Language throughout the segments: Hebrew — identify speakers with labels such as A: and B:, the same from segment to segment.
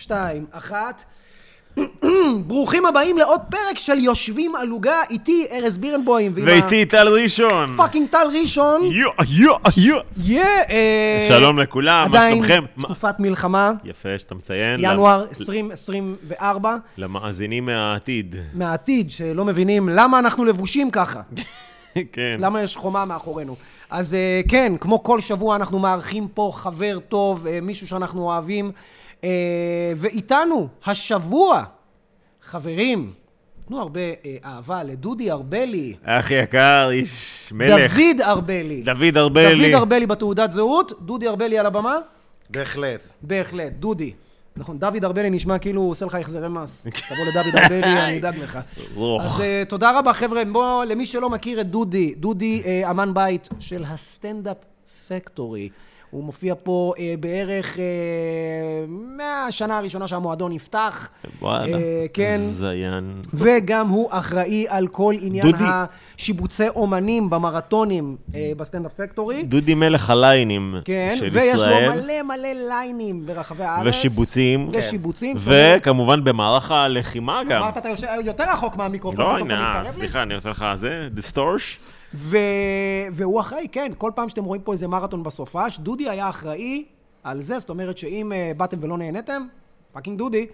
A: שתיים, אחת. ברוכים הבאים לעוד פרק של יושבים על עוגה, איתי ארז בירנבוים. ועם
B: ואיתי טל ראשון.
A: הפאקינג טל ראשון.
B: יו, יו, יו.
A: יא! אה,
B: שלום לכולם, מה שלומכם?
A: עדיין תקופת מלחמה,
B: יפה שאתה מציין.
A: ינואר
B: למ-
A: 2024,
B: למאזינים מהעתיד.
A: מהעתיד, שלא מבינים למה אנחנו לבושים ככה.
B: כן.
A: למה יש חומה מאחורינו. אז אה, כן, כמו כל שבוע אנחנו מארחים פה חבר טוב, אה, מישהו שאנחנו אוהבים, אה, ואיתנו השבוע, חברים, תנו הרבה אה, אהבה לדודי ארבלי,
B: אח יקר, איש מלך.
A: דוד ארבלי.
B: דוד ארבלי.
A: דוד ארבלי בתעודת זהות, דודי ארבלי על הבמה?
C: בהחלט.
A: בהחלט, דודי. נכון, דוד ארבלי נשמע כאילו הוא עושה לך החזרי מס. תבוא לדוד ארבלי, אני אדאג לך.
B: רוך.
A: אז אה, תודה רבה, חבר'ה. בואו, למי שלא מכיר את דודי, דודי אה, אמן בית של הסטנדאפ פקטורי. הוא מופיע פה אה, בערך אה, מהשנה הראשונה שהמועדון נפתח.
B: וואלה.
A: אה, כן.
B: זיין.
A: וגם הוא אחראי על כל עניין
B: דודי.
A: השיבוצי אומנים במרתונים אה, בסטנדאפ פקטורי.
B: דודי מלך הליינים
A: כן,
B: של
A: ויש
B: ישראל.
A: לו מלא מלא ליינים ברחבי הארץ.
B: ושיבוצים. כן.
A: ושיבוצים. זאת אומרת,
B: וכמובן במערך הלחימה גם.
A: אמרת, אתה יושב אה, יותר רחוק מהמיקרופון.
B: לא,
A: פתאום אתה מתקרב
B: הנה,
A: לי.
B: סליחה, אני עושה לך זה, דיסטורש.
A: ו... והוא אחראי, כן, כל פעם שאתם רואים פה איזה מרתון בסופש, דודי היה אחראי על זה, זאת אומרת שאם אה, באתם ולא נהניתם, פאקינג דודי.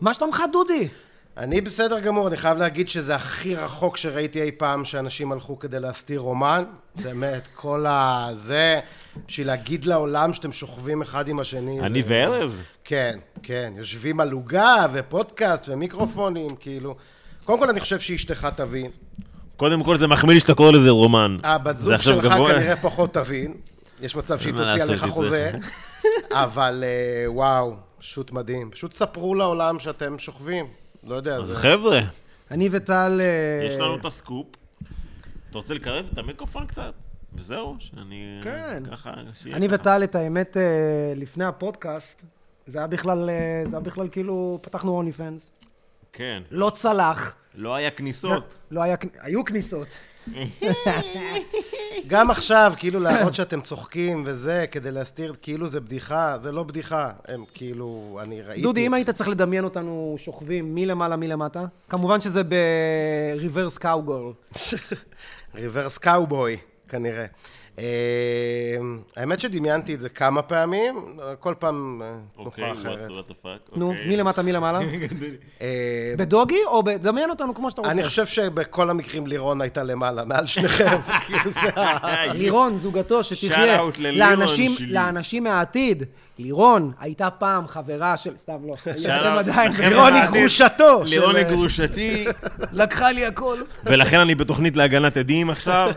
A: מה שלומך דודי?
C: אני בסדר גמור, אני חייב להגיד שזה הכי רחוק שראיתי אי פעם שאנשים הלכו כדי להסתיר רומן. באמת, כל ה... זה... בשביל להגיד לעולם שאתם שוכבים אחד עם השני.
B: אני
C: זה-
B: וארז.
C: כן, כן. יושבים על עוגה ופודקאסט ומיקרופונים, כאילו. קודם כל, אני חושב שאשתך תבין.
B: קודם כל זה מחמיא לי שאתה קורא לזה רומן.
C: אה, הבת
B: זה
C: זוג
B: עכשיו
C: שלך
B: גבוה.
C: כנראה פחות תבין. יש מצב שהיא
B: אין מה
C: תוציא
B: לעשות,
C: עליך
B: היא
C: חוזה. אבל אה, וואו, פשוט מדהים. פשוט ספרו לעולם שאתם שוכבים. לא יודע,
B: אז
C: זה...
B: חבר'ה,
A: אני וטל... אה,
B: יש לנו את הסקופ. אתה רוצה לקרב את המיקרופון קצת? וזהו, שאני...
A: כן.
B: ככה, שיהיה
A: אני
B: ככה.
A: וטל, את האמת, אה, לפני הפודקאסט, זה היה בכלל, אה, זה היה בכלל כאילו, פתחנו הוני פנס.
B: כן.
A: לא צלח.
B: לא היה כניסות.
A: לא היה, כנ- היו כניסות.
C: גם עכשיו, כאילו להראות שאתם צוחקים וזה, כדי להסתיר, כאילו זה בדיחה, זה לא בדיחה. הם כאילו, אני ראיתי...
A: דודי, אם היית צריך לדמיין אותנו שוכבים מלמעלה מלמטה, כמובן שזה בריברס קאוגול.
C: ריברס קאובוי, כנראה. אה, האמת שדמיינתי את זה כמה פעמים, כל פעם אה,
B: אוקיי,
C: תנוחה אחרת.
B: what the fuck.
A: נו,
B: אוקיי.
A: מלמטה מלמעלה.
C: אה,
A: בדוגי או ב... דמיין אותנו כמו שאתה רוצה.
C: אני חושב שבכל המקרים לירון הייתה למעלה, מעל שניכם. כאילו זה ה...
A: לירון, זוגתו, שתחיה.
B: Shout out ללירון
A: לאנשים-
B: שלי.
A: לאנשים מהעתיד. לירון הייתה פעם חברה של... סתם לא. אתם
B: שלום.
A: עדיין.
B: לכם
C: לירון היא
B: בעתיד.
C: גרושתו של-
B: לירון היא גרושתי,
A: לקחה לי הכל.
B: ולכן אני בתוכנית להגנת עדים עכשיו.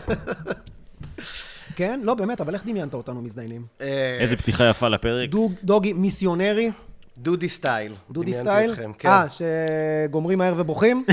A: כן? לא, באמת, אבל איך דמיינת אותנו מזדיינים?
C: אה,
B: איזה פתיחה יפה לפרק.
A: דוג- דוגי מיסיונרי,
C: דודי סטייל.
A: דודי
C: דמיינתי
A: סטייל.
C: אתכם, כן.
A: אה, שגומרים מהר ובוכים?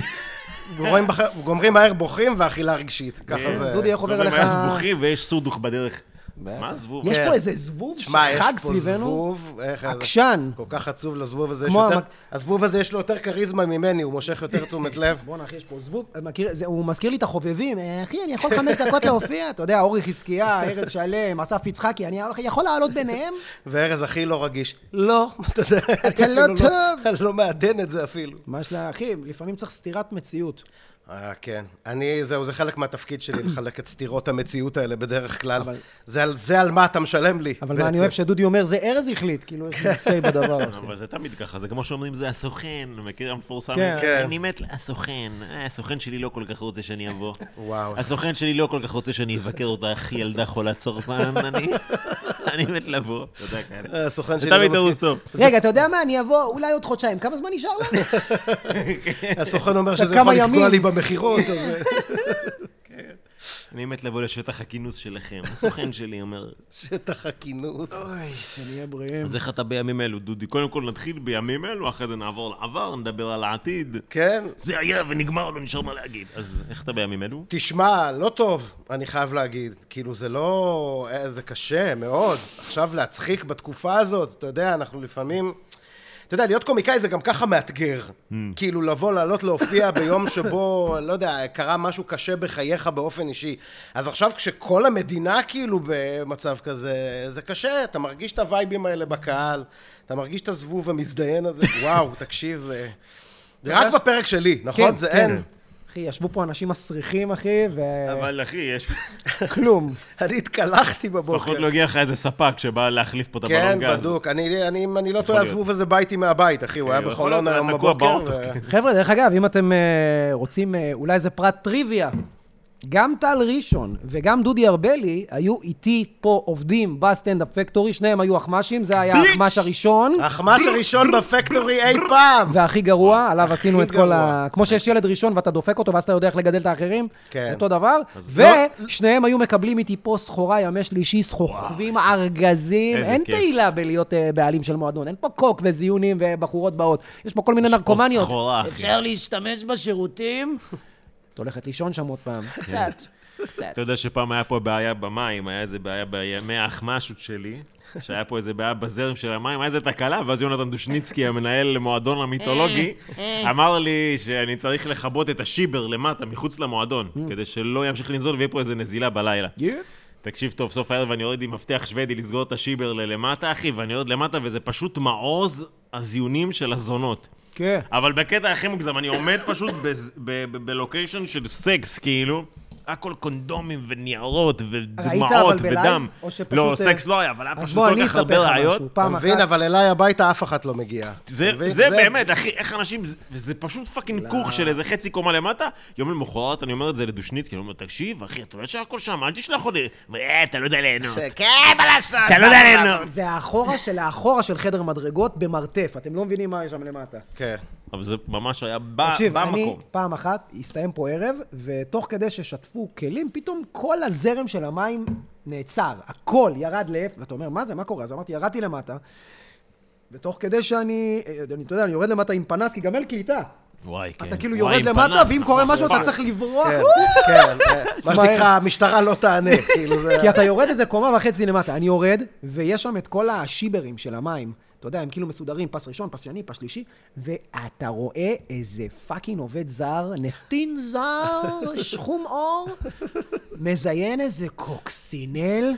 C: גומרים בח- גומרים מהר בוכים ואכילה רגשית. ככה זה...
A: דודי, איך עובר
B: דברים
A: עליך...
B: היה דיווחים לא, ויש סודוך בדרך. מה זבוב?
A: יש
C: כן.
A: פה איזה זבוב
C: שמע, יש
A: שחג
C: פה
A: סביבנו?
C: זבוב, איך-
A: עקשן.
C: כל כך עצוב לזבוב הזה, יש
A: כמו
C: יותר,
A: המק-
C: הזבוב הזה יש לו יותר כריזמה ממני, הוא מושך יותר תשומת לב.
A: בואנה אחי, יש פה זבוב, מכיר, זה, הוא מזכיר לי את החובבים, אה, אחי, אני יכול חמש דקות להופיע, אתה יודע, אורי חזקיה, ארז שלם, אסף יצחקי, אני יכול לעלות ביניהם?
C: וארז הכי לא רגיש. לא, אתה יודע.
A: אתה לא
C: אפילו
A: טוב.
C: אני לא מעדן את זה אפילו.
A: מה יש לה, אחי, לפעמים צריך סתירת מציאות.
C: אה, כן. אני, זהו, זה חלק מהתפקיד שלי, לחלק את סתירות המציאות האלה בדרך כלל.
A: אבל-
C: זה על- זה על מה אתה משלם לי.
A: אבל מה אני
C: בעצם.
A: אוהב שדודי אומר, זה ארז החליט, כאילו, יש לי say בדבר, אחי.
B: אבל זה תמיד ככה, זה כמו שאומרים זה הסוכן, מכיר המפורסם?
A: כן.
C: כן.
B: אני מת לסוכן, אה, הסוכן שלי לא כל כך רוצה שאני אבוא.
C: וואו.
B: הסוכן שלי לא כל כך רוצה שאני אבקר אותך, ילדה חולת סרטן, אני אני מת לבוא. אתה יודע, כאלה.
C: הסוכן
B: זה
C: שלי...
B: תמיד
C: לא
B: תירוץ
C: מסכים.
B: טוב.
A: רגע, אתה יודע מה, אני אבוא אולי עוד חודשיים, כמה זמן נשאר לנו?
C: הסוכן אומר
A: עכשיו
C: שזה
A: כמה
C: יכול לפגוע
A: ימים.
C: לי במכירות, אז...
B: אני מת לבוא לשטח הכינוס שלכם. הסוכן שלי אומר,
C: שטח הכינוס.
A: אוי, שנהיה בריאים.
B: אז איך אתה בימים אלו, דודי? קודם כל נתחיל בימים אלו, אחרי זה נעבור לעבר, נדבר על העתיד.
C: כן,
B: זה היה ונגמר, לא נשאר מה להגיד. אז איך אתה בימים אלו?
C: תשמע, לא טוב, אני חייב להגיד. כאילו, זה לא... אה, זה קשה מאוד. עכשיו להצחיק בתקופה הזאת, אתה יודע, אנחנו לפעמים... אתה יודע, להיות קומיקאי זה גם ככה מאתגר. כאילו, לבוא, לעלות, להופיע ביום שבו, לא יודע, קרה משהו קשה בחייך באופן אישי. אז עכשיו, כשכל המדינה כאילו במצב כזה, זה קשה, אתה מרגיש את הווייבים האלה בקהל, אתה מרגיש את הזבוב המזדיין הזה, וואו, תקשיב, זה... זה רק בפרק שלי,
A: כן,
C: נכון? זה אין.
A: אחי, ישבו פה אנשים מסריחים, אחי,
C: אה.
B: אבל אחי, יש...
A: וכלום.
C: אני התקלחתי בבוקר.
B: לפחות לא הגיע לך איזה ספק שבא להחליף פה את
C: כן,
B: הבלון גז.
C: בדוק. אני, אני, אם אני לא טועה,
B: להיות.
C: הזבוב הזה בא איתי מהבית, אחי, הוא היה
B: הוא יכול
C: בחולון
B: להיות
C: היום
B: תקוע
C: בבוקר.
B: באוטו,
C: ו-
A: חבר'ה, דרך אגב, אם אתם אה, רוצים אה, אולי איזה פרט טריוויה, גם טל ראשון וגם דודי ארבלי היו איתי פה עובדים בסטנדאפ פקטורי, שניהם היו אחמ"שים, זה היה האחמ"ש הראשון.
C: החמש הראשון בפקטורי אי פעם!
A: והכי גרוע, עליו עשינו את כל
C: אה, גרוע.
A: ה... כמו שיש ילד ראשון ואתה דופק אותו ואז אתה יודע איך לגדל את האחרים,
C: כן.
A: אותו דבר.
B: לא-
A: ושניהם היו מקבלים איתי פה סחורה, ימי שלישי, סחובים, ארגזים.
B: איזה
A: אין
B: כיף.
A: תהילה בלהיות אה, בעלים של מועדון, אין פה קוק וזיונים ובחורות באות. יש פה כל מיני
B: פה
A: נרקומניות.
B: סחורה, אחי.
A: אפשר להשתמש בשירותים? את הולכת לישון שם עוד פעם. קצת, קצת.
B: אתה יודע שפעם היה פה בעיה במים, היה איזה בעיה בימי האחמ"שות שלי, שהיה פה איזה בעיה בזרם של המים, היה איזה תקלה, ואז יונתן דושניצקי, המנהל מועדון המיתולוגי, אמר לי שאני צריך לכבות את השיבר למטה, מחוץ למועדון,
C: Mm.
B: כדי שלא ימשיך לנזול ויהיה פה איזה נזילה בלילה.
A: כן.
B: תקשיב טוב, סוף הערב אני יורד עם מפתח שוודי לסגור את השיבר ללמטה, אחי, ואני יורד למטה, וזה פשוט מעוז הזיונים של הזונות.
A: כן.
B: אבל בקטע הכי מוגזם, אני עומד פשוט בז- ב- ב- בלוקיישן של סקס, כאילו. הכל קונדומים וניירות
A: ראית
B: ודמעות
A: אבל בלייב?
B: ודם.
A: או שפשוט...
B: לא,
A: אה,
B: סקס לא היה, אבל היה
A: אז
B: פשוט
A: בוא,
B: כל
A: אני
B: כך
A: אספר
B: הרבה
A: לך
B: ראיות.
A: משהו.
C: אתה
A: פעם
C: מבין,
A: אחת-
C: אבל אליי הביתה אף אחת לא מגיעה.
B: זה,
C: אתה מבין?
B: זה באמת, אחי, איך אנשים, זה- וזה פשוט
A: לא,
B: פאקינג כוך של איזה חצי קומה למטה. יום למחרת אני אומר את זה לדושניצקי, אני אומר, תקשיב, אחי, אתה יודע שהכל שם, אל תשלח אותי. הוא אומר, "אה, אתה לא יודע ליהנות.
C: זה- כן, מה לעשות?
B: אתה לא יודע ליהנות.
A: זה האחורה של האחורה של חדר מדרגות במרתף, אתם לא מבינים מה יש שם למטה.
C: כן.
B: אבל זה ממש היה ב-
A: תקשיב, אני
B: במקום.
A: פעם אחת, הסתיים פה ערב, ותוך כדי ששטפו כלים, פתאום כל הזרם של המים נעצר. הכל ירד לאפס, ואתה אומר, מה זה, מה קורה? אז אמרתי, ירדתי למטה, ותוך כדי שאני, אה, אני, אתה יודע, אני יורד למטה עם פנס, כי גם אין קליטה.
B: וואי, כן.
A: אתה כאילו
B: וואי,
A: יורד
B: עם
A: למטה,
B: פנס,
A: ואם קורה
B: נכון,
A: משהו, אתה
B: פאק.
A: צריך לברוח.
C: כן, כן, אה, מה שנקרא, המשטרה לא תענה, כאילו זה...
A: כי אתה יורד איזה קומה וחצי למטה. אני יורד, ויש שם את כל השיברים של המים. אתה יודע, הם כאילו מסודרים, פס ראשון, פס שני, פס שלישי, ואתה רואה איזה פאקינג עובד זר, נתין זר, שחום אור, מזיין איזה קוקסינל,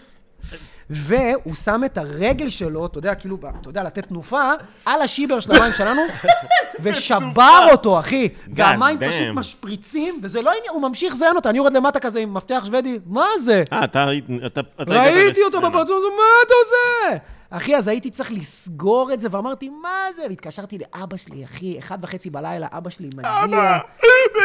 A: והוא שם את הרגל שלו, אתה יודע, כאילו, אתה יודע, לתת תנופה, על השיבר של המים שלנו, ושבר אותו, אחי. והמים
B: damn.
A: פשוט משפריצים, וזה לא עניין, הוא ממשיך לזיין אותה. אני יורד למטה כזה עם מפתח שוודי, מה זה?
B: אה, אתה ראית... אתה- אתה הגעת
A: ראיתי אותו
B: ל-
A: בפרצוף, הזה, מה אתה עושה? אחי, אז הייתי צריך לסגור את זה, ואמרתי, מה זה? והתקשרתי לאבא שלי, אחי, אחד וחצי בלילה, אבא שלי מגיע. אבא!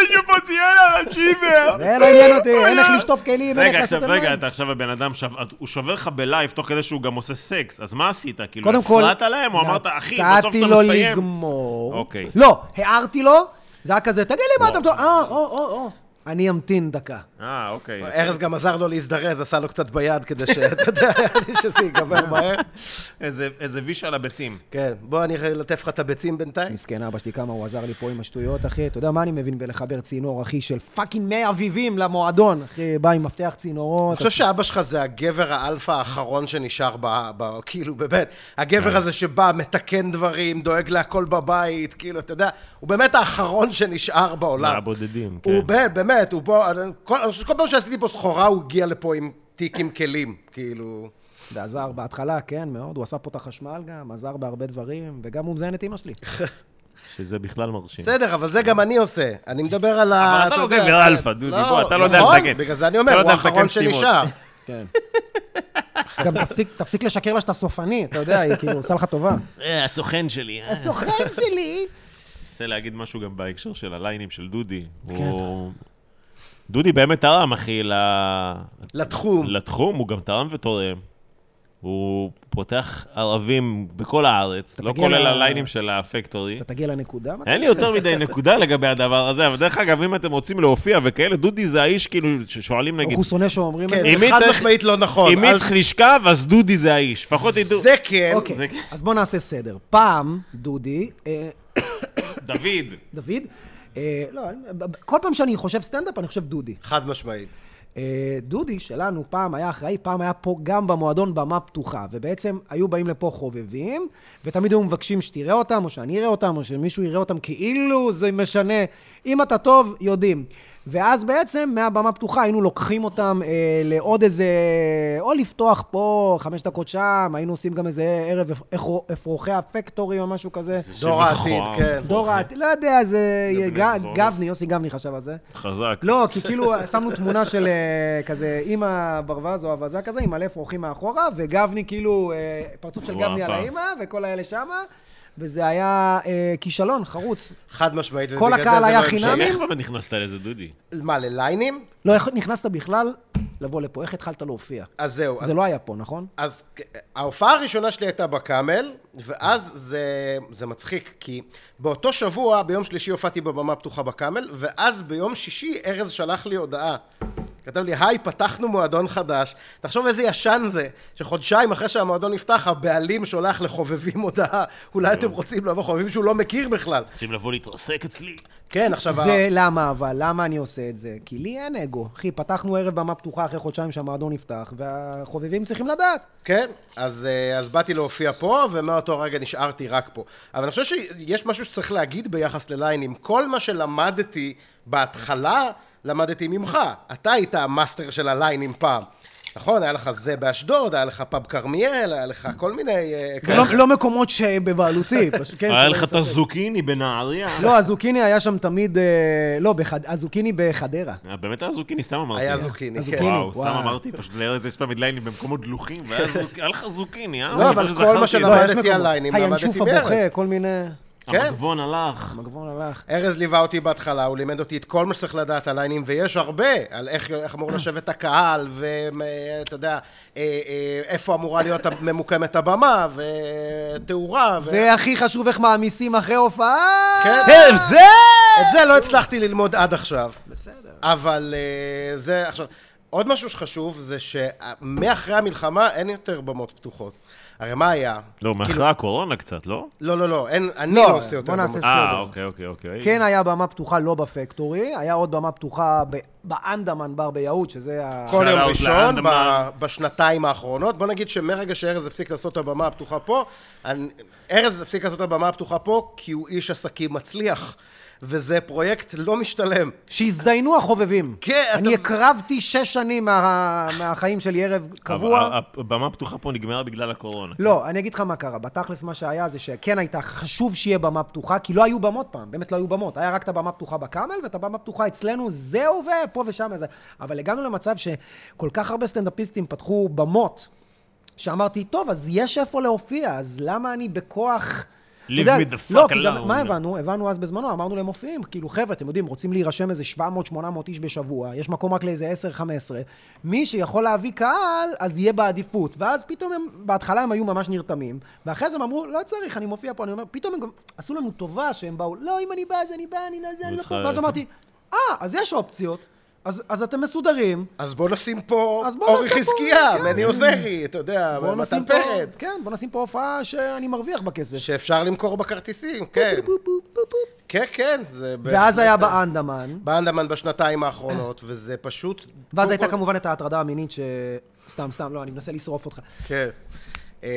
B: מישהו פה ציין על השיבר!
A: זה לא עניין אותי, אין איך לשטוף כלים, אין איך
B: אה. רגע,
A: לעשות
B: עכשיו,
A: את
B: רגע,
A: המים.
B: אתה עכשיו הבן אדם, שב- את- הוא שובר לך בלייב תוך כדי שהוא גם עושה סקס, אז מה עשית? כאילו,
A: קודם כל...
B: הפרעת להם, או אמרת, אחי, בסוף אתה
A: נתתי לו
B: מסיים?
A: לגמור.
B: אוקיי. לא.
A: לא, הערתי לו, זה היה כזה, תגיד לי מה אתה...
B: וואו.
A: אה, או, או, או. אני אמתין דקה.
B: אה, אוקיי.
C: ארז גם עזר לו להזדרז, עשה לו קצת ביד כדי ש... אתה יודע, שזה ייגמר מהר.
B: איזה- איזה ויש על הביצים.
C: כן, בוא אני אלטף לך את הביצים בינתיים.
A: מסכן אבא שלי, כמה הוא עזר לי פה עם השטויות, אחי. אתה יודע מה אני מבין בלחבר צינור, אחי, של פאקינג מי אביבים למועדון. אחי, בא עם מפתח צינורות.
C: אני חושב שאבא שלך זה הגבר האלפא האחרון שנשאר ב... ב כאילו, באמת,
B: אה.
C: הגבר הזה שבא, מתקן דברים, דואג להכל בבית, כאילו, אתה יודע, הוא באמת האחרון שנשאר בעולם.
B: מהבודדים, כן.
C: לא. הוא ב- באמת, הוא פה, אני- כל- אני חושב שכל פעם שעשיתי פה סחורה, הוא הגיע לפה עם תיק עם כלים, כאילו...
A: זה עזר בהתחלה, כן, מאוד. הוא עשה פה את החשמל גם, עזר בהרבה דברים, וגם הוא מזיין את אמא שלי.
B: שזה בכלל מרשים.
C: בסדר, אבל זה גם אני עושה. אני מדבר על ה...
B: אבל אתה לא
C: יודע,
B: גבר
C: כן.
B: אלפא, דודי, בוא, אתה לא יודע
C: נכון,
B: לתקן.
C: בגלל זה אני
B: אתה
C: אומר,
B: לא
C: הוא
B: יודע לתקן
C: האחרון
B: סתימות.
C: שנשאר.
A: כן. גם תפסיק, תפסיק לשקר לה שאתה סופני, אתה יודע, היא כאילו עושה לך טובה.
B: אה, הסוכן שלי. אה.
A: הסוכן שלי!
B: רוצה להגיד משהו גם בהקשר של הליינים של דודי. הוא... דודי באמת תרם, אחי, ל-
C: לתחום.
B: לתחום, הוא גם תרם ותורם. הוא פותח ערבים בכל הארץ, לא
A: תגיע
B: כולל
A: ל-
B: הליינים של הפקטורי.
A: אתה תגיע
C: אה,
A: לנקודה? מתי?
B: אין לי יותר מדי נקודה לגבי הדבר הזה, אבל דרך אגב, אם אתם רוצים להופיע וכאלה, דודי זה האיש כאילו ששואלים נגיד,
A: אנחנו שונא שאומרים את
C: כן,
A: זה.
B: עם
C: זה
B: מי
C: חד
B: צריך-
C: משמעית לא נכון.
B: אם מי
C: אל-
B: צריך לשכב, אז דודי זה האיש. לפחות ידעו.
C: זה כן.
A: אוקיי,
B: זה-
A: אז בואו נעשה סדר. פעם, דודי, אה,
B: דוד.
A: דוד, אה, לא, אני- כל פעם שאני חושב סטנדאפ, אני חושב דודי.
C: חד משמעית.
A: אה, דודי שלנו פעם היה אחראי, פעם היה פה גם במועדון במה פתוחה, ובעצם היו באים לפה חובבים, ותמיד היו מבקשים שתראה אותם, או שאני אראה אותם, או שמישהו יראה אותם, כאילו זה משנה. אם אתה טוב, יודעים. ואז בעצם מהבמה פתוחה היינו לוקחים אותם אה, לעוד איזה, או לפתוח פה, חמש דקות שם, היינו עושים גם איזה ערב אפרו- אפרוחי הפקטורי או משהו כזה.
B: זה נכון. שם
C: דור העתיד,
B: מכוער,
C: כן.
B: מפוחד.
A: דור העתיד, לא יודע, זה
B: זה בני
A: ג-
B: זוג.
A: גבני, יוסי גבני חשב על זה.
B: חזק.
A: לא, כי כאילו שמנו תמונה של אה, כזה אימא ברווז או אווזה כזה, עם מלא אפרוחים מאחורה, וגבני כאילו, אה, פרצוף של
B: וואו,
A: גבני על
B: פס.
A: האימא, וכל האלה שמה, וזה היה אה, כישלון, חרוץ.
C: חד משמעית,
A: כל
C: ובגלל זה
A: הקהל
C: זה
A: היה
C: לא המשך.
A: חינמי?
B: איך באמת נכנסת לזה, דודי?
C: מה, לליינים?
A: לא איך נכנסת בכלל לבוא לפה, איך התחלת להופיע?
C: אז זהו. אז-
A: זה לא היה פה, נכון?
C: אז ההופעה הראשונה שלי הייתה בקאמל, ואז זה, זה מצחיק, כי באותו שבוע, ביום שלישי הופעתי בבמה פתוחה בקאמל, ואז ביום שישי ארז שלח לי הודעה. כתב לי, היי, פתחנו מועדון חדש. תחשוב איזה ישן זה, שחודשיים אחרי שהמועדון נפתח, הבעלים שולח לחובבים הודעה, אולי אתם רוצים לבוא חובבים שהוא לא מכיר בכלל.
B: רוצים לבוא להתרסק אצלי?
C: כן, עכשיו...
A: זה למה אבל, למה אני עושה את זה? כי לי אין אגו. אחי, פתחנו ערב במה פתוחה אחרי חודשיים שהמועדון נפתח, והחובבים צריכים לדעת.
C: כן, אז, אה, אז באתי להופיע פה, ומאותו רגע נשארתי רק פה. אבל אני חושב שיש משהו שצריך להגיד ביחס לליינים. כל מה שלמדתי בהתחלה, למדתי ממך. אתה היית המאסטר של הליינים פעם. נכון, היה לך זה באשדוד, היה לך פאב כרמיאל, היה לך כל מיני... אה,
A: זה לא- לא מקומות שבבעלותי, פשוט, כן,
B: היה
A: שלא
B: לך
A: יהיה
B: את הזוקיני בנהריה?
A: לא, הזוקיני היה שם תמיד... אה, לא, בחד- הזוקיני בחדרה.
B: אה, באמת היה זוקיני, סתם אמרתי.
C: היה זוקיני, כן.
A: הזוקיני.
B: כאילו, וואו, סתם
A: וואו.
B: אמרתי, פשוט לארץ יש תמיד ליינים במקומות דלוחים, והיה זוק- היה לך זוקיני, אה?
C: לא, אבל
B: אני
C: כל
B: זוכר
C: מה
B: שזכרתי את
C: שלא
B: זה.
C: היה- למדתי על ליינים, למדתי
A: הינשוף
C: בארז.
A: הבוכה, כל מיני...
C: כן.
B: המגבון הלך.
A: המגבון הלך.
C: ארז ליווה אותי בהתחלה, הוא לימד אותי את כל מה שצריך לדעת על ליינים, ויש הרבה, על איך, איך אמור לשבת הקהל, ואתה יודע, אה, אה, איפה אמורה להיות ממוקמת הבמה, ותאורה, ו...
A: והכי חשוב, איך מעמיסים אחרי הופעה?
C: כן.
A: הרצל!
C: את זה לא הצלחתי ללמוד עד עכשיו.
A: בסדר.
C: אבל אה, זה, עכשיו, עוד משהו שחשוב זה שמאחרי המלחמה אין יותר במות פתוחות. הרי מה היה? כאילו,
B: לא, מאחרי הקורונה קצת, לא?
C: לא, לא, לא, אין, אני
A: לא,
C: לא עושה יותר
A: בוא נעשה
C: במות.
B: אה,
A: בסדר.
B: אוקיי, אוקיי, אוקיי.
A: כן היה במה פתוחה לא בפקטורי, היה עוד במה פתוחה ב- באנדמן בר ביהוד, שזה ה...
C: כל יום
B: Shout out
C: ראשון,
B: לאנדמן.
C: ב- בשנתיים האחרונות. בוא נגיד שמרגע שארז הפסיק לעשות את הבמה הפתוחה פה, אני- ארז הפסיק לעשות את הבמה הפתוחה פה כי הוא איש עסקים מצליח, וזה פרויקט לא משתלם.
A: שהזדיינו החובבים.
C: כן,
A: אני
C: אתה-
A: הקרבתי שש שנים מה- מהחיים שלי ערב
B: אבל
A: קבוע.
B: ה- הבמה הפתוחה פה נגמרה בגלל הקורונה.
A: לא, אני אגיד לך מה קרה. בתכלס מה שהיה זה שכן הייתה חשוב שיהיה במה פתוחה, כי לא היו במות פעם, באמת לא היו במות. היה רק את הבמה הפתוחה בקאמל ואת הבמה הפתוחה אצלנו, זהו ופה ושם. זה. אבל הגענו למצב שכל כך הרבה סטנדאפיסטים פתחו במות, שאמרתי, טוב, אז יש איפה להופיע, אז למה אני בכוח... אתה
B: Leave
A: יודע,
B: me the
A: לא,
B: fuck
A: כי גם-
B: alone.
A: מה הבנו? הבנו אז בזמנו, אמרנו למופיעים, כאילו, חבר'ה, אתם יודעים, רוצים להירשם איזה 700-800 איש בשבוע, יש מקום רק לאיזה 10-15. מי שיכול להביא קהל, אז יהיה בעדיפות. ואז פתאום הם, בהתחלה הם היו ממש נרתמים, ואחרי זה הם אמרו, לא צריך, אני מופיע פה, אני אומר, פתאום הם גם עשו לנו טובה שהם באו, לא, אם אני בא, אז אני בא, אני לא זה, אני לא פה.
B: וצריך-
A: ואז אמרתי, אה, אז יש אופציות, אז אז אתם מסודרים,
C: אז בוא נשים פה
A: אז בוא
C: אורי
A: נעשה פה,
C: חזקיה,
A: כן.
C: מני עוזרי, אתה יודע,
A: בואו
C: מתן
A: נשים פה,
C: פרץ.
A: כן, בואו נשים פה הופעה שאני מרוויח בכסף.
C: שאפשר למכור בכרטיסים, כן.
A: בופ, בופ, בופ, בופ.
C: כן, כן, זה... בהחלט-
A: ואז היה באנדמן.
C: באנדמן בשנתיים האחרונות, וזה פשוט...
A: ואז הייתה כמובן את ההטרדה המינית ש... סתם, סתם, לא, אני מנסה לשרוף אותך.
C: כן. אה,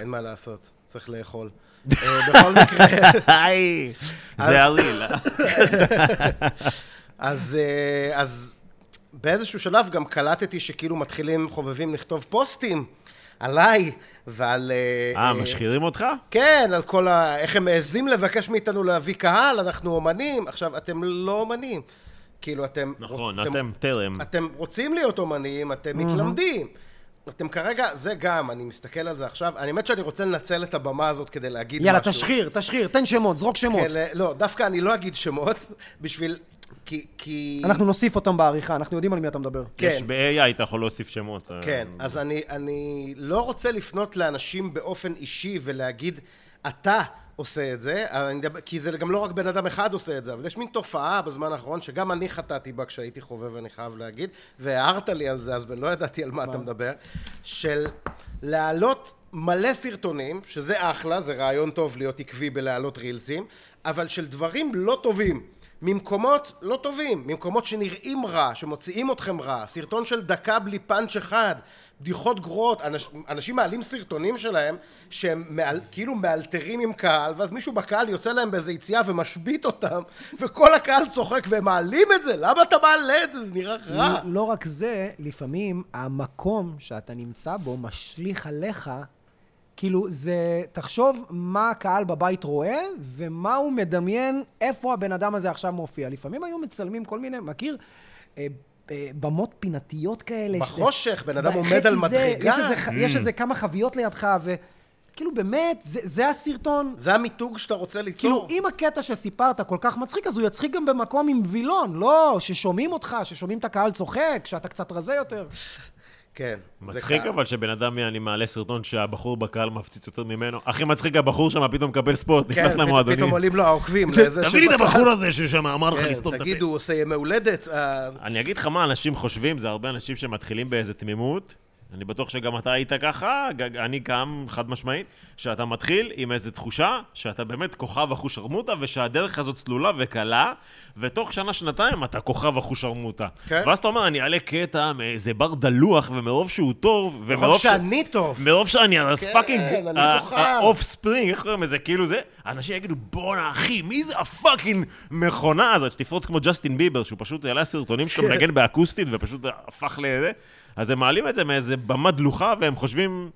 C: אין מה לעשות, צריך לאכול. אה, בכל מקרה...
B: היי, זה עליל. אה?
C: אז, אה, אז באיזשהו שלב גם קלטתי שכאילו מתחילים חובבים לכתוב פוסטים עליי ועל...
B: אה, משחירים אותך?
C: כן, על כל ה... איך הם מעזים לבקש מאיתנו להביא קהל, אנחנו אומנים. עכשיו, אתם לא אומנים. כאילו, אתם...
B: נכון, אתם
A: Mm.
B: טרם.
C: אתם רוצים להיות אומנים, אתם
A: Mm-hmm.
C: מתלמדים. אתם כרגע, זה גם, אני מסתכל על זה עכשיו. אני- האמת שאני רוצה לנצל את הבמה הזאת כדי להגיד
A: יאללה,
C: משהו.
A: תשחיר, תשחיר, תן שמות, זרוק שמות.
C: כן, לא, דווקא אני לא אגיד שמות, בשביל... כי... כי...
A: אנחנו נוסיף אותם בעריכה, אנחנו יודעים על מי אתה מדבר.
C: כן.
B: יש ב-AI, אתה יכול להוסיף שמות. אה,
C: כן, אז אני, אני לא רוצה לפנות לאנשים באופן אישי ולהגיד, אתה עושה את זה, אבל אני מדבר, כי זה גם לא רק בן אדם אחד עושה את זה, אבל יש מין תופעה בזמן האחרון שגם אני חטאתי בה כשהייתי חובב, אני חייב להגיד, והערת לי על זה, אז לא ידעתי על מה אתה מדבר, של להעלות מלא סרטונים, שזה אחלה, זה רעיון טוב להיות עקבי בלהעלות רילסים, אבל של דברים לא טובים. ממקומות לא טובים, ממקומות שנראים רע, שמוציאים אתכם רע, סרטון של דקה בלי פאנץ' אחד, בדיחות גרועות, אנש, אנשים מעלים סרטונים שלהם שהם מעל, כאילו מאלתרים עם קהל, ואז מישהו בקהל יוצא להם באיזה יציאה ומשבית אותם, וכל הקהל צוחק והם מעלים את זה, למה אתה מעלה את זה? זה נראה רע.
A: לא רק זה, לפעמים המקום שאתה נמצא בו משליך עליך, כאילו זה, תחשוב מה הקהל בבית רואה ומה הוא מדמיין, איפה הבן אדם הזה עכשיו מופיע. לפעמים היו מצלמים כל מיני, מכיר? אה, אה, במות פינתיות כאלה. שזה-
C: בחושך, בן אדם
A: בחצי
C: עומד על
A: לא, זה,
C: מדרגה.
A: יש איזה ח- יש
B: Mm.
A: איזה כמה חביות לידך, וכאילו באמת, זה- זה הסרטון,
C: Mm. זה המיתוג שאתה רוצה
A: כאילו,
C: ליצור.
A: אם הקטע שסיפרת כל כך מצחיק, אז הוא יצחיק גם במקום עם וילון, לא ששומעים אותך, ששומעים את הקהל צוחק, שאתה קצת רזה יותר.
C: כן. זה
B: מצחיק
C: קהל.
B: אבל שבן אדם, אני מעלה סרטון שהבחור בקהל מפציץ יותר ממנו. הכי מצחיק, הבחור שם פתאום מקבל ספורט,
C: כן,
B: נכנס למועדונים.
C: פתאום עולים לו העוקבים לאיזה
B: תביא לי את
C: שהוא-
B: הבחור הזה ששם אמר לך
C: כן,
B: לסתום את הפה.
C: תגידו, הוא עושה ימי הולדת? אה,
B: אני אגיד לך מה אנשים חושבים, זה הרבה אנשים שמתחילים באיזה תמימות. אני בטוח שגם אתה היית ככה, ג- אני גם חד משמעית, שאתה מתחיל עם איזו תחושה שאתה באמת כוכב אחושרמוטה ושהדרך הזאת סלולה וקלה, ותוך שנה-שנתיים אתה כוכב אחושרמוטה.
C: כן.
B: ואז אתה אומר, אני אעלה קטע מאיזה בר דלוח, ומרוב שהוא טוב,
C: אבל
B: ומרוב ש-
C: שאני טוב.
B: מרוב שאני על
C: כן,
B: הפאקינג, אה,
C: אני כוכב.
B: האוף ספרינג, איך קוראים לזה, כאילו זה, אנשים יגידו, בואנה אחי, מי זה הפאקינג מכונה הזאת, שתפרוץ כמו ג'סטין ביבר, שהוא פשוט העלה סרטונים שלו מנגן באקוסטית ופשוט אה, הפך לזה, אז הם מעלים את זה מאיזה במה דלוחה והם חושבים,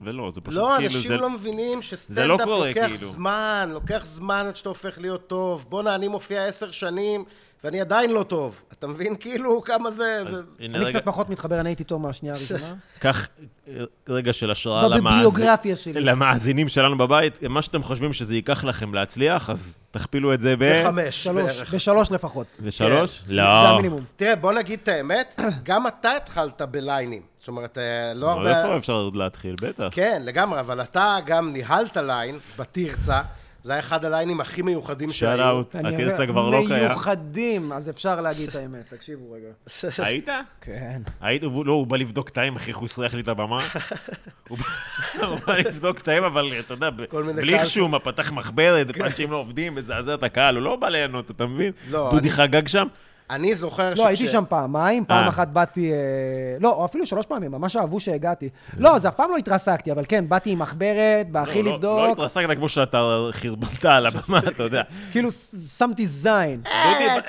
B: ולא, זה פשוט כאילו,
C: לא, אנשים
B: זה-
C: לא מבינים
B: לא
C: שסטנדאפ
B: קורה,
C: לוקח
B: כאילו.
C: זמן, לוקח זמן עד שאתה הופך להיות טוב. בואנה, אני מופיע עשר שנים, ואני עדיין לא טוב. אתה מבין כאילו כמה זה...
B: אז
C: זה-
B: הנה
A: אני
B: רגע,
A: קצת פחות מתחבר, אני הייתי טוב מהשנייה הראשונה.
B: קח אה, רגע של השראה
A: לא
B: למאזין-
A: בביוגרפיה שלי.
B: למאזינים שלנו בבית, מה שאתם חושבים שזה ייקח לכם להצליח, אז תכפילו את זה ב...
C: בחמש
A: שלוש,
C: בערך.
A: בשלוש לפחות.
B: ושלוש?
A: כן.
B: לא.
A: זה המינימום.
C: תראה, בוא נגיד את האמת, גם אתה התחלת בליינים. זאת אומרת, אה, לא
B: אבל
C: הרבה...
B: איפה אפשר עוד להתחיל? בטח.
C: כן, לגמרי, אבל אתה גם ניהלת ליין בתרצה. זה היה אחד הליינים הכי מיוחדים
B: שאט
C: שהיו.
B: אאוט,
A: אני
B: התרצה
A: הרי
B: כבר לא קיים.
A: מיוחדים, אז אפשר להגיד את האמת, תקשיבו רגע.
B: היית?
A: כן.
B: היית? הוא- לא, הוא בא לבדוק טעים, אחי, איך הוא הסריח לי את הבמה. הוא בא- הוא בא לבדוק טעים, אבל אתה יודע, ב-
C: כל מיני
B: בלי
C: קהל-
B: איכשהו, מה, פתח מחברת,
A: כן.
B: פאנצ'ים לא עובדים, מזעזע את הקהל, הוא לא בא ליהנות, אתה מבין?
C: לא,
B: דודי
C: אני-
B: חגג שם?
C: אני זוכר
A: לא, הייתי שם פעמיים, פעם
B: אה.
A: אחת באתי... אה, לא, או אפילו שלוש פעמים, ממש אהבו שהגעתי. לא, זה אף פעם לא התרסקתי, אבל כן, באתי עם מחברת, באחי
B: לא, לא- לא
A: לבדוק,
B: התרסקת כמו שאתה חרבנת על הבמה, אתה יודע.
A: כאילו ש- שמתי זין.
B: דודי,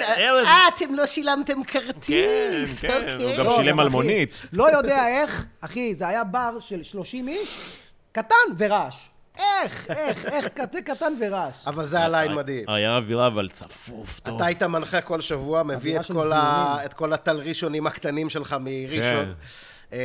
B: אה, ארז...
C: אה,
A: אה!
C: אתם לא שילמתם
B: כן,
C: כרטיס, אוקיי.
B: כן, הוא גם
A: לא,
B: שילם
A: אחי,
B: על מונית.
A: לא יודע איך, אחי, זה היה בר של 30 איש, קטן ורעש. איך, איך, איך, קט- קטן ורעש.
C: אבל זה הליין
B: נכון.
C: מדהים.
B: היה אווירה, אבל צפוף, טוב.
C: אתה היית מנחה כל שבוע, מביא
A: אווירה
C: את
A: של
C: כל, ה...
A: זיונים.
C: את כל הטל ראשונים הקטנים שלך מראשון, אה,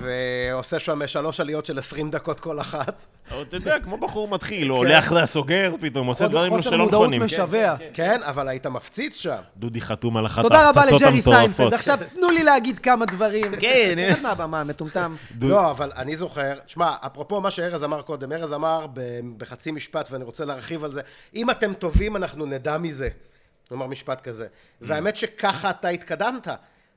C: ועושה שם שלוש עליות של 20 דקות כל אחת.
B: אבל אתה יודע, כמו בחור מתחיל, הוא עולה אחרי הסוגר, פתאום עושה דברים לא
A: כן. חוסר
B: שלא
A: מודעות
B: נכונים.
A: משווע.
C: כן, אבל היית מפציץ שם.
B: דודי חתום על אחת
A: תודה רבה
B: ההפצצות
A: לג'רי
B: המטורפות.
A: סיינפלד. עכשיו תנו לי להגיד כמה דברים.
B: כן,
A: תרד מהבמה, מטומטם.
B: דוד-
C: לא, אבל אני זוכר, שמע, אפרופו מה שארז אמר קודם, ארז אמר ב- בחצי משפט, ואני רוצה להרחיב על זה, אם אתם טובים, אנחנו נדע מזה. כלומר, משפט
B: Mm.
C: כזה. והאמת שככה אתה התקדמת.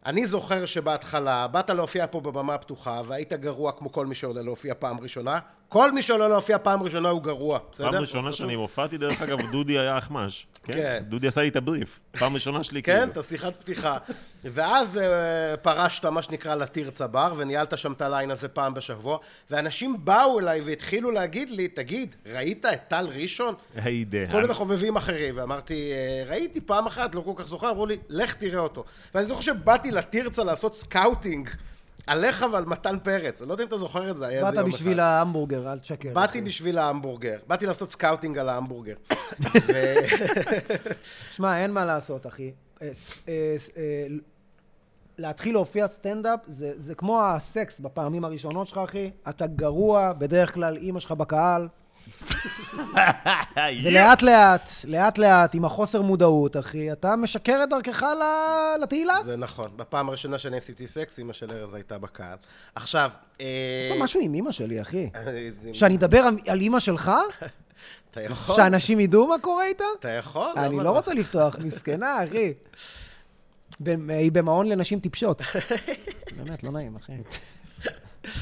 C: אני זוכר שבהתחלה באת להופיע פה בבמה הפתוחה, והיית גרוע כמו כל מי שעולה להופיע פעם ראשונה. כל מי שעולה להופיע פעם ראשונה הוא גרוע, בסדר?
B: פעם ראשונה שאני הופעתי, דרך אגב, דודי היה אחמ"ש. כן.
C: כן.
B: דודי עשה לי את הבריף. פעם ראשונה שלי,
C: כן,
B: כאילו.
C: את השיחת פתיחה. ואז אה, פרשת, מה שנקרא, לתרצה בר, וניהלת שם את הליין הזה פעם בשבוע, ואנשים באו אליי והתחילו להגיד לי, תגיד, ראית את טל ראשון?
B: היי דה.
C: כל מיני חובבים אחרים, ואמרתי, "אה, ראיתי פעם אחת, לא כל כך זוכר, אמרו לי, לך תראה אותו. ואני זוכר שבאתי לתרצה לעשות סקאוטינג עליך ועל מתן פרץ, אני לא יודע אם אתה זוכר את זה, היה איזה יום
A: באת
C: אחד.
A: בשביל ההמבורגר, אל תשקר.
C: באתי בשביל ההמבורגר, באתי לעשות סקאוטינג על ההמבורגר.
A: שמע, אין מה לעשות, אחי. אה, אה, אה, להתחיל להופיע סטנדאפ זה, זה כמו הסקס בפעמים הראשונות שלך, אחי. אתה גרוע, בדרך כלל אימא שלך בקהל. ולאט לאט, לאט לאט, עם החוסר מודעות, אחי, אתה משקר את דרכך ל- לתהילה.
C: זה נכון. בפעם הראשונה שאני עשיתי סקס, אימא של ארז הייתה בקהל. עכשיו, אה,
A: יש לו משהו עם אימא שלי, אחי.
C: אני- זה-
A: שאני אדבר על- על אימא שלך?
C: אתה יכול?
A: שאנשים ידעו מה קורה איתה?
C: נכון. אתה יכול?
A: אני
C: למה
A: לא רוצה לפתוח, מסכנה, אחי. במ- היא במעון לנשים טיפשות. באמת, לא נעים, אחי.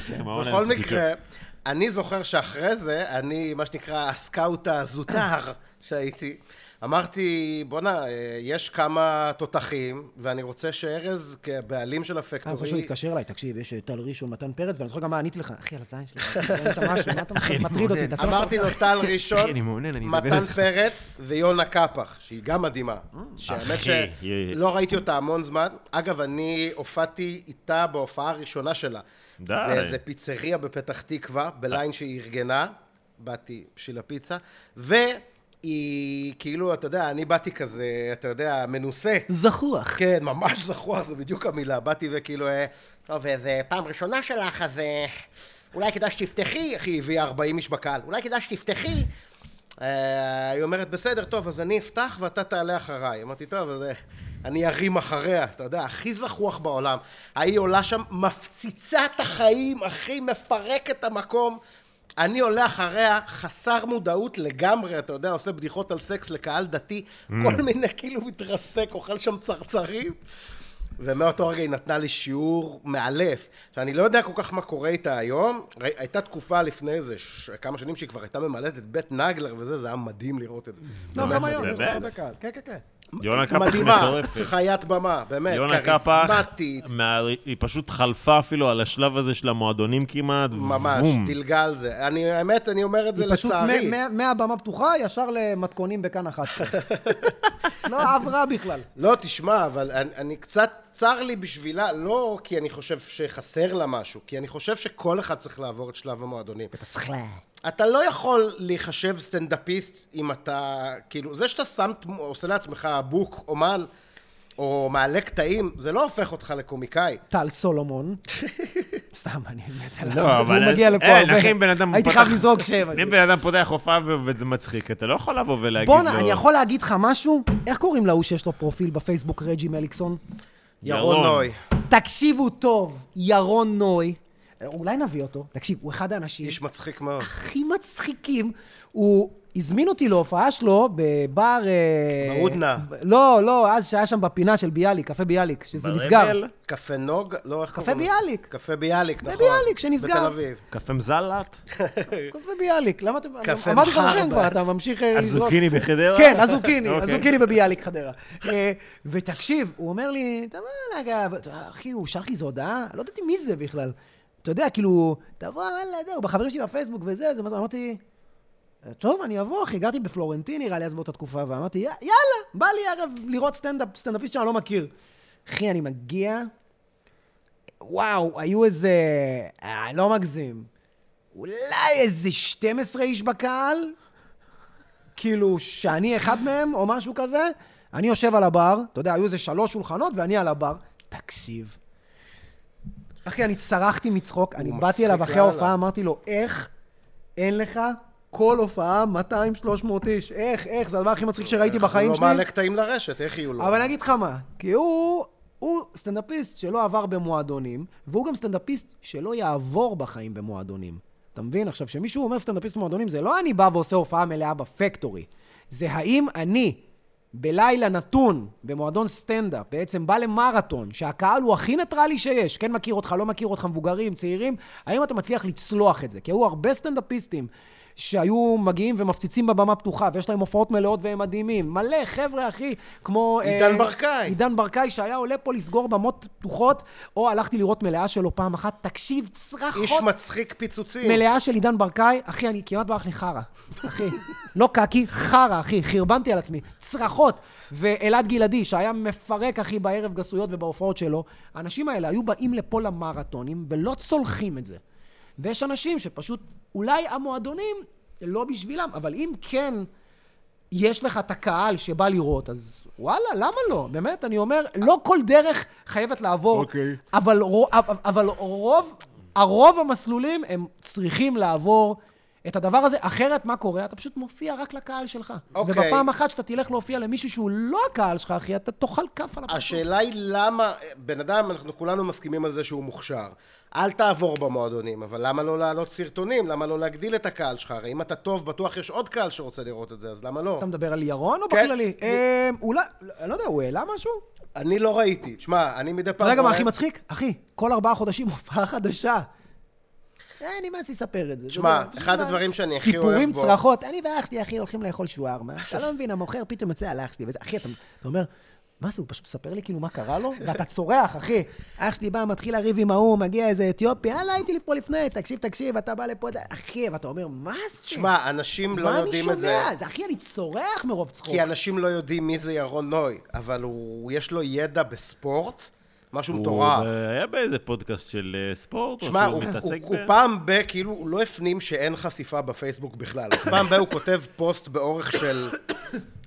B: כן,
C: בכל מקרה, אני זוכר שאחרי זה, אני, מה שנקרא, הסקאוט הזוטר שהייתי, אמרתי, בואנה, אה, יש כמה תותחים, ואני רוצה שארז, כבעלים של
A: אני זוכר אה, שהוא
C: הפקטורי...
A: התקשר אליי, תקשיב, יש אה, טל ראשון, מתן פרץ, ואני זוכר גם מה עניתי לך, אחי, על הזין שלי, אני באמצע משהו, מה אתה מטריד אותי, כן, תעשה מה שאתה
C: אמרתי לו טל ראשון,
B: אחי, אני מעונן, אני אדבר
C: מתן
B: איתך. Mm,
C: פרץ ויונה קפח, שהיא גם מדהימה. שהאמת
B: אחי, היא-
C: שלא ראיתי אותה המון זמן. אגב, אני הופעתי איתה בהופעה הראשונה שלה.
B: די. אה.
C: באיזה פיצריה בפתח תקווה, בליין שהיא ארגנה. באתי בשביל הפיצה. והיא, כאילו, אתה יודע, אני באתי כזה, אתה יודע, מנוסה.
A: זחוח.
C: כן, ממש זכוח, זו בדיוק המילה. באתי וכאילו, אה, טוב, אה, זה פעם ראשונה שלך, אז אה, אולי כדאי שתפתחי, אחי, היא הביאה 40 איש בקהל, אולי כדאי שתפתחי. אה, היא אומרת, בסדר, טוב, אז אני אפתח ואתה תעלה אחריי. אמרתי, טוב, אז אה, אני ארים אחריה. אתה יודע, הכי זחוח בעולם. ההיא עולה שם, מפציצה את החיים, אחי, מפרק את המקום. אני עולה אחריה, חסר מודעות לגמרי, אתה יודע, עושה בדיחות על סקס לקהל דתי, כל מיני כאילו מתרסק, אוכל שם צרצרים. ומאותו רגע היא נתנה לי שיעור מאלף, שאני לא יודע כל כך מה קורה איתה היום. ראי- הייתה תקופה לפני איזה ש... כמה שנים שהיא כבר הייתה ממלאת את בית נגלר וזה, זה היה מדהים לראות את זה.
A: לא, גם
B: באמת,
A: היום, יש לך
B: באמת.
A: הרבה קהל. כן, כן, כן.
B: יונה קפח
C: מדהימה,
B: מטורפת.
C: חיית במה, באמת,
B: יונה קפח,
C: כריזמטית,
B: מה- היא פשוט חלפה אפילו על השלב הזה של המועדונים כמעט,
C: ממש,
B: בום.
C: דילגה על זה. אני, האמת, אני אומר את זה
A: היא פשוט
C: לצערי.
A: מה- מה- מהבמה פתוחה ישר למתכונים בכאן 11. לא עברה בכלל.
C: לא, תשמע, אבל אני, אני קצת, צר לי בשבילה, לא כי אני חושב שחסר לה משהו, כי אני חושב שכל אחד צריך לעבור את שלב המועדונים. אתה לא יכול להיחשב סטנדאפיסט אם אתה, כאילו, זה שאתה שם, תמו- עושה לעצמך בוק, אומן, או מעלה קטעים, זה לא הופך אותך לקומיקאי.
A: טל סולומון. סתם, אני מת עליו.
B: לא, אבל...
A: הוא מגיע לפה
B: אין,
A: הרבה.
B: אחי, אם בן אדם
A: הייתי
B: פותח-
A: חייב לזרוק שם.
B: אם בן אדם פותח הופעה ו- וזה מצחיק, אתה לא יכול לבוא ולהגיד לו...
A: בואנה, אני יכול להגיד לך משהו? איך קוראים להוא שיש לו פרופיל בפייסבוק, רג'י מליקסון?
C: ירון נוי,
A: תקשיבו טוב, ירון נוי. אה, אולי נביא אותו. תקשיב, הוא אחד האנשים
C: איש מצחיק מאוד.
A: הכי מצחיקים. הוא הזמין אותי להופעה שלו בבר... אה,
C: בהודנה.
A: ב- לא, לא, אז שהיה שם בפינה של ביאליק, קפה ביאליק, שזה
B: ברבל?
A: נסגר.
C: קפה נוג, לא, איך קוראים לו?
A: ביאליק.
C: קפה ביאליק, נכון.
A: ביאליק, שנסגר.
C: בתל אביב.
B: קפה מזלת?
A: קפה ביאליק, למה אתם...
C: קפה
A: אמרתי לך
C: בחרבץ.
A: שם כבר, אתה ממשיך אה, לזרוק.
B: הזוקיני בחדרה?
A: כן, הזוקיני,
B: אוקיי.
A: הזוקיני בביאליק חדרה. אה, ותקשיב, הוא אומר לי, אתה מה, אגב, אחי, הוא שלח לי איזו הודעה, לא ידעתי מי זה בכלל. אתה יודע, כאילו, תבוא, וואלה, זהו, בחברים שלי בפייסבוק וזה, אז אמרתי, טוב, אני אבוא, אחי, גרתי בפלורנטין, נראה לי, אז באותה תקופה, ואמרתי, "יא- יאללה, בא לי ערב לראות סטנדאפ, סטנדאפיסט שאני לא מכיר. אחי, אני מגיע, וואו, היו איזה, אה, לא מגזים, אולי איזה 12 איש בקהל, כאילו, שאני אחד מהם, או משהו כזה, אני יושב על הבר, אתה יודע, היו איזה שלוש שולחנות, ואני על הבר. תקשיב. אחי, אני צרחתי מצחוק, אני
C: הוא
A: באתי
C: מצחיק
A: אליו אחרי
C: לאללה.
A: ההופעה, אמרתי לו, איך אין לך כל הופעה 200-300 איש? איך, איך? זה הדבר הכי מצחיק שראיתי בחיים
C: הוא לא
A: שלי.
C: מעלה קטעים לרשת, איך יהיו לו?
A: אבל אני אגיד לך מה, כי הוא, הוא סטנדאפיסט שלא עבר במועדונים, והוא גם סטנדאפיסט שלא יעבור בחיים במועדונים. אתה מבין? עכשיו, כשמישהו אומר סטנדאפיסט במועדונים, זה לא אני בא ועושה הופעה מלאה בפקטורי. זה האם אני, בלילה נתון, במועדון סטנדאפ, בעצם בא למרתון, שהקהל הוא הכי ניטרלי שיש, כן מכיר אותך, לא מכיר אותך, מבוגרים, צעירים, האם אתה מצליח לצלוח את זה? כי היו הרבה סטנדאפיסטים שהיו מגיעים ומפציצים בבמה פתוחה, ויש להם הופעות מלאות והם מדהימים. מלא, חבר'ה, אחי, כמו... אה,
C: עידן ברקאי.
A: עידן ברקאי, שהיה עולה פה לסגור במות פתוחות, או הלכתי לראות מלאה שלו פעם אחת, תקשיב,
C: איש
A: צרחות.
C: מצחיק פיצוצים.
A: מלאה של עידן ברקאי, אחי, אני כמעט ברח לי חרא. אחי, לא קקי, חרא, אחי, חרבנתי על עצמי. צרחות. ואלעד גלעדי, שהיה מפרק, אחי, בערב גסויות ובהופעות שלו, האנשים האלה היו באים לפה למרתונים ולא צולחים את זה. ויש אנשים שפשוט, אולי המועדונים לא בשבילם, אבל אם כן יש לך את הקהל שבא לראות, אז וואלה, למה לא? באמת, אני אומר, לא כל דרך חייבת לעבור,
B: אוקיי.
A: אבל, רו- אבל- אבל רוב, הרוב המסלולים הם צריכים לעבור את הדבר הזה, אחרת מה קורה? אתה פשוט מופיע רק לקהל שלך.
C: אוקיי.
A: ובפעם אחת שאתה תלך להופיע למישהו שהוא לא הקהל שלך, אחי, אתה תאכל כף על הפרצוף.
C: השאלה היא למה, בן אדם, אנחנו כולנו מסכימים על זה שהוא מוכשר. אל תעבור במועדונים, אבל למה לא להעלות סרטונים? למה לא להגדיל את הקהל שלך? הרי אם אתה טוב, בטוח יש עוד קהל שרוצה לראות את זה, אז למה לא?
A: אתה מדבר על ירון או
C: כן.
A: בכללי? אה, אולי, לא יודע, הוא העלה משהו?
C: אני לא ראיתי. תשמע, אני מדי
A: אתה
C: פעם...
A: יודע גם מה
C: רואה-
A: הכי מצחיק? אחי, כל ארבעה חודשים הופעה חדשה.
D: אה, אני מה זה לספר את זה. זה
C: שמע,
D: לא-
C: אחד
D: מה-
C: הדברים שאני הכי אוהב בו...
D: סיפורים, צרחות. אני ואח שלי, אחי, הולכים לאכול שוארמה. אתה לא מבין, המוכר פתאום יוצא על אח שלי. וזה- אחי, אתה אתה אומר, מה זה, הוא פשוט מספר לי כאילו מה קרה לו? ואתה צורח, אחי. אח שלי בא, מתחיל לריב עם ההוא, מגיע איזה אתיופי, יאללה, הייתי פה לפני, תקשיב, תקשיב, אתה בא לפה, אתה-" אחי, ואתה אומר, מה זה?
C: שמע, אנשים לא
D: מה אני
C: יודעים את זה.
D: שומע? אחי, אני צורח מרוב צחוק.
C: כי אנשים לא יודעים מי זה ירון נוי, אבל הוא, יש לו ידע בספורט, משהו מטורף.
B: הוא אה, היה באיזה פודקאסט של אה, ספורט, או
C: תשמע,
B: שהוא
C: הוא, הוא,
B: מתעסק ב...
C: הוא פעם ב... כאילו, הוא לא הפנים שאין חשיפה בפייסבוק בכלל. אז פעם ב... הוא כותב פוסט באורך של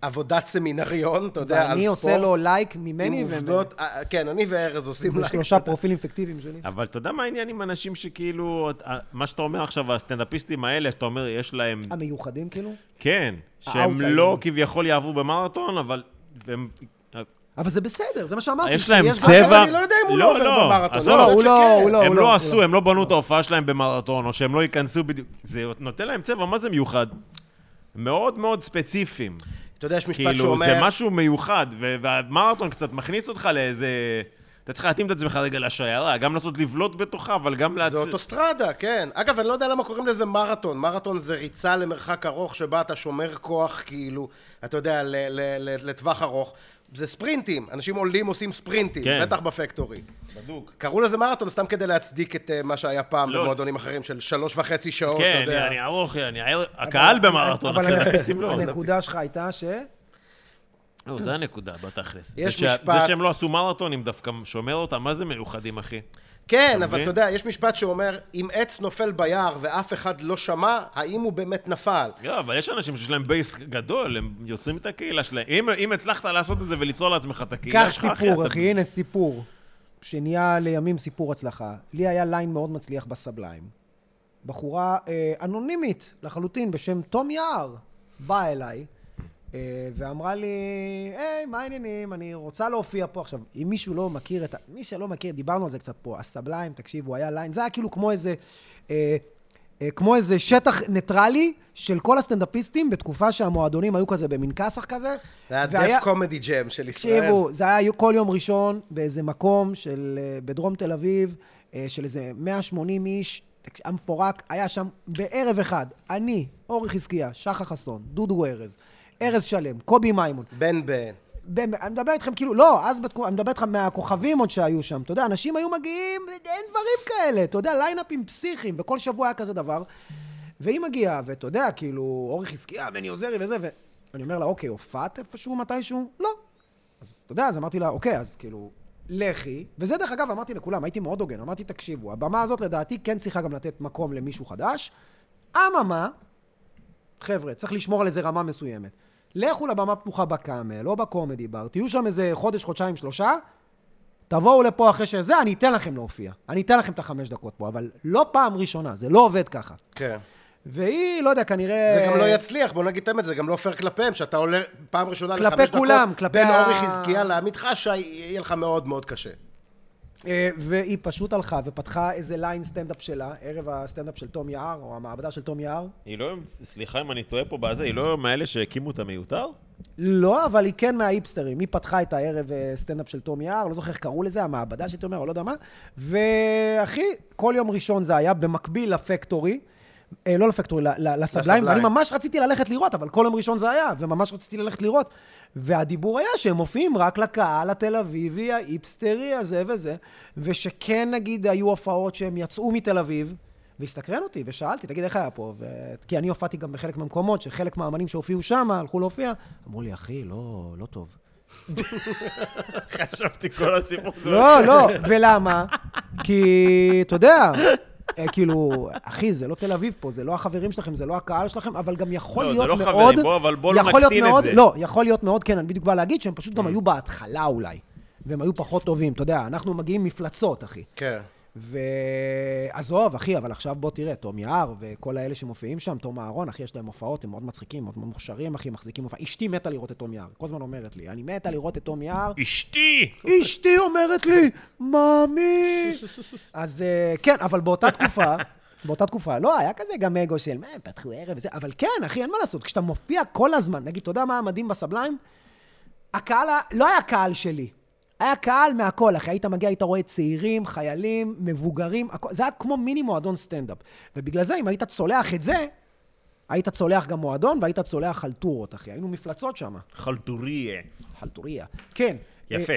C: עבודת סמינריון, אתה יודע, על ספורט.
A: ואני עושה לו לייק
C: עם
A: ממני,
C: עובדות, אה, כן, אני וארז עושים לייק.
A: ושלושה פרופילים פיקטיביים שלי.
B: אבל אתה יודע מה העניין עם אנשים שכאילו, את- מה שאתה אומר עכשיו, הסטנדאפיסטים האלה, שאתה אומר, יש להם,
D: המיוחדים, כאילו?
B: כן, שהם
D: האאוטסיידים.
B: לא כביכול יעברו במרתון, אבל הם... אה,
A: אבל זה בסדר, זה מה שאמרתי.
B: יש להם
A: שיש-
C: אגב,
B: צבע...
C: אני לא יודע אם הוא לא עובר במרתון,
B: עזוב,
C: לא,
A: לא, הוא לא, הוא לא,
B: הם
A: הוא
B: לא
A: הוא
B: עשו, הם לא בנו את ההופעה שלהם במרתון, או שהם לא ייכנסו בדיוק. זה נותן להם צבע, מה זה מיוחד? מאוד מאוד ספציפיים.
C: אתה יודע, יש משפט
B: כאילו, זה
C: שאומר...
B: משהו מיוחד, ו- והמרתון קצת מכניס אותך לאיזה... אתה צריך להתאים את עצמך רגע לשיירה, גם לנסות לבלוט בתוכה, אבל גם להצ...
C: זה אוטוסטרדה, כן. אגב, אני לא יודע למה קוראים לזה מרתון. מרתון זה ריצה למרחק ארוך שבה אתה שומר כוח, כאילו, אתה יודע, ל- ל- ל- לטווח ארוך. זה ספרינטים, אנשים עולים עושים ספרינטים,
B: כן.
C: בטח בפקטורי.
B: בדוק.
C: קראו לזה מרתון סתם כדי להצדיק את אה, מה שהיה פעם
B: לא.
C: במועדונים אחרים של שלוש וחצי שעות, אתה
B: כן,
C: יודע.
B: אני ארוך, אני ער... הקהל במרתון,
A: אבל
B: הסטנדאפיסטים לא.
A: הנקודה שלך הייתה ש...
B: לא, זה הנקודה בתכלס.
C: יש
B: זה שה-
C: משפט-
B: זה שהם לא עשו מרתונים דווקא שומר אותם, מה זה מיוחדים, אחי?
C: כן,
B: אתה
C: אבל
B: מבין?
C: אתה יודע, יש משפט שאומר, אם עץ נופל ביער ואף אחד לא שמע, האם הוא באמת נפל?
B: לא, אבל יש אנשים שיש להם בייס גדול, הם יוצרים את הקהילה שלהם. אם, אם הצלחת לעשות את זה וליצור לעצמך את הקהילה
A: קח
B: שלך, כן, אחי,
A: סיפור,
B: אתה-
A: אחי, הנה סיפור, שנהיה לימים סיפור הצלחה. לי היה ליין מאוד מצליח בסבליים. בחורה אה, אנונימית לחלוטין, בשם תום יער, באה אליי, אה, ואמרה לי, היי, מה העניינים? אני רוצה להופיע פה. עכשיו, אם מישהו לא מכיר את ה... מי שלא מכיר, דיברנו על זה קצת פה, הסבליים, תקשיבו, היה ליין, זה היה כאילו כמו איזה... אה, אה, כמו איזה שטח ניטרלי של כל הסטנדאפיסטים בתקופה שהמועדונים היו כזה במין כסח כזה.
C: זה היה
A: והיה-
C: דף קומדי ג'ם של ישראל.
A: תקשיבו, זה היה כל יום ראשון באיזה מקום של... אה, בדרום תל אביב, אה, של איזה 180 איש, תקש- המפורק, היה שם בערב אחד, אני, אורי חזקיה, שחר חסון, דודו ארז, ארז שלם, קובי מימון.
C: בן בן.
A: ב- אני מדבר איתכם כאילו, לא, אז בתקופה, אני מדבר איתכם מהכוכבים עוד שהיו שם, אתה יודע, אנשים היו מגיעים, אין דברים כאלה, אתה יודע, ליינאפים פסיכיים, וכל שבוע היה כזה דבר. והיא מגיעה, ואתה יודע, כאילו, אורי חזקיה, בני עוזרי וזה, ואני אומר לה, אוקיי, הופעת איפשהו, מתישהו? לא. אז אתה יודע, אז אמרתי לה, אוקיי, אז כאילו, לכי. וזה, דרך אגב, אמרתי לכולם, הייתי מאוד הוגן, אמרתי, תקשיבו, הבמה הזאת לדעתי כן צריכה גם לתת מקום למישהו חדש. אממה, חבר'ה, צריך לשמור על איזה רמה מסוימת. לכו לבמה פתוחה בקאמל, או בקומדי בר, תהיו שם איזה חודש, חודשיים, שלושה, תבואו לפה אחרי שזה, אני אתן לכם להופיע. אני אתן לכם את החמש דקות פה, אבל לא פעם ראשונה, זה לא עובד ככה.
C: כן.
A: והיא, לא יודע, כנראה...
C: זה גם לא יצליח, בוא נגיד את האמת, זה גם לא פייר כלפיהם, שאתה עולה פעם ראשונה
A: כלפי
C: לחמש דקות,
A: כולם, כלפי
C: בין
A: ה-
C: אורי חזקיה לעמיתך, שיהיה לך מאוד מאוד קשה.
A: אה, והיא פשוט הלכה ופתחה איזה ליין סטנדאפ שלה, ערב הסטנדאפ של תום יער, או המעבדה של תום יער.
B: היא לא... סליחה אם אני טועה פה בזה, היא לא מאלה שהקימו את המיותר?
A: לא, אבל היא כן מההיפסטרים. היא פתחה את הערב אה, סטנדאפ של תום יער, לא זוכר איך קראו לזה, המעבדה של תום יער, או לא יודע מה. ואחי, כל יום ראשון זה היה במקביל לפקטורי. אה, לא לפקטורי, ל- ל- לסבליים.
C: לסבליים.
A: ואני ממש רציתי ללכת לראות, אבל כל יום ראשון זה היה, וממש רציתי ללכת לראות. והדיבור היה שהם מופיעים רק לקהל התל אביבי, האיפסטרי הזה וזה, ושכן נגיד היו הופעות שהם יצאו מתל אביב. והסתקרן אותי, ושאלתי, תגיד, איך היה פה? ו... כי אני הופעתי גם בחלק מהמקומות, שחלק מהאמנים שהופיעו שם, הלכו להופיע, אמרו לי, אחי, לא, לא טוב.
B: חשבתי כל הסיפור הזה.
A: לא, לא, ולמה? כי, אתה יודע, אה, כאילו, אחי, זה לא תל אביב פה, זה לא החברים שלכם, זה לא הקהל שלכם, אבל גם יכול
B: לא, זה
A: להיות
B: לא
A: מאוד...
B: חברים, בוא, אבל בוא לא
A: יכול להיות
B: נקטין את
A: מאוד-
B: זה. Mm.
A: לא, יכול להיות מאוד, כן, אני בדיוק בא להגיד שהם פשוט גם היו בהתחלה אולי, והם היו פחות טובים, אתה יודע, אנחנו מגיעים מפלצות, אחי.
C: כן.
A: ועזוב, אחי, אבל עכשיו בוא תראה, תום יער וכל האלה שמופיעים שם, תום אהרון, אחי, יש להם הופעות, הם מאוד מצחיקים, מאוד מוכשרים, אחי, מחזיקים הופעה. אשתי מתה לראות את תום יער, כל הזמן אומרת לי, אני מתה לראות את תום יער.
B: אשתי!
A: אשתי אומרת לי, מאמי. אז אה, כן, אבל באותה תקופה, באותה תקופה, לא, היה כזה גם אגו של, מה, הם פתחו ערב וזה, אבל כן, אחי, אין מה לעשות, כשאתה מופיע כל הזמן, נגיד, אתה יודע מה המדהים בסבליים? הקהל, ה- לא היה קהל שלי. היה קהל מהכל, אחי. היית מגיע, היית רואה צעירים, חיילים, מבוגרים, הכל. זה היה כמו מיני מועדון סטנדאפ. ובגלל זה, אם היית צולח את זה, היית צולח גם מועדון והיית צולח חלטורות, אחי. היינו מפלצות שם.
B: חלטוריה.
A: חלטוריה. כן.
B: אה. יפה.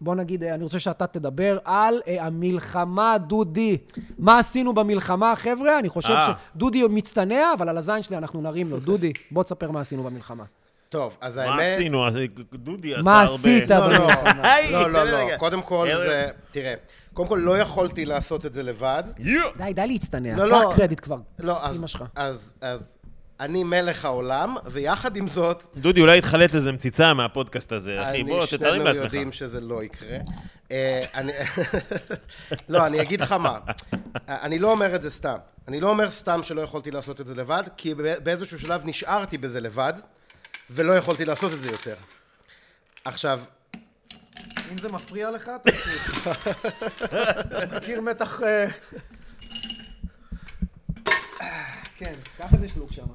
A: בוא נגיד, אה, אני רוצה שאתה תדבר על אה, המלחמה, דודי. מה עשינו במלחמה, חבר'ה? אני חושב
B: אה.
A: שדודי מצטנע, אבל על הזין שלי אנחנו נרים לו. דודי, בוא תספר מה עשינו במלחמה.
C: טוב, אז האמת...
B: מה עשינו? אז אה, דודי עשה הרבה...
A: מה עשית?
C: לא, לא,
B: היי,
C: לא, לא,
B: תן
C: לא.
B: רגע.
C: קודם כל
B: ארז.
C: זה... תראה, קודם כל לא יכולתי לעשות את זה לבד.
B: יו!
A: די, די להצטנע.
C: לא, לא.
A: קח קרדיט כבר.
C: לא, אז-
A: אימא שלך.
C: אז- אז אני מלך העולם, ויחד עם זאת,
B: דודי, אולי יתחלץ איזה מציצה מהפודקאסט הזה, אחי.
C: אני-
B: בוא, תתרים
C: שנינו
B: לעצמך.
C: יודעים שזה לא יקרה. אה, אני- לא, אני אגיד לך מה. אני לא אומר את זה סתם. אני לא אומר סתם שלא יכולתי לעשות את זה לבד, כי בא- באיזשהו שלב נשארתי בזה לבד, ולא יכולתי לעשות את זה יותר. עכשיו,
E: אם זה מפריע לך, תמשיך. מכיר מתח... אה,
A: כן, קח איזה שלוק שם.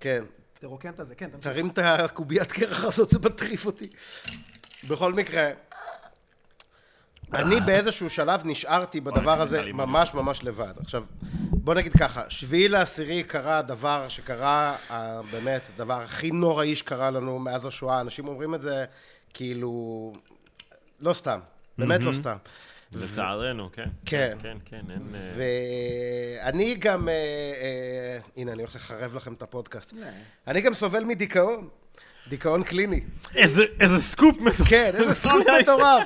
C: כן,
A: תרוקן את זה, כן, תמשיך.
C: תרים את הקוביית קרח הזאת, זה מטריף אותי. בכל מקרה, אני באיזשהו שלב נשארתי בדבר הזה
B: אלימות.
C: ממש ממש לבד. עכשיו, בוא נגיד ככה, שביעי לעשירי קרה הדבר שקרה, ה- באמת, הדבר הכי נוראי שקרה לנו מאז השואה. אנשים אומרים את זה כאילו, לא סתם, באמת לא סתם.
B: לצערנו, כן.
C: כן.
B: כן, כן, אין... אה,
C: ואני גם, אה, אה, הנה, אני הולך לחרב לכם את הפודקאסט. אני גם סובל מדיכאון, דיכאון קליני.
B: איזה איזה סקופ מטורף.
C: כן, איזה
B: לא,
C: סקופ מטורף.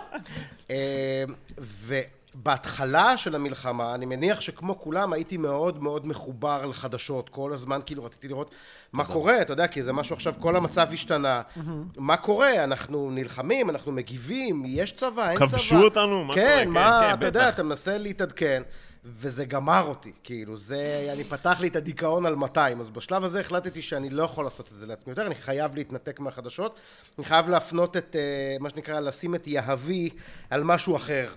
C: אה, ובהתחלה של המלחמה, אני מניח שכמו כולם, הייתי מאוד מאוד מחובר לחדשות. כל הזמן כאילו רציתי לראות מה
B: נכון.
C: קורה, אתה יודע, כי זה משהו עכשיו, כל המצב השתנה. מה קורה? אנחנו נלחמים, אנחנו מגיבים, יש צבא, אין צבא.
B: כבשו אותנו? מה
C: כן,
B: קורה? כן,
C: מה,
B: כן,
C: אתה יודע,
B: בטח.
C: אתה מנסה להתעדכן. וזה גמר אותי, כאילו, זה, אני פתח לי את הדיכאון על 200, אז בשלב הזה החלטתי שאני לא יכול לעשות את זה לעצמי יותר, אני חייב להתנתק מהחדשות, אני חייב להפנות את, אה, מה שנקרא, לשים את יהבי על משהו אחר.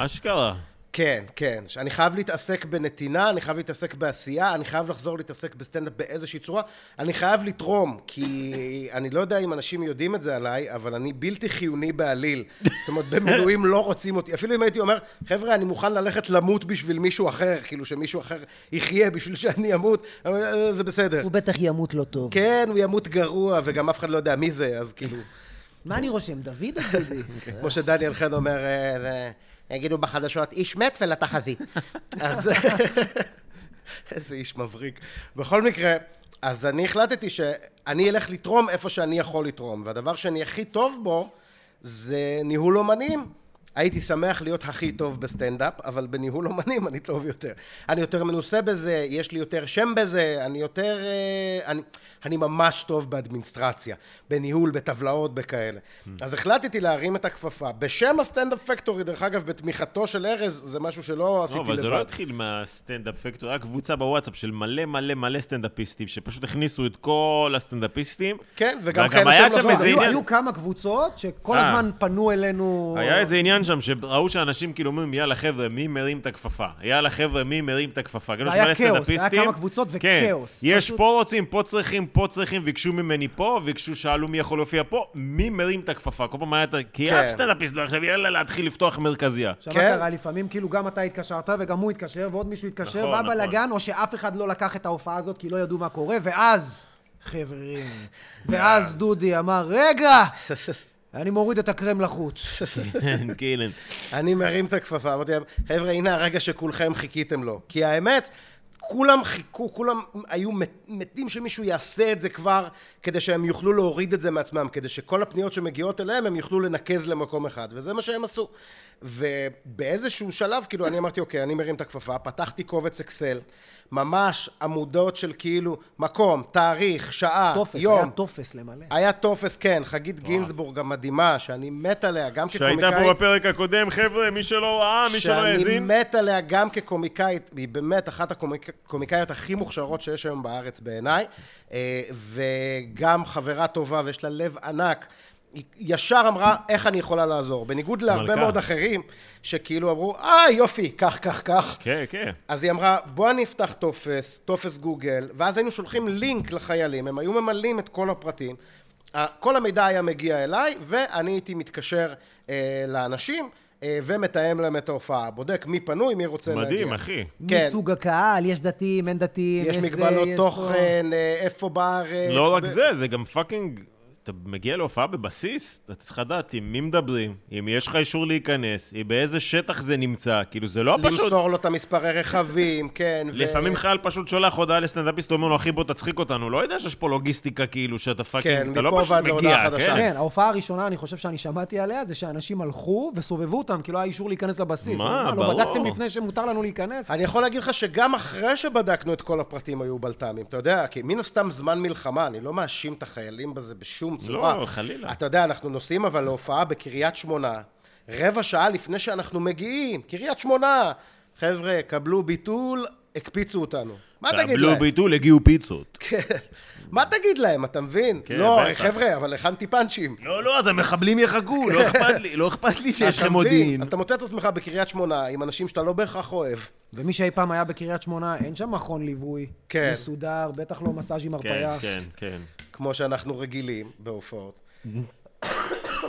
B: אשכרה.
C: כן, כן, אני חייב להתעסק בנתינה, אני חייב להתעסק בעשייה, אני חייב לחזור להתעסק בסטנדאפ באיזושהי צורה, אני חייב לתרום, כי אני לא יודע אם אנשים יודעים את זה עליי, אבל אני בלתי חיוני בעליל. זאת אומרת, במילואים לא רוצים אותי. אפילו אם הייתי אומר, חבר'ה, אני מוכן ללכת למות בשביל מישהו אחר, כאילו שמישהו אחר יחיה בשביל שאני אמות, אבל, אה, זה בסדר.
A: הוא בטח ימות לא טוב.
C: כן, הוא ימות גרוע, וגם אף אחד לא יודע מי זה, אז כאילו...
A: מה אני רושם, דוד או דודי?
C: כמו שדניאל חן אומר, אה, זה- יגידו בחדשות, איש מת ולתחזית. אז... איזה איש מבריק. בכל מקרה, אז אני החלטתי שאני אלך לתרום איפה שאני יכול לתרום, והדבר שאני הכי טוב בו זה ניהול אומנים. הייתי שמח להיות הכי טוב בסטנדאפ, אבל בניהול אומנים אני טוב יותר. אני יותר מנוסה בזה, יש לי יותר שם בזה, אני יותר... אה, אני, אני ממש טוב באדמיניסטרציה, בניהול, בטבלאות, בכאלה. אז החלטתי להרים את הכפפה. בשם הסטנדאפ פקטורי, דרך אגב, בתמיכתו של ארז, זה משהו שלא עשיתי
B: לא,
C: לבד.
B: אבל זה לא התחיל מהסטנדאפ פקטור, היה קבוצה בוואטסאפ של מלא מלא מלא סטנדאפיסטים, שפשוט הכניסו את כל הסטנדאפיסטים.
C: כן, וגם
B: וגם
C: כאלה
B: היה
C: שהם
B: שם
C: לא-
B: איזה
C: היו-
E: היו,
B: עניין.
E: היו כמה קבוצות שכל
B: אה.
E: הזמן פנו אלינו...
B: היה איזה עניין שם, שראו שאנשים כאילו אומרים, יאללה חבר'ה, מי מרים את הכפפה? יאללה חבר'ה, מי מרים את הכפפה? כאילו
E: היה
B: שמלא
E: כאוס, היה
B: סטנדאפיסטים.
E: כמה קבוצות
B: כן,
E: וכאוס.
B: יש
E: פשוט-
B: פה רוצים, פה צריכים, פה צריכים, ביקשו ממני פה, ביקשו, שאלו מי יכול להופיע פה, מי מרים את הכפפה? כל פעם היה את ה... כי אף
C: כן.
B: סטנדאפיסט לא עכשיו, יאללה, להתחיל לפתוח מרכזייה.
E: עכשיו, מה
C: כן.
E: קרה לפעמים, כאילו גם אתה התקשרת וגם הוא התקשר ועוד מישהו התקשר,
B: נכון,
E: בא
B: נכון.
E: בלאגן, או שאף אחד לא לקח את ההופעה הזאת כי לא ידעו מה קורה, ואז, חברים, ואז דודי אמר, רגע, אני מוריד את הקרם לחוט.
B: כן, כאילו.
C: אני מרים את הכפפה, אמרתי להם, חבר'ה, הנה הרגע שכולכם חיכיתם לו. כי האמת, כולם חיכו, כולם היו מת- מתים שמישהו יעשה את זה כבר, כדי שהם יוכלו להוריד את זה מעצמם, כדי שכל הפניות שמגיעות אליהם, הם יוכלו לנקז למקום אחד, וזה מה שהם עשו. ובאיזשהו שלב, כאילו, אני אמרתי, אוקיי, אני מרים את הכפפה, פתחתי קובץ אקסל, ממש עמודות של כאילו, מקום, תאריך, שעה,
E: טופס,
C: יום.
E: היה טופס למלא.
C: היה טופס, כן, חגית גינזבורג המדהימה, שאני מת עליה, גם כקומיקאית.
B: שהייתה פה בפרק הקודם, חבר'ה, מי שלא ראה, מי שלא
C: שאני
B: לא האזין.
C: מת עליה גם כקומיקאית, היא באמת אחת הקומיקאיות הכי מוכשרות שיש היום בארץ בעיניי, אה, וגם חברה טובה ויש לה לב ענק. היא ישר אמרה, איך אני יכולה לעזור? בניגוד להרבה
B: מלכה.
C: מאוד אחרים, שכאילו אמרו, אה, יופי, כך, כך, כך.
B: כן, כן.
C: אז היא אמרה, בוא אני אפתח טופס, טופס גוגל, ואז היינו שולחים לינק לחיילים, הם היו ממלאים את כל הפרטים. אה, כל המידע היה מגיע אליי, ואני הייתי מתקשר אה, לאנשים. אה, ומתאם להם את ההופעה, בודק מי פנוי, מי רוצה להגיע.
F: מדהים, אחי.
C: כן.
G: מסוג הקהל, יש דתיים, אין דתיים,
C: יש
G: זה,
C: מגבלות
G: יש פה-
C: תוכן, אה, איפה בארץ.
F: לא רק
C: ב-
F: זה, זה גם פאקינג... אתה מגיע להופעה בבסיס, אתה צריך לדעת עם מי מדברים, אם יש לך אישור להיכנס, אם באיזה שטח זה נמצא, כאילו זה לא פשוט.
C: למסור לו את המספרי רכבים, כן. ו-
F: לפעמים חייל פשוט שולח הודעה לסטנדאפיסט, אומר לו, אחי, בוא תצחיק אותנו. לא יודע שיש פה לוגיסטיקה, כאילו, שאתה
C: כן,
F: פאקינג, אתה
C: מפה
F: לא פשוט
C: ועד להודעה
F: מגיע,
C: חדשה.
F: כן?
A: כן, ההופעה הראשונה, אני חושב שאני שמעתי עליה, זה שאנשים הלכו וסובבו אותם, כי לא היה אישור להיכנס לבסיס.
F: מה,
A: אני אומר,
F: ברור.
A: לא בדקתם לפני שמותר לנו להיכנס?
C: אני יכול להגיד לך שגם אחרי שבדקנו את כל הפרטים היו בלת"מים, אתה יודע, כי מן הסתם זמן מלחמה, אני לא מאשים את החיילים בזה בשום צורה.
F: לא, חלילה.
C: אתה יודע, אנחנו נוסעים אבל להופעה בקריית שמונה, רבע שעה לפני שאנחנו מגיעים, קריית שמונה. חבר'ה, קבלו ביטול, הקפיצו אותנו. מה תגיד
F: קבלו
C: להם?
F: ביטול, הגיעו פיצות.
C: כן. מה תגיד להם, אתה מבין?
F: כן,
C: לא,
F: בטח.
C: חבר'ה, אבל הכנתי פאנצ'ים.
F: לא, לא, אז המחבלים יחכו, לא אכפת לי, לא אכפת לי שיש
C: אתה
F: לכם
C: מבין?
F: מודיעין.
C: אז אתה מוצא את עצמך בקריית שמונה עם אנשים שאתה לא בהכרח אוהב.
A: ומי שאי פעם היה בקריית שמונה, אין שם מכון ליווי.
C: כן.
A: מסודר, בטח לא מסאז' עם
F: כן,
A: הרפאיה.
F: כן, כן.
C: כמו שאנחנו רגילים בהופעות.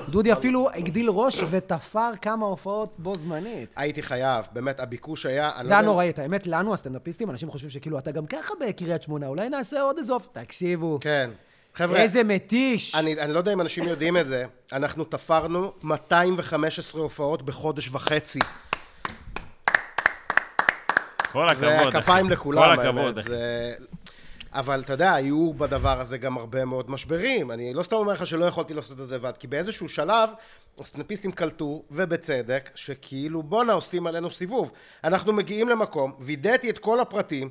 A: דודי אפילו הגדיל ראש ותפר כמה הופעות בו זמנית.
C: הייתי חייב, באמת, הביקוש היה... אני לא
A: זה היה
C: יודע-
A: נוראי, את האמת, לנו הסטנדאפיסטים, אנשים חושבים שכאילו, אתה גם ככה בקריית שמונה, אולי נעשה עוד איזה אופ... תקשיבו,
C: כן. חבר'ה,
A: איזה מתיש.
C: אני, אני לא יודע אם אנשים יודעים את זה, אנחנו תפרנו 215 הופעות בחודש וחצי.
F: כל
C: זה
F: הכבוד, אחי.
C: כפיים לכולם,
F: כל הכבוד,
C: האמת.
F: אחי.
C: זה... אבל אתה יודע, היו בדבר הזה גם הרבה מאוד משברים. אני לא סתם אומר לך שלא יכולתי לעשות את זה לבד, כי באיזשהו שלב הסטנדאפיסטים קלטו, ובצדק, שכאילו בואנה עושים עלינו סיבוב. אנחנו מגיעים למקום, וידאתי את כל הפרטים,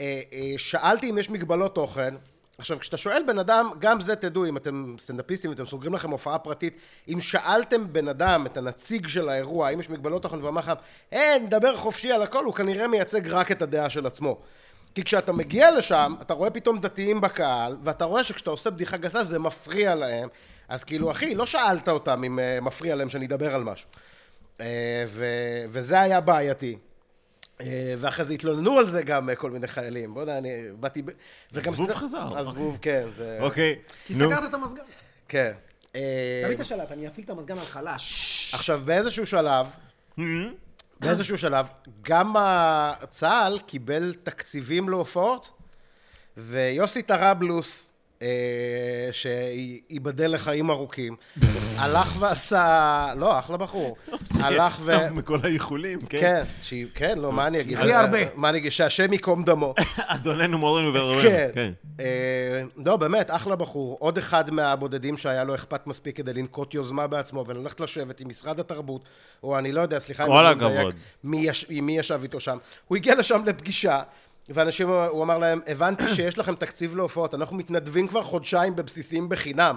C: אה, אה, שאלתי אם יש מגבלות תוכן. עכשיו, כשאתה שואל בן אדם, גם זה תדעו, אם אתם סטנדאפיסטים, אתם סוגרים לכם הופעה פרטית, אם שאלתם בן אדם, את הנציג של האירוע, האם יש מגבלות תוכן, והוא אמר לך, אין, דבר חופשי על הכל, הוא כנראה מייצג רק את הדעה של עצמו. כי כשאתה מגיע לשם, אתה רואה פתאום דתיים בקהל, ואתה רואה שכשאתה עושה בדיחה גסה זה מפריע להם. אז כאילו, אחי, לא שאלת אותם אם אה, מפריע להם שאני אדבר על משהו. אה, ו- וזה היה בעייתי. אה, ואחרי זה התלוננו על זה גם אה, כל מיני חיילים. בוא יודע, אני באתי... ב- וגם
F: הזבוב
C: סטנד-
F: חזר.
C: הזבוב, כן. זה...
F: אוקיי,
A: כי
F: נו.
A: סגרת את המזגן.
C: כן. אה,
A: תביא את השלט, אני אפעיל את המזגן על חלש.
C: עכשיו, באיזשהו שלב, באיזשהו שלב, גם ה- צה"ל קיבל תקציבים להופעות, ויוסי טראבלוס, אה, שייבדל לחיים ארוכים, הלך ועשה, לא, אחלה בחור, הלך ו...
F: מכל האיחולים, כן.
C: כן, שהיא- כן, לא, מה אני אגיד?
A: הכי הרבה.
C: מה אני אגיד? שהשם ייקום דמו.
F: אדוננו מורנו ורבנו,
C: כן.
F: כן.
C: אה, לא, באמת, אחלה בחור. עוד אחד מהבודדים שהיה לו אכפת מספיק כדי לנקוט יוזמה בעצמו וללכת לשבת עם משרד התרבות, או אני לא יודע, סליחה, אם
F: כל
C: אני לא מדייק,
F: הכבוד.
C: מי, יש, עם מי ישב איתו שם. הוא הגיע לשם לפגישה, ואנשים, הוא אמר להם, הבנתי שיש לכם תקציב להופעות, אנחנו מתנדבים כבר חודשיים בבסיסים בחינם.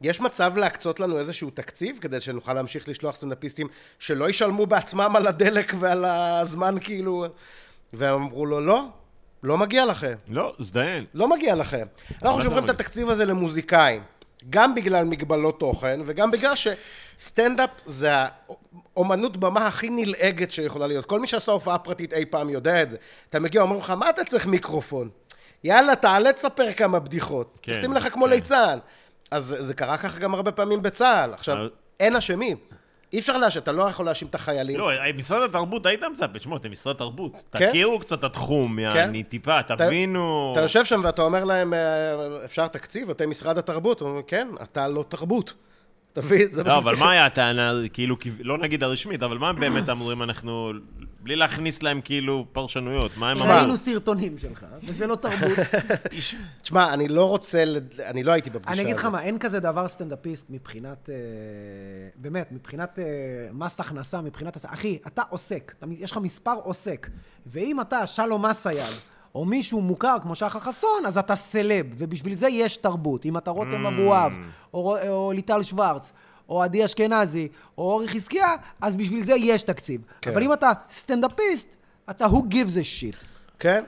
C: יש מצב להקצות לנו איזשהו תקציב כדי שנוכל להמשיך לשלוח סטנדאפיסטים שלא ישלמו בעצמם על הדלק ועל הזמן כאילו? והם אמרו לו, לא, לא מגיע לכם.
F: לא, זדיין.
C: לא מגיע לכם. אנחנו שומרים את
F: אומר?
C: התקציב הזה למוזיקאים, גם בגלל מגבלות תוכן, וגם בגלל שסטנדאפ זה האומנות במה הכי נלעגת שיכולה להיות. כל מי שעשה הופעה פרטית אי פעם יודע את זה. אתה מגיע, אומרים לך, מה אתה צריך מיקרופון? יאללה, תעלה, תספר כמה בדיחות.
F: כן,
C: תשים לך כמו
F: כן.
C: ליצן. אז זה קרה ככה גם הרבה פעמים בצה"ל. עכשיו,
F: אבל-
C: אין אשמים. אי אפשר להאשים, אתה לא יכול להאשים את החיילים.
F: לא, משרד התרבות, היית מצפה, תשמעו, אתם משרד תרבות.
C: כן.
F: תכירו קצת את
A: כן.
F: התחום, יעני, טיפה,
C: אתה-
F: תבינו.
C: אתה יושב שם ואתה אומר להם, "אה, אפשר תקציב, אתם משרד התרבות. אומרים, כן, אתה לא תרבות. תביא, זה
F: לא,
C: פשוט-
F: אבל מה היה הטענה, כאילו, כב- לא נגיד הרשמית, אבל מה הם באמת אמורים אנחנו, בלי להכניס להם כאילו פרשנויות, מה הם אמרו?
A: ראינו סרטונים שלך, וזה לא תרבות.
C: תשמע, אני לא רוצה, לד- אני לא הייתי בפגישה
A: אני אגיד לך
C: הזאת.
A: מה, אין כזה דבר סטנדאפיסט מבחינת, אה, באמת, מבחינת אה, מס הכנסה, מבחינת... הס- אחי, אתה עוסק, אתה, יש לך מספר עוסק, ואם אתה שלום מסייג, או מישהו מוכר כמו שחר חסון, אז אתה סלב, ובשביל זה יש תרבות. אם אתה רותם
C: Mm.
A: אבואב, או, או ליטל שוורץ, או עדי אשכנזי, או אורי חזקיה, אז בשביל זה יש תקציב.
C: כן.
A: אבל אם אתה סטנדאפיסט, אתה who gives a shit.
C: כן?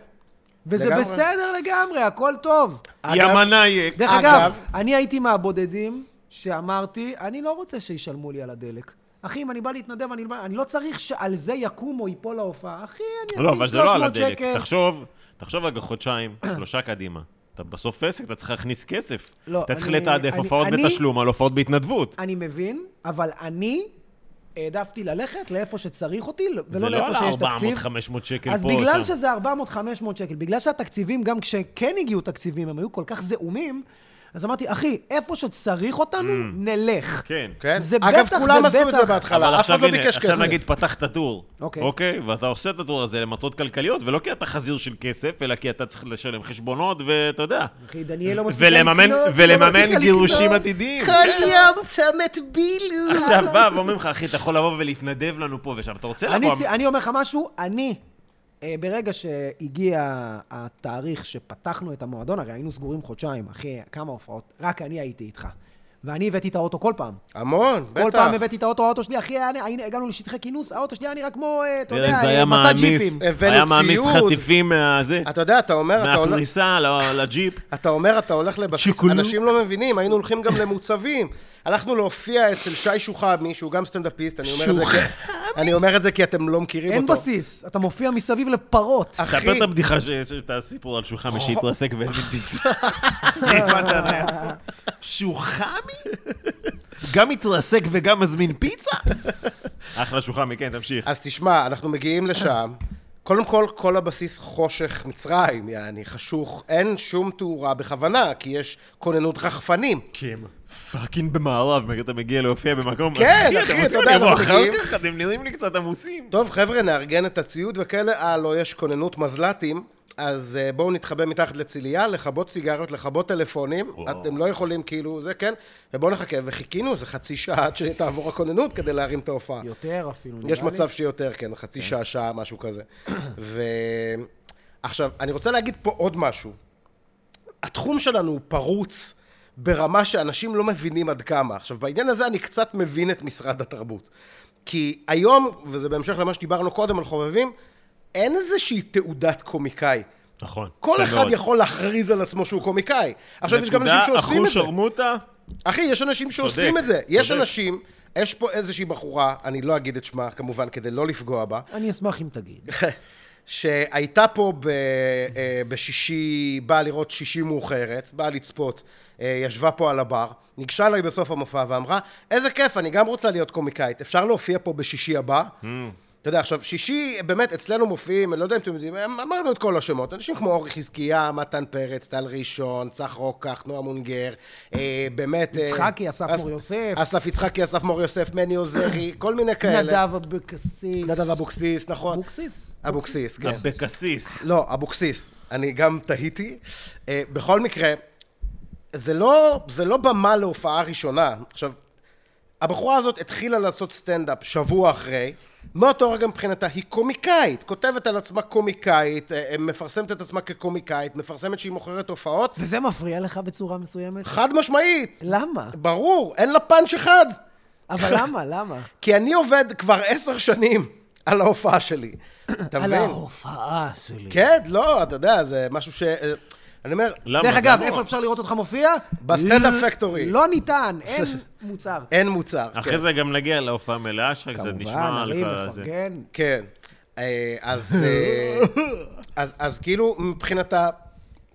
A: וזה
C: לגמרי.
A: בסדר לגמרי, הכל טוב.
F: ימנאייק.
A: דרך
C: אגב-
A: אגב, אני הייתי מהבודדים שאמרתי, אני לא רוצה שישלמו לי על הדלק. אחי, אם אני בא להתנדב, אני, בא- אני לא צריך שעל זה יקום או ייפול ההופעה. אחי, אני
F: לא, אבל
A: אשים
F: זה לא על
A: 300
F: הדלק.
A: שקל.
F: תחשוב, תחשוב רגע חודשיים, שלושה קדימה.
B: אתה בסוף עסק, אתה צריך להכניס כסף.
A: לא,
B: אתה צריך
A: אני-
B: לתעדף
A: אני-
B: הופעות
A: אני-
B: בתשלום על הופעות בהתנדבות.
A: אני מבין, אבל אני העדפתי ללכת לאיפה שצריך אותי,
B: זה
A: ולא
B: לא
A: לאיפה
B: על
A: שיש תקציב.
B: 400-500 שקל פה.
A: אז בגלל
B: שם.
A: שזה 400-500 שקל, בגלל שהתקציבים, גם כשכן הגיעו תקציבים, הם היו כל כך זעומים, אז אמרתי, אחי, איפה שצריך אותנו, נלך.
B: כן.
C: כן?
A: זה
C: אגב,
A: בטח
C: כולם עשו את
A: ובטח.
C: זה בהתחלה, אף
B: עכשיו
C: אחד לא
B: הנה,
C: ביקש כסף.
B: עכשיו נגיד פתחת טור,
A: אוקיי.
B: אוקיי? ואתה עושה את הטור הזה למטרות כלכליות, ולא כי אתה חזיר של כסף, אלא כי אתה צריך לשלם חשבונות, ואתה יודע.
A: אחי, דניאל לא מצליח
B: ולממן-
A: לקנות, לא מצליחה
B: ולממן גירושים
A: לקנות.
B: עתידיים.
A: כל יום צומת בילו.
B: עכשיו בא ואומרים לך, אחי, אתה יכול לבוא ולהתנדב לנו פה ושם. אתה רוצה
A: אני,
B: לבוא...
A: סי- אני אומר לך משהו, אני, אה, ברגע שהגיע התאריך שפתחנו את המועדון, הרי היינו סגורים חודשיים, אחי, כמה הופעות, רק אני הייתי איתך. ואני הבאתי את האוטו כל פעם.
C: המון,
A: כל
C: בטח.
A: פעם הבאתי את האוטו, האוטו שלי, אחי, היה- היינו- הגענו לשטחי כינוס, האוטו שלי היה נראה כמו, אה, אתה יודע,
B: זה היה
A: אה, מסע
B: מעמיס,
A: ג'יפים.
C: הבאנו
B: היה מעמיס
C: ציוד.
B: חטיפים מהזה,
C: אתה יודע, אתה אומר, אתה הולך-
B: מהפריסה ל- לג'יפ.
C: אתה אומר, אתה הולך לבסיס,
B: צ'יקונו.
C: אנשים לא מבינים, היינו הולכים גם למוצבים. הלכנו להופיע אצל שי שוחמי, שהוא גם סטנדאפיסט, אני אומר את זה כי- אני אומר את זה כי אתם לא מכירים אותו.
A: אין בסיס, אתה מופיע מסביב לפרות.
B: ספר את הבדיחה ש- שאת הסיפור על שוחמי שהתרסק באיזה פיצה. שוחמי? גם התרסק וגם מזמין פיצה? אחלה שוחמי, כן, תמשיך.
C: אז תשמע, אנחנו מגיעים לשם. קודם כל, כל הבסיס חושך מצרים, יעני, חשוך. אין שום תאורה בכוונה, כי יש כוננות רחפנים.
B: כי הם פאקינג במערב, אתה מגיע להופיע במקום...
C: כן, אחי,
B: אתם
C: אתה
B: רוצים
C: יודע,
B: אני אבוא
C: אנחנו
B: אחר
C: מגיעים.
B: כך, אתם נראים לי קצת עמוסים.
C: טוב, חבר'ה, נארגן את הציוד וכאלה. אה, לא, יש כוננות מזל"טים, אז אה, בואו נתחבא מתחת לצילייה, לכבות סיגריות, לכבות טלפונים. אתם לא יכולים, כאילו, זה כן. ובואו נחכה, וחיכינו איזה חצי שעה עד שתעבור הכוננות כדי להרים את ההופעה.
A: יותר אפילו, נראה
C: יש
A: לי.
C: מצב שיותר, כן, חצי שעה, שעה, משהו כזה. ו... עכשיו, אני רוצה להגיד פה עוד משהו. התחום שלנו הוא פרוץ ברמה שאנשים לא מבינים עד כמה. עכשיו, בעניין הזה אני קצת מבין את משרד התרבות. כי היום, וזה בהמשך למה שדיברנו קודם על חובבים, אין איזושהי תעודת קומיקאי.
B: נכון.
C: כל אחד יכול להכריז על עצמו שהוא קומיקאי. עכשיו, יש גם אנשים שעושים את זה.
B: אחוז שרמוטה?
C: אחי, יש אנשים שעושים את זה. יש
B: צודק.
C: אנשים, יש פה איזושהי בחורה, אני לא אגיד את שמה, כמובן, כדי לא לפגוע בה,
A: אני אשמח אם תגיד.
C: שהייתה פה ב, אה, בשישי, באה לראות שישי מאוחרת, באה לצפות, אה, ישבה פה על הבר, ניגשה אליי בסוף המופע ואמרה, איזה כיף, אני גם רוצה להיות קומיקאית, אפשר להופיע פה בשישי הבא? אתה יודע, עכשיו, שישי, באמת, אצלנו מופיעים, אני לא יודע אם אתם יודעים, הם- אמרנו את כל השמות, אנשים כמו אורי חזקיה, מתן פרץ, טל ראשון, צח רוקח, נועה מונגר, אה, באמת... אה,
A: יצחקי, אסף
C: אס-
A: מור יוסף.
C: אסף יצחקי, אסף מור יוסף, מני עוזרי, כל מיני כאלה.
A: נדב אבקסיס.
C: נדב אבוקסיס, נכון.
A: אבוקסיס?
C: אבוקסיס, כן.
B: אבקסיס.
C: לא, אבוקסיס. אני גם תהיתי. אה, בכל מקרה, זה לא, זה לא במה להופעה ראשונה. עכשיו, הבחורה הזאת התחילה לעשות סטנדאפ שבוע אחרי. מאותו רגע מבחינתה היא קומיקאית, כותבת על עצמה קומיקאית, אה, אה, מפרסמת את עצמה כקומיקאית, מפרסמת שהיא מוכרת הופעות,
A: וזה מפריע לך בצורה מסוימת?
C: חד משמעית,
A: למה?
C: ברור, אין לה פאנץ' אחד.
A: אבל למה? למה?
C: כי אני עובד כבר עשר שנים על ההופעה שלי. אתה
A: על
C: מבין?
A: ההופעה שלי.
C: כן, לא, אתה יודע, זה משהו ש... אה, אני אומר,
B: למה?
A: דרך
B: זה
A: אגב,
B: אמור.
A: איפה אפשר לראות אותך מופיע?
C: בסטנדאפ
A: ל-
C: פקטורי.
A: לא ניתן, אין מוצר.
C: אין מוצר. כן.
B: אחרי זה גם נגיע להופעה מלאה שלך, קצת
A: כמובן,
B: נשמע על
A: נרים,
B: כל הזה.
A: מפרגן.
C: כן. אה, אז, אה, אז, אז כאילו, מבחינתה,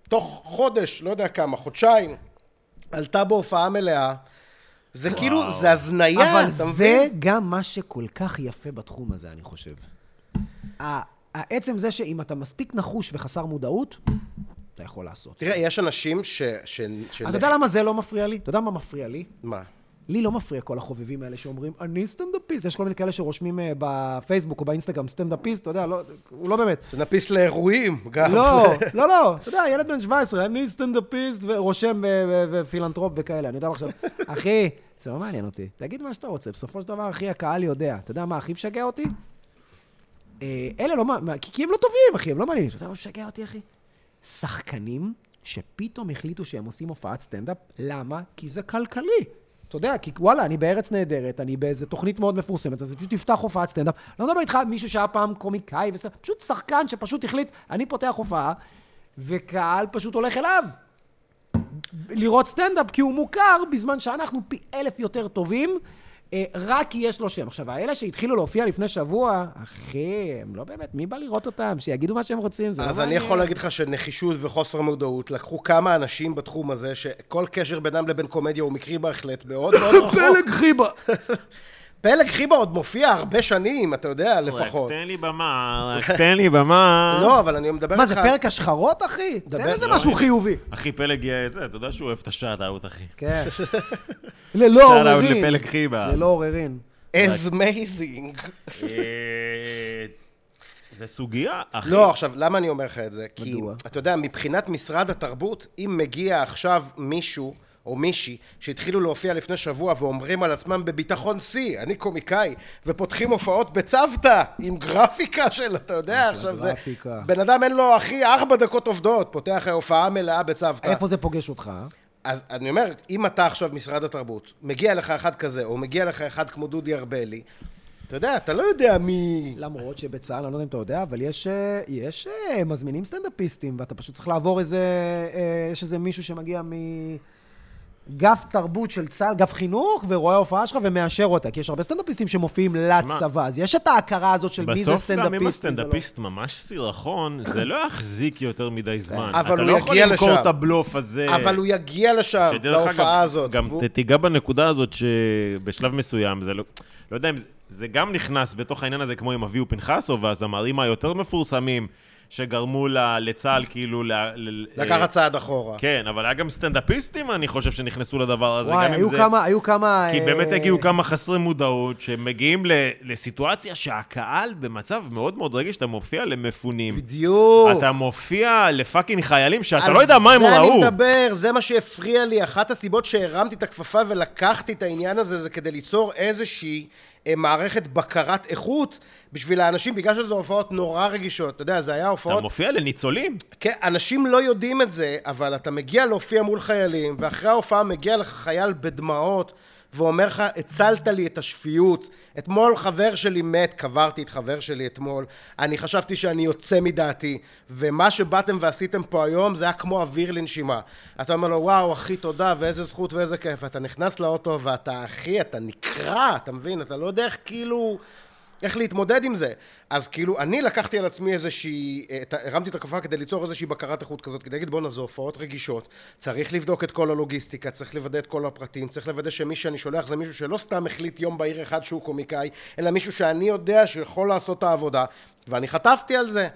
C: תוך חודש, לא יודע כמה, חודשיים, עלתה בהופעה מלאה. זה וואו. כאילו, זה הזניה,
A: אבל
C: אתה
A: זה
C: מבין?
A: גם מה שכל כך יפה בתחום הזה, אני חושב. ה- העצם זה שאם אתה מספיק נחוש וחסר מודעות, אתה יכול לעשות.
C: תראה, יש אנשים ש... ש, ש
A: אתה יודע למה זה לא מפריע לי? אתה יודע מה מפריע לי?
C: מה?
A: לי לא מפריע כל החובבים האלה שאומרים, אני סטנדאפיסט. יש כל מיני כאלה שרושמים אה, בפייסבוק או באינסטגרם סטנדאפיסט, אתה יודע, לא, הוא לא באמת.
C: סטנדאפיסט לאירועים, גם.
A: לא,
C: אה, זה-
A: לא, לא, אתה יודע, ילד בן 17, אני סטנדאפיסט ורושם אה, ו- ופילנטרופ וכאלה, אני יודע מה עכשיו, אחי, זה לא מעניין אותי, תגיד מה שאתה רוצה, בסופו של דבר, אחי, הקהל יודע. אתה יודע מה הכי משגע אותי? אה, אלה לא, מה- מה- כי כי הם לא טובים, אחי, הם לא מעניינים. אתה יודע מה משגע אותי, אחי? שחקנים שפתאום החליטו שהם עושים הופעת סטנדאפ, למה? כי זה כלכלי. אתה יודע, כי וואלה, אני בארץ נהדרת, אני באיזה תוכנית מאוד מפורסמת, אז אני פשוט אפתח הופעת סטנדאפ. לא מדבר איתך על מישהו שהיה פעם קומיקאי וסטנדאפ, פשוט שחקן שפשוט החליט, אני פותח הופעה, וקהל פשוט הולך אליו. לראות סטנדאפ כי הוא מוכר, בזמן שאנחנו פי אלף יותר טובים. אה, רק כי יש לו שם. עכשיו, האלה שהתחילו להופיע לפני שבוע, אחי, הם לא באמת, מי בא לראות אותם? שיגידו מה שהם רוצים, זה לא
C: אז
A: מעניין.
C: אני יכול להגיד לך שנחישות וחוסר מודעות לקחו כמה אנשים בתחום הזה, שכל קשר בינם לבין קומדיה הוא מקרי בהחלט, מאוד מאוד רחוק.
A: פלג חיבה.
C: פלג חיבה עוד מופיע הרבה שנים, אתה יודע, לפחות.
B: רק תן לי במה, רק תן לי במה.
C: לא, אבל אני מדבר
A: מה,
C: איתך...
A: זה פרק השחרות, אחי? תן איזה
B: לא,
A: משהו
B: אני-
A: חיובי.
B: אחי, פלג יהיה זה, אתה יודע שהוא אוהב את השאט-אאוט, אחי.
A: כן.
C: לא,
A: ללא
B: שאט-אאוט
A: עוררין.
B: לפלג חיבה.
A: ללא עוררין.
C: as amazing.
B: אה, זה סוגיה, אחי.
C: לא, עכשיו, למה אני אומר לך את זה? כי,
A: מדוע?
C: אתה יודע, מבחינת משרד התרבות, אם מגיע עכשיו מישהו או מישהי שהתחילו להופיע לפני שבוע ואומרים על עצמם בביטחון שיא, אני קומיקאי, ופותחים הופעות בצוותא עם גרפיקה של, אתה יודע, עכשיו זה...
A: נכון, גרפיקה.
C: בן אדם אין לו, אחי, ארבע דקות עובדות, פותח הופעה מלאה בצוותא.
A: איפה זה פוגש אותך? אה?
C: אז אני אומר, אם אתה עכשיו משרד התרבות, מגיע לך אחד כזה, או מגיע לך אחד כמו דודי ארבלי, אתה יודע, אתה לא יודע מי...
A: למרות שבצה"ל, אני לא יודע אם אתה יודע, אבל יש, אה, יש אה, מזמינים סטנדאפיסטים, ואתה פשוט צריך לעבור איזה... אה, יש איזה מישהו שמגיע מגף תרבות של צה"ל, גף חינוך, ורואה הופעה שלך ומאשר אותה, כי יש הרבה סטנדאפיסטים שמופיעים לצבא, אז יש את ההכרה הזאת של מי זה
B: בסוף גם
A: סטנדאפיסט.
B: אם
A: מי זה לא.
B: הסטנדאפיסט ממש סירחון, זה לא יחזיק יותר מדי זמן.
C: כן. אבל הוא
B: אתה לא
C: יגיע
B: יכול למכור
C: לשם.
B: את הבלוף הזה.
C: אבל הוא יגיע לשם,
B: לא, שדרך אגב,
C: להופעה הזאת.
B: גם
C: והוא-
B: ת- תיגע בנקודה הזאת שבשלב מסוים, זה לא... לא יודע אם... זה- זה גם נכנס בתוך העניין הזה, כמו עם אביהו פנחסו והזמרים היותר מפורסמים, שגרמו ל- לצה"ל כאילו... ל- ל- אה,
C: לקחת צעד אחורה.
B: כן, אבל היה גם סטנדאפיסטים, אני חושב, שנכנסו לדבר הזה.
A: וואי,
B: גם אם
A: היו
B: זה-
A: כמה, היו כמה...
B: כי
A: אה,
B: באמת הגיעו כמה חסרי מודעות, שמגיעים ל- לסיטואציה שהקהל במצב מאוד מאוד רגיש, אתה מופיע למפונים.
C: בדיוק.
B: אתה מופיע לפאקינג חיילים שאתה
C: על
B: לא יודע מה הם
C: זה
B: ראו.
C: אני מדבר, זה מה שהפריע לי. אחת הסיבות שהרמתי את הכפפה ולקחתי את העניין הזה, זה כדי ליצור איזושהי אה, מערכת בקרת איכות בשביל האנשים, בגלל שזה הופעות נורא רגישות. אתה יודע, זה היה
B: אתה
C: הופעות...
B: מופיע לניצולים.
C: כן, אנשים לא יודעים את זה, אבל אתה מגיע להופיע מול חיילים, ואחרי ההופעה מגיע לך חייל בדמעות, ואומר לך, הצלת לי את השפיות. אתמול חבר שלי מת, קברתי את חבר שלי אתמול, אני חשבתי שאני יוצא מדעתי, ומה שבאתם ועשיתם פה היום זה היה כמו אוויר לנשימה. אתה אומר לו, וואו, אחי, תודה, ואיזה זכות ואיזה כיף. אתה נכנס לאוטו ואתה, אחי, אתה נקרע, אתה מבין? אתה לא יודע איך כאילו... איך להתמודד עם זה. אז כאילו, אני לקחתי על עצמי איזושהי, אה, את ה- הרמתי את הכפפה כדי ליצור איזושהי בקרת איכות כזאת, כדי להגיד, בואנה, זה הופעות רגישות, צריך לבדוק את כל הלוגיסטיקה, צריך לוודא את כל הפרטים, צריך לוודא שמי שאני שולח זה מישהו שלא סתם החליט יום בהיר אחד שהוא קומיקאי, אלא מישהו שאני יודע שיכול לעשות את העבודה, ואני חטפתי על זה.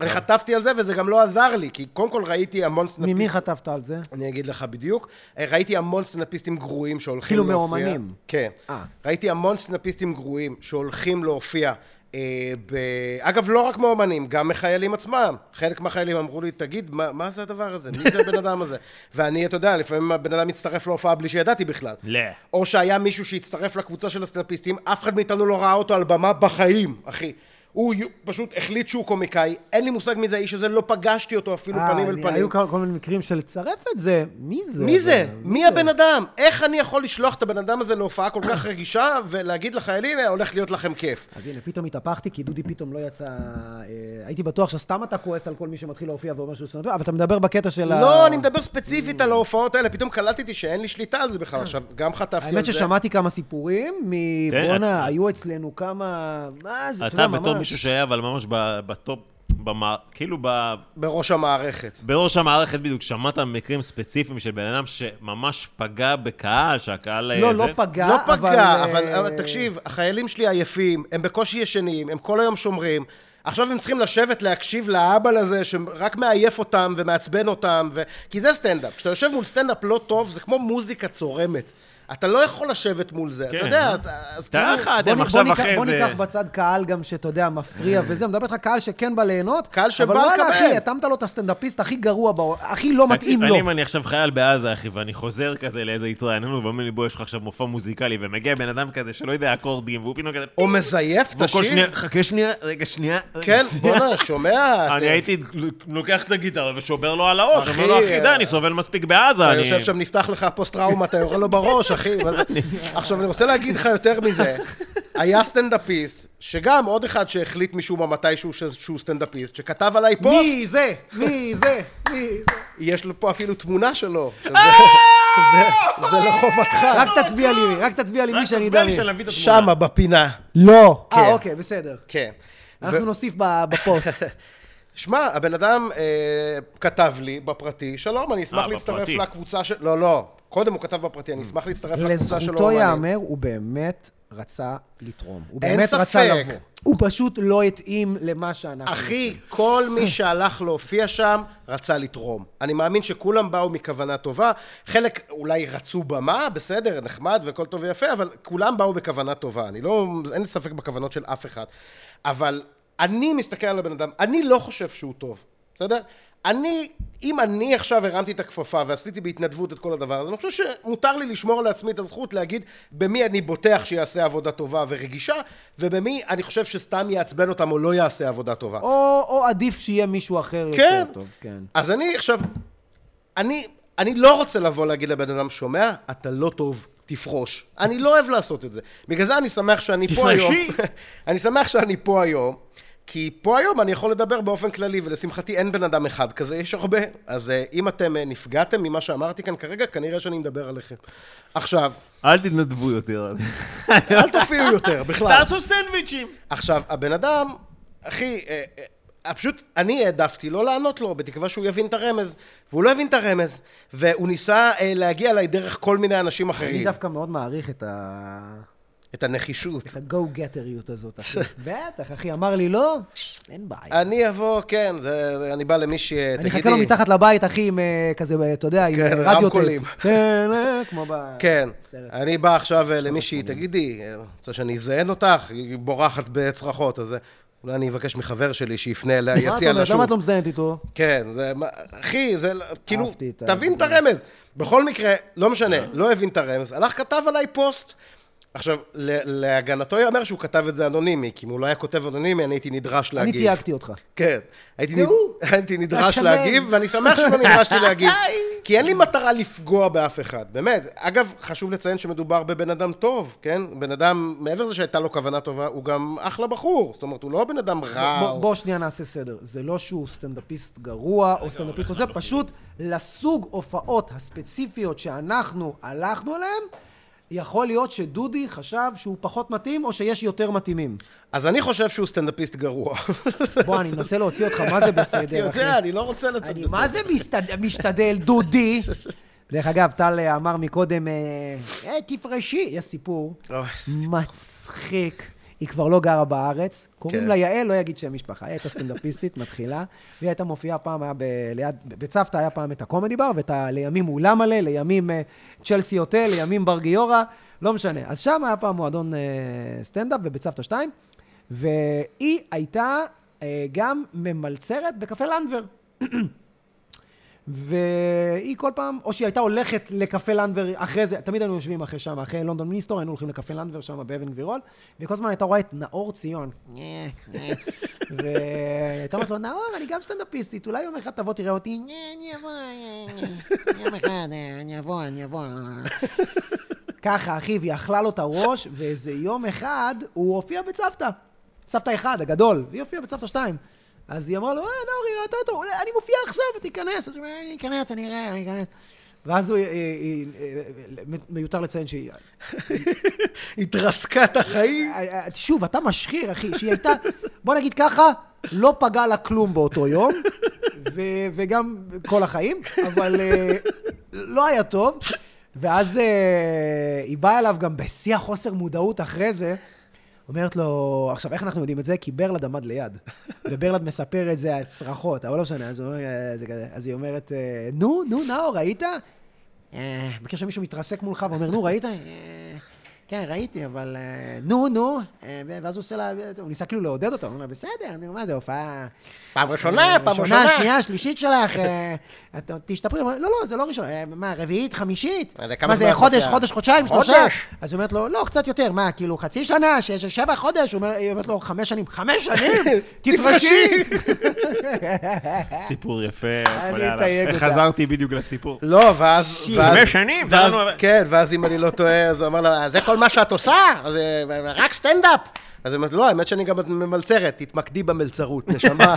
C: אני חטפתי על זה, וזה גם לא עזר לי, כי קודם כל ראיתי המון סטנדאפיסטים...
A: ממי חטפת על זה?
C: אני אגיד לך בדיוק. אה, ראיתי המון סטנאפיסטים גרועים שהולכים
A: כאילו
C: להופיע.
A: מאומנים.
C: כן.
A: אה.
C: ראיתי המון סטנאפיסטים גרועים שהולכים להופיע. אה, ב... אגב, לא רק מאומנים, גם מחיילים עצמם. חלק מהחיילים אמרו לי, תגיד, מה, מה זה הדבר הזה? מי זה הבן אדם הזה? ואני, אתה יודע, לפעמים הבן אדם מצטרף להופעה בלי שידעתי בכלל.
B: לא.
C: או שהיה מישהו שהצטרף לקבוצה של הסטנאפיסטים, אף אחד מאיתנו לא ראה אותו על במה בחיים, אחי. הוא יו- פשוט החליט שהוא קומיקאי, אין לי מושג מי זה האיש הזה, לא פגשתי אותו אפילו
A: אה,
C: פנים אל
A: אני-
C: פנים.
A: היו כל כל מיני מקרים של צרף את זה. מי לא, זה?
C: מי זה? מי הבן אדם? איך אני יכול לשלוח את הבן אדם הזה להופעה כל כך רגישה ולהגיד לחיילים, "אה, הולך להיות לכם כיף?
A: אז הנה, פתאום התהפכתי, כי דודי פתאום לא יצא... אה, הייתי בטוח שסתם אתה כועס על כל מי שמתחיל להופיע ואומר שהוא סטנדאפיסט, אבל אתה מדבר בקטע של ה...
C: לא, אני מדבר ספציפית על ההופעות האלה, פתאום קלטתי שאין לי שליטה על זה בכלל. עכשיו, גם חטפתי על זה.
A: האמת ששמעתי כמה סיפורים
B: כן,
A: מבואנה, היו אצלנו כמה... מה זה,
B: אתה
A: יודע,
B: בתור
A: ממש.
B: מישהו שהיה, אבל ממש ב- בטופ, במה- כאילו ב-
C: בראש המערכת.
B: בראש המערכת בדיוק, שמעת מקרים ספציפיים של בן אדם שממש פגע בקהל, שהקהל... אה,
A: לא, לא
B: זה-
A: פגע,
C: לא
A: אבל...
C: פגע, אבל
A: אה,
C: אבל תקשיב, החיילים שלי עייפים, הם בקושי ישנים, הם כל היום שומרים. עכשיו הם צריכים לשבת להקשיב לאבל הזה שרק מעייף אותם ומעצבן אותם, ו... כי זה סטנדאפ. כשאתה יושב מול סטנדאפ לא טוב, זה כמו מוזיקה צורמת. אתה לא יכול לשבת מול זה, אתה
B: כן.
C: יודע, אתה- אז
B: אתה
C: כאילו-
B: אחד,
A: בוא
B: הם
A: נ- בוא
B: עכשיו
A: ניקח-
B: אחרי
A: בוא
B: זה. אה.
A: ניקח בצד קהל גם שאתה יודע, מפריע וזה, מדבר איתך קהל שכן בא ליהנות.
C: קהל שבא
A: אבל וואלה,
C: לקבל.
A: אחי, התאמת לו את הסטנדאפיסט הכי גרוע, בעו- הכי לא מתאים לו.
B: אני, אם אני עכשיו חייל בעזה, אחי, ואני חוזר כזה לאיזה התרעננות, ואומרים לי, בוא, יש לך עכשיו מופע מוזיקלי, ומגיע בן אדם כזה שלא יודע אקורדים, והוא פתאום כזה...
C: או מזייף את
B: והוא כל שנייה,
C: השיר.
B: חכה שנייה, רגע, שנייה. רגע,
C: כן,
B: שנייה."
C: בוא'נה, שומע?
B: אני
C: אתה-
B: הייתי לוקח את הגיטרה ושובר לו על הראש,
C: אחי,
B: אומר לו, אחי, די,
C: אה,
B: אני סובל מספיק בעזה,
C: אתה
B: אני...
C: יושב שם, נפתח לך פוסט-טראומה, אתה יורה לו בראש, אחי. מה זה? עכשיו, אני רוצה להגיד לך יותר מזה. היה סטנדאפיסט, שגם עוד אחד שהחליט משום מה מתישהו ש- שהוא סטנדאפיסט, שכתב עליי פוסט,
A: מי זה? מי זה? מי זה?
C: אה! יש לו פה אפילו תמונה שלו. שזה- זה- זה לחובתך.
A: רק תצביע לי, לא, רק תצביע לי מי שאני אדע
B: לי
A: מי.
B: שאני אביא את התמונה.
C: שמה, בפינה.
A: לא.
C: כן.
A: אה, אוקיי, בסדר.
C: כן.
A: אנחנו נוסיף ב- בפוסט.
C: שמע, הבן אדם אה, כתב לי בפרטי, שלום, אני אשמח
B: אה,
C: להצטרף
B: בפרטי.
C: לקבוצה של... לא, לא. קודם הוא כתב בפרטי, אני אשמח להצטרף לקבוצה של
A: לזכותו
C: האומנים."
A: ייאמר, הוא באמת רצה לתרום. הוא
C: אין
A: באמת רצה
C: ספק.
A: לבוא. הוא פשוט לא התאים למה שאנחנו...
C: אחי, כל מי שהלך להופיע שם רצה לתרום. אני מאמין שכולם באו מכוונה טובה. חלק אולי רצו במה, בסדר, נחמד והכל טוב ויפה, אבל כולם באו בכוונה טובה. אני לא... אין לי ספק בכוונות של אף אחד. אבל אני מסתכל על הבן אדם, אני לא חושב שהוא טוב, בסדר? אני, אם אני עכשיו הרמתי את הכפפה ועשיתי בהתנדבות את כל הדבר הזה, אני חושב שמותר לי לשמור לעצמי את הזכות להגיד במי אני בוטח שיעשה עבודה טובה ורגישה, ובמי אני חושב שסתם יעצבן אותם או לא יעשה עבודה טובה.
A: או, או עדיף שיהיה מישהו אחר
C: כן.
A: יותר טוב, כן.
C: אז אני עכשיו, אני, אני לא רוצה לבוא להגיד לבן אדם, שומע, אתה לא טוב, תפרוש. אני לא אוהב לעשות את זה. בגלל זה אני שמח שאני פה היום.
B: תפרשי.
C: אני שמח שאני פה היום. כי פה היום אני יכול לדבר באופן כללי, ולשמחתי אין בן אדם אחד כזה, יש הרבה. אז אה, אם אתם אה, נפגעתם ממה שאמרתי כאן כרגע, כנראה שאני מדבר עליכם. עכשיו,
F: אל תתנדבו יותר.
C: אל תופיעו יותר, בכלל.
B: תעשו סנדוויצ'ים.
C: עכשיו, הבן אדם, אחי, אה, אה, פשוט אני העדפתי לא לענות לו, בתקווה שהוא יבין את הרמז, והוא לא הבין את הרמז, והוא ניסה אה, להגיע אליי דרך כל מיני אנשים
A: אני
C: אחרים.
A: דווקא מאוד מעריך את ה...
C: את הנחישות.
A: את ה-go-getterיות הזאת, אחי. בטח, אחי, אמר לי לא, אין בעיה.
C: אני אבוא, כן, זה, זה, אני בא למישהי, אה, תגידי...
A: אני אחכה לו מתחת לבית, אחי, עם אה, כזה, אה, אתה יודע, עם
C: כן,
A: אה, רדיו...
C: רמקולים.
A: כן, אה, כמו ב...
C: כן,
A: סרט.
C: אני בא עכשיו אה, למישהי, תגידי, אה, רוצה שאני אזיין אותך? היא בורחת בצרחות, אז אה, אולי אני אבקש מחבר שלי שיפנה אליה,
A: מה את
C: יציע לה
A: אומרת?
C: שוב.
A: למה את לא מזדיינת איתו?
C: כן, זה... מה- אחי, זה... לא- כאילו,
A: אהבתי את כן. ה-
C: תבין את הרמז. בכל מקרה, לא משנה, לא הבין את הרמז, הלך כתב עליי פוסט. עכשיו, ל- להגנתו ייאמר שהוא כתב את זה אנונימי, כי אם הוא לא היה כותב אנונימי, אני הייתי נדרש
A: אני
C: להגיב.
A: תייגתי אותך.
C: כן. הייתי,
A: זה
C: נד...
A: הוא.
C: הייתי נדרש
A: השמן.
C: להגיב, ואני שמח שלא נדרשתי להגיב. כי אין לי מטרה לפגוע באף אחד, באמת. אגב, חשוב לציין שמדובר בבן אדם טוב, כן? בן אדם, מעבר לזה שהייתה לו כוונה טובה, הוא גם אחלה בחור. זאת אומרת, הוא לא בן אדם רע.
A: בוא-
C: או-
A: בוא שנייה נעשה סדר. זה לא שהוא סטנדאפיסט גרוע או סטנדאפיסט
C: לא,
A: זה, פשוט לסוג הופעות הספציפיות שאנחנו הלכנו אליהן, יכול להיות שדודי חשב שהוא פחות מתאים או שיש יותר מתאימים.
C: אז אני חושב שהוא סטנדאפיסט גרוע.
A: בוא, אני מנסה להוציא אותך, מה זה
C: אתה
A: בסדר, אחי?
C: יודע, אני לא רוצה לצאת
A: אני
C: בסדר.
A: מה זה מסתד- משתדל, דודי? דרך אגב, טל אה, אמר מקודם, אה, "אה, תפרשי, יש סיפור
C: אוי,
A: מצחיק. היא כבר לא גרה בארץ, קוראים
C: כן.
A: לה יעל, לא יגיד שם משפחה, היא הייתה סטנדאפיסטית, מתחילה, והיא הייתה מופיעה פעם, היה ב- ליד, בצוותא היה פעם את הקומדי בר, ואת ה- לימים אולם מלא, לימים אה, צ'לסי הוטל, לימים בר גיורא, לא משנה. אז שם היה פעם מועדון אה, סטנדאפ, ובצוותא 2, והיא הייתה אה, גם ממלצרת בקפה לנדבר. והיא כל פעם, או שהיא הייתה הולכת לקפה לנדבר אחרי זה, תמיד היינו יושבים אחרי שם, אחרי לונדון מיניסטור, היינו הולכים לקפה לנדבר שם באבן גבירול, והיא כל הזמן הייתה רואה את נאור ציון. והייתה אומרת לו, נאור, אני גם סטנדאפיסטית, אולי יום אחד תבוא תראה אותי.
H: אני אבוא, יום אחד, אני אבוא, אני אבוא.
A: ככה, אחי, והיא אכלה לו את הראש, ואיזה יום אחד הוא הופיע בצוותא. צוותא אחד, הגדול, והיא הופיעה בצוותא שתיים. אז היא אמרה לו, אה, נאור, היא ראתה אותו, "אה, אני מופיעה עכשיו, תיכנס. אז הוא אומר, אני אכנס, אני אראה, אני אכנס. ואז הוא, אה, אה, אה, אה, מיותר לציין שהיא...
C: התרסקה את החיים.
A: אה, אה, שוב, אתה משחיר, אחי, שהיא הייתה, בוא נגיד ככה, לא פגע לה כלום באותו יום, ו- וגם כל החיים, אבל אה, לא היה טוב. ואז אה, היא באה אליו גם בשיא החוסר מודעות אחרי זה. אומרת לו, עכשיו, איך אנחנו יודעים את זה? כי ברלד עמד ליד. וברלד מספר את זה, הצרחות, אבל לא משנה, אז, הוא אומר, אה, זה כזה, אז היא אומרת, אה, נו, נו, נאור, ראית? אה, בקשר שמישהו מתרסק מולך ואומר, נו, ראית? אה, כן, ראיתי, אבל אה, נו, נו. אה, ו- ואז הוא עושה לה, הוא ניסה כאילו לעודד אותו, הוא אומר, בסדר, נו, מה זה, הופעה...
C: פעם ראשונה, פעם ראשונה.
A: שנייה, שלישית שלך, אה, את עוד תשתפרי. הוא אומר, לא, לא, זה לא ראשונה. אה, מה, רביעית, חמישית?
C: אה, לכמה
A: מה זה,
C: זמן
A: חודש,
C: מופיעה?
A: חודש, חודשיים,
C: חודש?
A: שלושה? אז היא אומרת לו, לא, קצת יותר. מה, כאילו, חצי שנה, ש- ש- שבע חודש? הוא אומר- היא אומרת לו, חמש שנים. חמש שנים? תפרשי!
C: כן.
B: סיפור יפה.
A: אני
B: חולה עליו.
A: אתייג אותה.
B: חזרתי בדיוק לסיפור.
C: לא, ואז... ואז-
B: חמש שנים,
C: ואז-
B: ואנו-
C: כן, ואז אם אני לא טועה, אז הוא אמר לה, זה כל מה שאת עושה? אז, אה, רק סטנדאפ. אז היא אומרת, לא, האמת שאני גם ממלצרת, תתמקדי במלצרות, נשמה.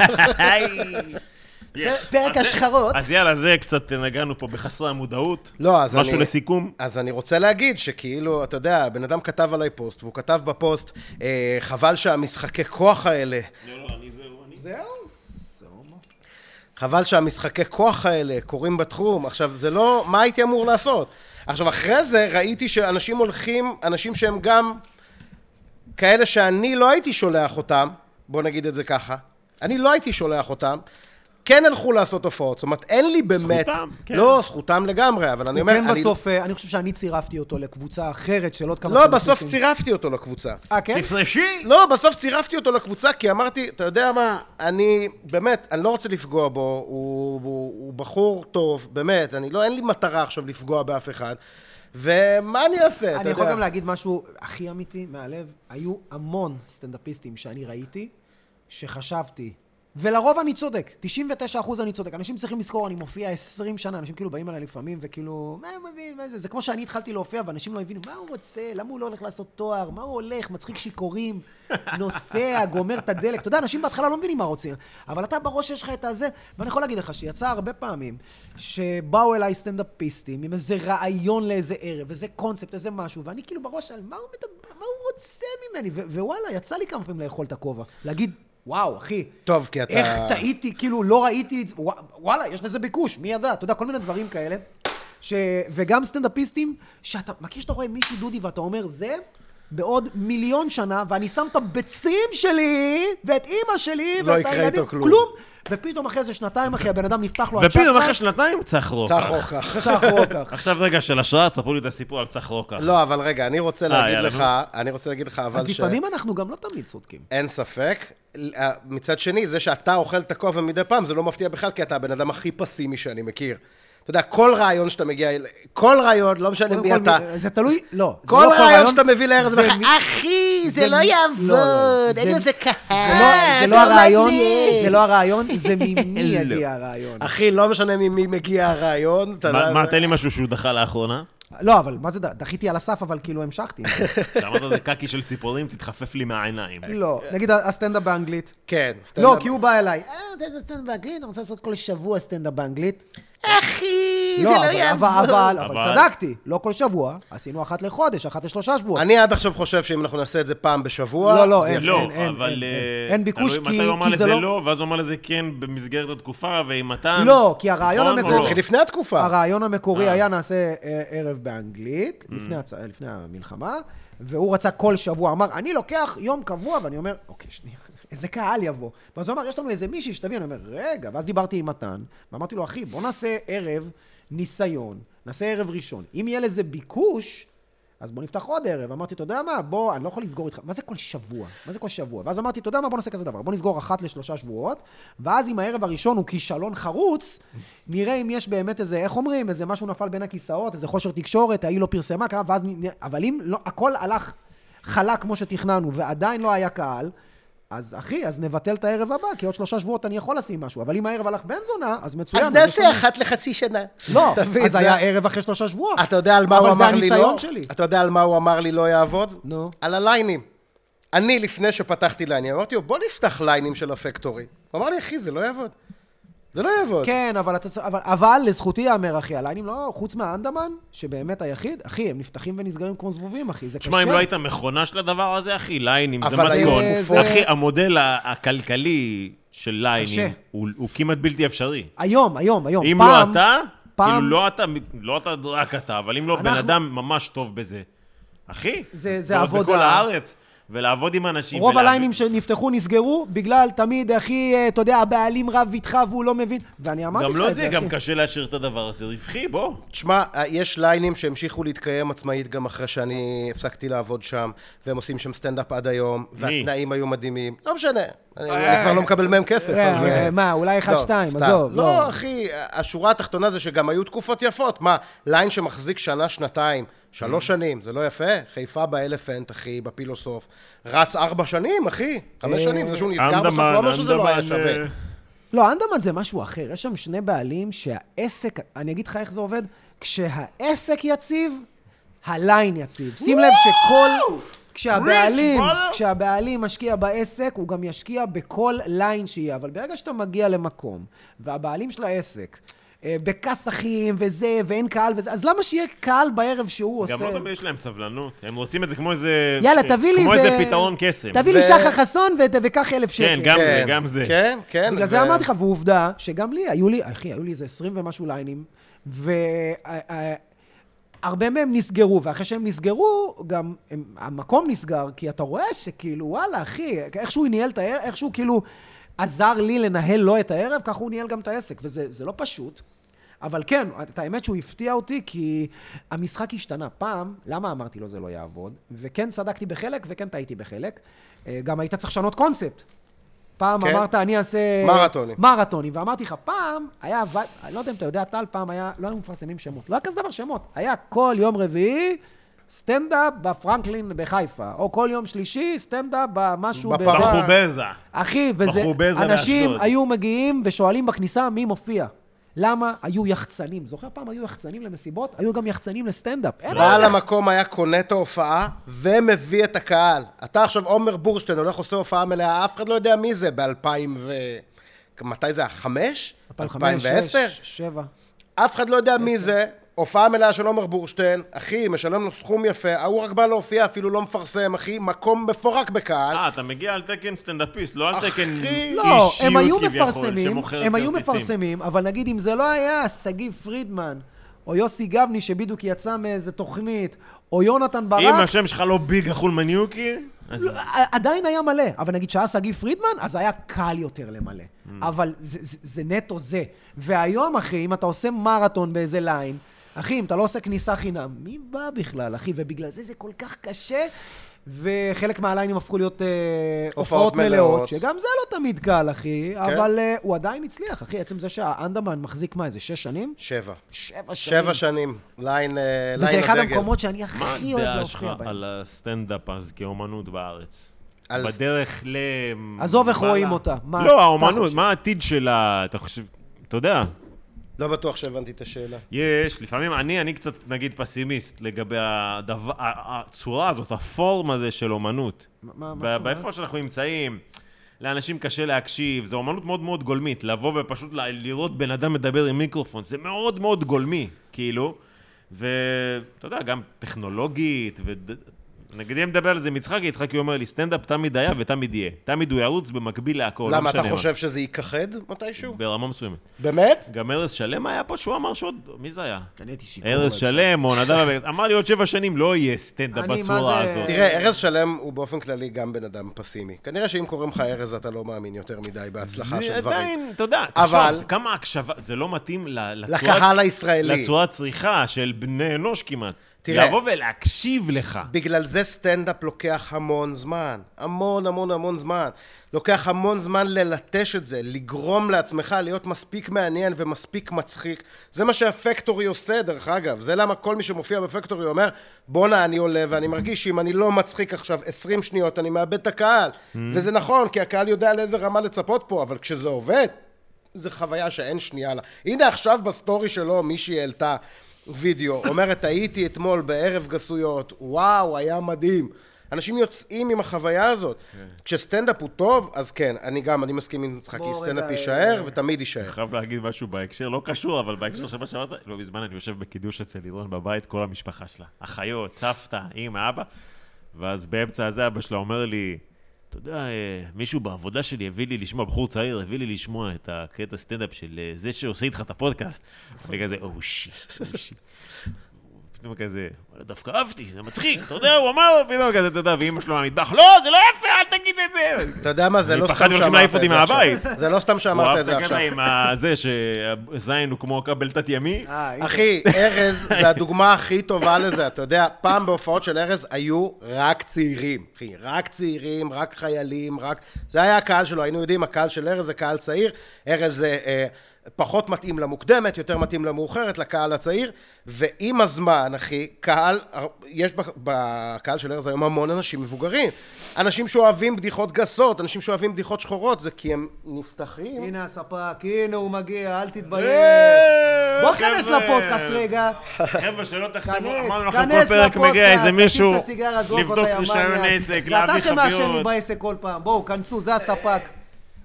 B: יש.
G: פרק
B: אז זה-
G: השחרות.
B: אז יאללה, זה קצת נגענו פה בחסרי המודעות.
C: לא, אז
B: משהו
C: אני-
B: לסיכום?
C: אז אני רוצה להגיד שכאילו, אתה יודע, הבן אדם כתב עליי פוסט, והוא כתב בפוסט, אה, חבל שהמשחקי כוח האלה חבל שהמשחקי כוח האלה קורים בתחום. עכשיו, זה לא מה הייתי אמור לעשות. עכשיו, אחרי זה ראיתי שאנשים הולכים, אנשים שהם גם כאלה שאני לא הייתי שולח אותם, בוא נגיד את זה ככה, אני לא הייתי שולח אותם, כן הלכו לעשות הופעות. זאת אומרת, אין לי באמת...
B: זכותם, כן.
C: לא, זכותם לגמרי, אבל אני
A: הוא
C: אומר...
A: כן
C: אני-
A: בסוף, אה, אני חושב שאני צירפתי אותו לקבוצה אחרת של עוד כמה...
C: לא,
A: סטנדאפיסטים.
C: בסוף צירפתי אותו לקבוצה.
A: אה, כן?
F: תפרשי!
C: לא, בסוף צירפתי אותו לקבוצה, כי אמרתי, אתה יודע מה, אני, באמת, אני לא רוצה לפגוע בו, הוא, הוא, הוא בחור טוב, באמת, אני לא, אין לי מטרה עכשיו לפגוע באף אחד, ומה אני אעשה, אתה
A: אני
C: יודע.
A: יכול גם להגיד משהו הכי אמיתי, מהלב. היו המון סטנדאפיסטים שאני ראיתי, שחשבתי, ולרוב אני צודק, 99% אני צודק. אנשים צריכים לזכור, אני מופיע 20 שנה, אנשים כאילו באים אליי לפעמים, וכאילו, מה הוא מבין, מה זה? זה כמו שאני התחלתי להופיע, ואנשים לא הבינו, מה הוא רוצה? למה הוא לא הולך לעשות תואר? מה הוא הולך? מצחיק שיכורים, נוסע, גומר את הדלק. אתה יודע, אנשים בהתחלה לא מבינים מה רוצים, אבל אתה בראש יש לך את הזה, ואני יכול להגיד לך שיצא הרבה פעמים, שבאו אליי סטנדאפיסטים עם איזה רעיון לאיזה ערב, איזה קונספט, איזה משהו, ואני כאילו בראש, על מה הוא מדבר? מה הוא רוצה ממני? ו- ווואלה, יצא לי כמה פעמים לאכול את הכובע. להגיד, וואו, אחי.
C: טוב, כי אתה-
A: איך טעיתי, כאילו, לא ראיתי את זה, ווא- וואלה, יש לזה ביקוש, מי ידע? אתה יודע, כל מיני דברים כאלה. ש... וגם סטנדאפיסטים, שאתה מכיר שאתה רואה מישהו דודי ואתה אומר, זה בעוד מיליון שנה, ואני שם את הביצים שלי, ואת אימא שלי,
C: לא
A: ואת
C: יקרה
A: הילדים,
C: איתו כלום.
A: כלום. ופתאום אחרי איזה שנתיים, אחי, הבן אדם נפתח לו
B: ופתאום אחרי שנתיים צח רוקח.
C: צח רוקח.
A: צח רוקח.
B: עכשיו רגע של השראה, תספרו לי את הסיפור על צח רוקח.
C: לא, אבל רגע, אני רוצה להגיד
B: יאללה,
C: לך, אני רוצה להגיד לך, אבל
A: אז לפעמים אנחנו גם לא תמיד צודקים.
C: אין ספק. אה, מצד שני, זה שאתה אוכל את הכובע מדי פעם, זה לא מפתיע בכלל, כי אתה הבן אדם הכי פסימי שאני מכיר. אתה יודע, כל רעיון שאתה מגיע, אל- כל רעיון, לא משנה
A: קודם
C: מי
A: כל,
C: אתה,
A: זה תלוי, לא. זה
C: כל
A: לא
C: רעיון שאתה מביא לערב, זה בכלל,
A: מי-
H: אחי, זה לא
A: מי- לא, לא,
H: יעבוד,
A: זה
H: אין
A: מי-
H: לזה
A: זה לא-
H: קהל.
A: זה לא
H: אתה
A: הרעיון,
H: מצליח.
A: זה לא הרעיון, זה ממי יגיע הרעיון.
C: אחי, לא משנה ממי מגיע הרעיון. אתה
B: מה,
C: יודע-
B: מה, תן לי משהו שהוא דחה לאחרונה.
A: לא, אבל מה זה, ד- דחיתי על הסף, אבל כאילו המשכתי.
B: שאמרת זה קקי של ציפורים, תתחפף לי מהעיניים.
A: לא, נגיד הסטנדאפ באנגלית.
C: כן, סטנדאפ.
A: לא, כי הוא בא אליי.
G: אה, אתה יודע סטנדאפ באנגלית? אני רוצה לעשות כל שבוע סטנדאפ באנגלית.
H: אחי, זה
A: לא,
H: לא
A: אבל-
H: יעבוד.
A: אבל- אבל אבל
B: אבל-
A: צדקתי. לא כל שבוע, עשינו אחת לחודש, אחת לשלושה שבועות.
C: אני עד עכשיו חושב שאם אנחנו נעשה את זה פעם בשבוע...
A: לא, לא,
C: זה
A: אין,
C: יפה.
B: לא,
A: אין, אין,
B: אבל...
A: אין,
B: אה,
A: אין. אין ביקוש,
B: תלוי
A: כי-
B: מתי הוא אמר
A: כי
B: לזה
A: זה לא-
B: לא, ואז הוא אמר לזה כן במסגרת התקופה, ועם מתן...
A: לא, כי הרעיון
B: נכון או
A: המקורי-
B: לא?
C: נתחיל לפני התקופה.
A: הרעיון המקורי היה נעשה אה, ערב באנגלית, לפני הצ- לפני המלחמה, והוא רצה כל שבוע, אמר, אני לוקח יום קבוע, ואני אומר, אוקיי, שנייה, איזה קהל יבוא. ואז הוא אמר, יש לנו איזה מישהי שתביא, אני אומר, רגע, ואז דיברתי עם מתן, ואמרתי לו, אחי, בוא נעשה ערב ניסיון, נעשה ערב ראשון. אם יהיה לזה ביקוש... אז בוא נפתח עוד ערב. אמרתי, אתה יודע מה, בוא, אני לא יכול לסגור איתך. מה זה כל שבוע? מה זה כל שבוע? ואז אמרתי, אתה יודע מה, בוא נעשה כזה דבר. בוא נסגור אחת לשלושה שבועות, ואז אם הערב הראשון הוא כישלון חרוץ, נראה אם יש באמת איזה, איך אומרים, איזה משהו נפל בין הכיסאות, איזה חושר תקשורת, ההיא לא פרסמה, ככה, ואז... נ- אבל אם לא, הכל הלך חלק כמו שתכננו, ועדיין לא היה קהל, אז אחי, אז נבטל את הערב הבא, כי עוד שלושה שבועות אני יכול לשים משהו. אבל אם הערב הלך בן זונה, אז מצוין.
C: אז
A: יש לנו-
C: נעשה אחת לחצי שנה.
A: לא,
C: תבין,
A: אז
C: זה-
A: היה ערב אחרי שלושה שבועות.
C: אתה יודע על מה הוא אמר
A: אבל זה
C: לי לא?
A: הניסיון שלי.
C: אתה יודע על מה הוא אמר לי לא יעבוד?
A: נו.
C: על הליינים. אני, לפני שפתחתי ליינים, אמרתי לו, בוא נפתח ליינים של הפקטורי. הוא אמר לי, אחי, זה לא יעבוד. זה לא יעבוד.
A: כן, אבל, אתה, צר- אבל, אבל לזכותי ייאמר, אחי, הליינים לא, חוץ מהאנדמן, שבאמת היחיד, אחי, הם נפתחים ונסגרים כמו זבובים, אחי, זה
B: תשמע,
A: קשה.
B: אם לא היית מכונה של הדבר הזה, אחי, ליינים, זה
C: אבל
B: מתכון.
A: היום זה-
B: אחי, המודל ה- הכלכלי של ליינים
A: קשה.
B: הוא הוא כמעט בלתי אפשרי.
A: היום, היום, היום.
B: אם
A: פעם,
B: לא אתה,
A: פעם-
B: כאילו לא אתה, לא אתה רק אתה, אבל אם לא בן
A: אנחנו-
B: אדם ממש טוב בזה, אחי,
A: זה- זה
B: ועוד
A: עבודה.
B: בכל הארץ, ולעבוד עם אנשים.
A: רוב
B: ולהביא-
A: הליינים שנפתחו נסגרו, בגלל תמיד, אחי, אה, אתה יודע, הבעלים רב איתך והוא לא מבין, ואני אמרתי לך
B: גם
A: את
B: לא
A: זה,
B: זה,
A: אחי.
B: גם קשה להשאיר את הדבר הזה רווחי, בוא.
C: תשמע, אה, יש ליינים שהמשיכו להתקיים עצמאית גם אחרי שאני הפסקתי לעבוד שם, והם עושים שם סטנדאפ עד היום, והתנאים היו מדהימים. לא משנה, אני אני כבר לא מקבל מהם כסף,
A: אה,
C: אז...
A: אה,
C: אה,
A: מה, אולי אחד,
C: לא,
A: שתיים,
C: סתם.
A: עזוב,
C: לא,
A: לא.
C: אחי, השורה התחתונה זה שגם היו תקופות יפות. מה, ליין שמחזיק שנה, שנתיים,
B: Mm.
C: שלוש שנים, זה לא יפה? חיפה באלפנט, אחי, בפילוסוף, רץ ארבע שנים, אחי,
A: אה,
C: חמש שנים, זה שהוא נסגר בסוף,
B: אנדמן,
C: לא אומר שזה לא היה
B: אנדמן,
C: שווה.
B: אה,
A: לא, אנדמן זה משהו אחר. יש שם שני בעלים שהעסק, אני אגיד לך איך זה עובד, כשהעסק יציב, הליין יציב. שים לב שכל... כשהבעלים,
F: brother.
A: כשהבעלים משקיע בעסק, הוא גם ישקיע בכל ליין שיהיה. אבל ברגע שאתה מגיע למקום, והבעלים של העסק, אה, בכסחים וזה, ואין קהל וזה, אז למה שיהיה קהל בערב שהוא עושה...
B: גם לא תמיד יש להם סבלנות, הם רוצים את זה כמו איזה...
A: יאללה, תביא לי...
B: כמו
A: ו-
B: איזה פתרון קסם.
A: תביא לי
C: ו-
A: שחר חסון ו- וקח אלף שקל.
B: כן, גם זה,
C: כן,
B: גם זה.
C: כן, כן.
A: בגלל
C: ו-
A: זה אמרתי לך, ועובדה שגם לי, היו לי, אחי, היו לי איזה 20 ומשהו ליינים, והרבה מהם נסגרו, ואחרי שהם נסגרו, גם הם, המקום נסגר, כי אתה רואה שכאילו, וואלה, אחי, איכשהו הוא ניהל את הערב, איכשהו כאילו עזר לי לנהל לו את הערב, ככה הוא ניהל גם את העסק, וזה זה לא פשוט. אבל כן, את האמת שהוא הפתיע אותי, כי המשחק השתנה. פעם, למה אמרתי לו זה לא יעבוד? וכן צדקתי בחלק, וכן טעיתי בחלק. אה, גם היית צריך לשנות קונספט. פעם
C: כן.
A: אמרת, אני אעשה...
C: מרתונים.
A: אה, מרתונים. ואמרתי לך, פעם היה, ו... אני לא יודע אם אתה יודע, טל, פעם היה, לא היו מפרסמים שמות. לא היה כזה דבר שמות. היה כל יום רביעי סטנדאפ בפרנקלין בחיפה, או כל יום שלישי סטנדאפ במשהו... ב-
C: בפרה.
F: בחובזה.
A: אחי, וזה...
F: בחורבזה
A: אנשים
F: באשדוד.
A: היו מגיעים ושואלים בכניסה מי מופיע. למה? היו יחצנים. זוכר פעם היו יחצנים למסיבות? היו גם יחצנים לסטנדאפ. אין
C: בעל
A: היום יחצ-
C: המקום היה קונה את ההופעה ומביא את הקהל. אתה עכשיו עומר בורשטיין הולך עושה הופעה מלאה, אף אחד לא יודע מי זה ב-2000 ו... מתי זה היה? חמש?
A: 2005, 2006, 2007.
C: אף אחד לא יודע מי זה. הופעה מלאה של עומר בורשטיין, אחי, משלם לו סכום יפה, ההוא רק בא להופיע, אפילו לא מפרסם, אחי, מקום מפורק בקהל.
B: אה, אתה מגיע על תקן סטנדאפיסט, לא על
C: אחי,
B: תקן אישיות
A: לא, הם היו
B: כביכול,
A: מפרסמים,
B: שמוכרת
A: הם היו
B: כרטיסים.
A: מפרסמים, אבל נגיד אם זה לא היה שגיא פרידמן, או יוסי גבני שבדיוק יצא מאיזה תוכנית, או יונתן ברק,
B: אם השם שלך לא ביג אחול מניוקי, אז
A: ע- עדיין היה מלא, אבל נגיד שהיה שגיא פרידמן, אז היה קל יותר למלא. אבל זה, זה, זה נטו זה. והיום, אחי, אם אתה עושה מרתון באיזה ליין, אחי, אם אתה לא עושה כניסה חינם, מי בא בכלל, אחי? ובגלל זה זה כל כך קשה, וחלק מהליינים הפכו להיות אה, הופעות מלאות,
C: מלאות. כן.
A: שגם זה לא תמיד קל, אחי, אבל אה, הוא עדיין הצליח, אחי, עצם זה שהאנדמן מחזיק מה, איזה שש שנים?
C: שבע.
A: שבע שנים.
C: שבע שנים. ליין אה, ליין
A: וזה
C: הדגל.
A: אחד המקומות שאני
B: מה
A: הכי אוהב
B: הדעה שלך
A: להופיע בהם.
B: על הסטנדאפ אז כאומנות בארץ?
C: על-
B: בדרך ל...
A: עזוב איך
B: מעלה.
A: רואים אותה, מה אתה
B: לא, האומנות,
A: חושב?
B: מה העתיד שלה? אתה חושב... אתה יודע,
C: לא בטוח שהבנתי את השאלה.
B: יש, לפעמים אני, אני קצת נגיד פסימיסט לגבי הדבר, ה- ה- הצורה הזאת, הפורם הזה של אומנות.
A: מה- מה
B: ב-
A: זאת אומרת?
B: באיפה שאנחנו נמצאים, לאנשים קשה להקשיב, זו אומנות מאוד מאוד גולמית, לבוא ופשוט ל- לראות בן אדם מדבר עם מיקרופון, זה מאוד מאוד גולמי, כאילו, ואתה יודע, גם טכנולוגית, וד... נגיד אם נדבר על זה עם יצחקי, יצחקי אומר לי, סטנדאפ תמיד היה ותמיד יהיה, תמיד הוא ירוץ במקביל להכל, לא
C: למה,
B: משנה
C: אתה
B: מה."
C: חושב שזה ייכחד מתישהו?
B: ברמה מסוימת.
C: באמת?
B: גם ארז שלם היה פה שהוא אמר שעוד, מי זה היה?
A: אני הייתי שיכור.
B: ארז
A: אבל-
B: שלם או נדב אביגס, אמר לי עוד שבע שנים לא יהיה סטנדאפ
A: אני, מה
B: בצורה
A: זה-
B: הזאת.
C: תראה, ארז שלם הוא באופן כללי גם בן אדם פסימי. כנראה שאם קוראים לך ארז, אתה לא מאמין יותר מדי בהצלחה
B: זה
C: של דברים.
B: עדיין, אתה יודע,
C: אבל-
B: תחשוב, כמה הקשבה, זה לא מתאים ל- לצורת-
C: לקהל הישראלי.
B: לצורת צריכה של בני אנוש כמעט.
C: תראה-
B: לבוא ולהקשיב לך.
C: בגלל זה סטנדאפ לוקח המון זמן. המון המון המון זמן. לוקח המון זמן ללטש את זה, לגרום לעצמך להיות מספיק מעניין ומספיק מצחיק. זה מה שהפקטורי עושה, דרך אגב. זה למה כל מי שמופיע בפקטורי אומר, בואנה, אני עולה ואני מרגיש שאם אני לא מצחיק עכשיו 20 שניות, אני מאבד את הקהל.
B: Mm.
C: וזה נכון, כי הקהל יודע לאיזה רמה לצפות פה, אבל כשזה עובד, זה חוויה שאין שנייה לה. הנה עכשיו בסטורי שלו מישהי העלתה וידאו, אומרת, הייתי אתמול בערב גסויות, וואו, היה מדהים. אנשים יוצאים עם החוויה הזאת.
B: כן.
C: כשסטנדאפ הוא טוב, אז כן, אני גם, אני מסכים עם יצחקי,
A: בוא רגע,
C: סטנדאפ
A: אה,
C: יישאר ותמיד יישאר.
B: חייב להגיד משהו בהקשר, לא קשור, אבל בהקשר של מה שאמרת, לא מזמן אני יושב בקידוש אצל לירון בבית, כל המשפחה שלה. אחיות, סבתא, אימא, אבא. ואז באמצע הזה אבא שלה אומר לי, אתה יודע, אה, מישהו בעבודה שלי הביא לי לשמוע, בחור צעיר הביא לי לשמוע את הקטע סטנדאפ של אה, זה שעושה איתך את הפודקאסט. אני כזה, "Oh, או שיט, או שיט. פתאום כזה, "וואלה, דווקא אהבתי, זה מצחיק, אתה יודע, הוא אמר, פתאום כזה, אתה יודע, ואימא שלו מהמטבח, לא, זה לא יפה, אל תגיד את זה.
C: אתה יודע מה, זה
B: אני
C: לא
B: פחדתי
C: סתם
B: הולכים
C: שאמרת
B: להעיף
C: את
B: אותי
C: זה
B: מהבית.
C: עכשיו. זה לא סתם
B: הוא
C: שאמרת
B: אהב
C: את
B: את
C: זה
B: הקטע
C: עכשיו.
B: עם ה- זה שהזין הוא כמו כבל תת-ימי.
A: אה, הנה.
C: אחי, ארז זה הדוגמה הכי טובה לזה, אתה יודע, פעם בהופעות של ארז היו רק צעירים, אחי, רק צעירים, רק חיילים, רק... זה היה הקהל שלו, היינו יודעים, הקהל של ארז זה קהל צעיר, ארז זה אה, פחות מתאים למוקדמת, יותר מתאים למאוחרת, לקהל הצעיר, ועם הזמן, אחי, קהל, יש בק- בקהל של ארז היום המון אנשים מבוגרים. אנשים שאוהבים בדיחות גסות, אנשים שאוהבים בדיחות שחורות, זה כי הם נפתחים.
A: הנה הספק, הנה הוא מגיע, אל תתבייש. אה, בוא כנס
B: אה, חבר'ה.
A: לפודקאסט רגע.
B: חבר'ה, שלא תחשבו,
A: כנס,
B: אמרנו לך
A: כנס
B: כל פרק
A: לפודקאסט,
B: מגיע איזה
A: תשים
B: מישהו
A: את הסיגריה, זרוק אותה,
B: לבדוק
A: יא
B: רישיון
A: מניאק.
B: עסק,
A: זה
B: להביא
A: אתה שמאשר לי
B: חביות.
A: בעסק כל פעם, בואו, כנסו, זה הספק.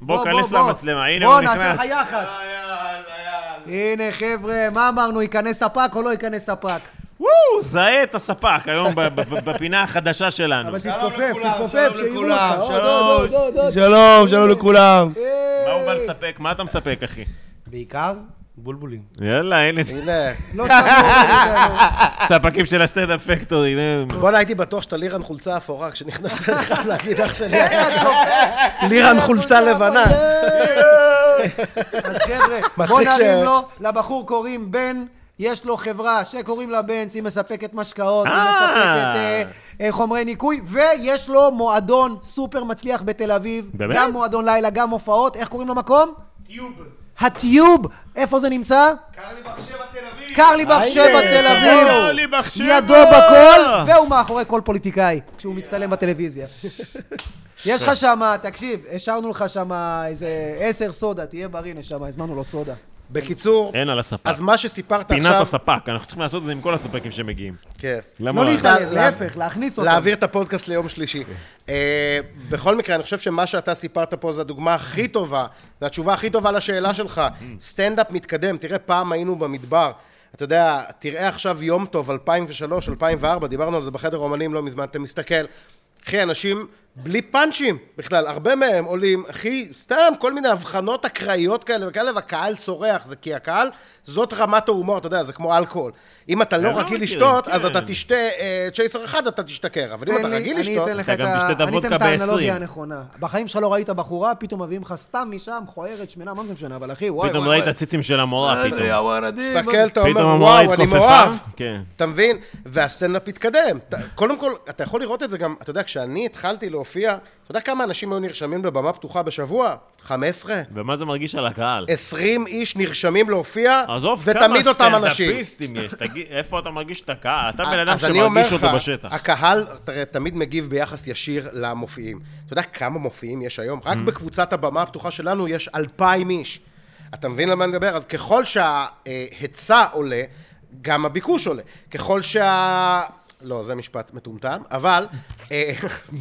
B: בוא,
A: בוא,
B: כנס
A: בוא, בוא.
B: למצלמה, הנה
A: בוא,
B: הוא
A: נעשה
B: נכנס.
A: לך יח"צ. הנה, חבר'ה, מה אמרנו, ייכנס ספק או לא ייכנס ספק?
B: וואו, זהה את הספק היום ב- ב- ב- בפינה החדשה שלנו.
A: אבל תתכופף, תתכופף, שיראו אותך. עוד, עוד, עוד, עוד, אה, עוד.
F: שלום, שלום לכולם.
B: מה הוא בא לספק? מה אתה מספק, אחי?
C: בעיקר בולבולים.
B: יאללה, הנה,
C: הנה.
A: לא שמנו אותנו.
B: ספקים של הסטנדאפ פקטורי. הנה.
C: בואנה, הייתי בטוח שאתה לירן חולצה אפורה כשנכנסת לך להגיד אח שלי. לירן חולצה לבנה.
A: אז חבר'ה, בוא
C: מצחיק ש-
A: נרים לו, לבחור קוראים בן, יש לו חברה שקוראים לה בנץ, היא מספקת משקאות, היא
B: אה.
A: מספקת אה, אה, חומרי ניקוי, ויש לו מועדון סופר מצליח בתל אביב.
B: באמת?
A: גם מועדון לילה, גם הופעות, איך קוראים למקום? טיוב. הטיוב, איפה זה נמצא? קר לי
C: היי,
A: בחשבע תל אביב.
B: קר לי בחשבע.
A: ידו בכל, והוא מאחורי כל פוליטיקאי, כשהוא מצטלם בטלוויזיה. יש לך שמה, תקשיב, השארנו לך שמה איזה עשר סודה, תהיה בריא נשמה, הזמנו לו סודה.
C: בקיצור,
B: אין על הספק.
C: אז מה שסיפרת עכשיו...
B: פינת הספק, אנחנו צריכים לעשות את זה עם כל הספקים שמגיעים.
C: כן.
B: למה?
A: לא
B: לא?
A: להתעלם,
C: לה-
A: להפך, להכניס אותו.
C: להעביר את הפודקאסט ליום שלישי.
B: כן.
C: אה, בכל מקרה, אני חושב שמה שאתה סיפרת פה זו הדוגמה הכי טובה, זו התשובה הכי טובה לשאלה שלך. סטנדאפ מתקדם, תראה, פעם היינו במדבר. אתה יודע, תראה עכשיו יום טוב, 2003, 2004, דיברנו על זה בחדר אומנים לא מזמן, אתה מסתכל. אחי, אנשים בלי פאנצ'ים בכלל, הרבה מהם עולים, אחי, סתם כל מיני הבחנות אקראיות כאלה וכאלה, והקהל צורח, זה כי הקהל, זאת רמת ההומור, אתה יודע, זה כמו אלכוהול. אם אתה לא
B: אני לא
C: רגיל
B: מכיר,
C: לשתות, אז
B: כן.
C: אתה תשתה... שתי אה, צ'ייסר אחד אתה תשתכר, אבל אם
A: תן
C: אתה
A: לי,
C: רגיל
A: אני
C: לשתות...
A: אתן לך
B: אתה
A: את
B: גם
A: ה-
B: תשתה את
A: אני אתן
B: הוודקה
A: את
B: ב-
A: האנלוגיה
B: 20.
A: הנכונה. בחיים שלך לא ראית בחורה, פתאום מביאים לך סתם אישה מכוערת, שמנה, מה זה משנה, אבל אחי, וואי
B: פתאום
A: וואי
B: ראית
A: וואי.
B: ציצים של המורה,
C: אה,
B: פתאום.
C: תסתכל, אתה אומר,
B: פתאום המורה
C: וואו, אני
B: התכופפה?"
C: מאוהב.
B: כן.
C: אתה מבין? והסטנדאפ התקדם. אתה- קודם כל, אתה יכול לראות את זה גם, אתה יודע, כשאני התחלתי להופיע, אתה יודע כמה אנשים היו נרשמים בבמה פתוחה בשבוע? 15?
B: ומה זה מרגיש על הקהל?
C: 20 איש נרשמים להופיע,
B: עזוב, כמה
C: ותמיד אה, אותם אנשים. אה,
B: סטנדאפיסטים יש, תגיד, איפה אתה מרגיש את הקהל? אתה בן אדם
C: אז אני אומר
B: שמרגיש
C: לך,
B: אותו בשטח.
C: הקהל, תראה, תמיד מגיב ביחס ישיר למופיעים. אתה יודע כמה מופיעים יש היום?
B: Mm.
C: רק בקבוצת הבמה הפתוחה שלנו יש אלפיים איש. אתה מבין על מה אני מדבר? אז ככל שההיצע עולה, גם הביקוש עולה. ככל שה... לא, זה משפט מטומטם, אבל... אה,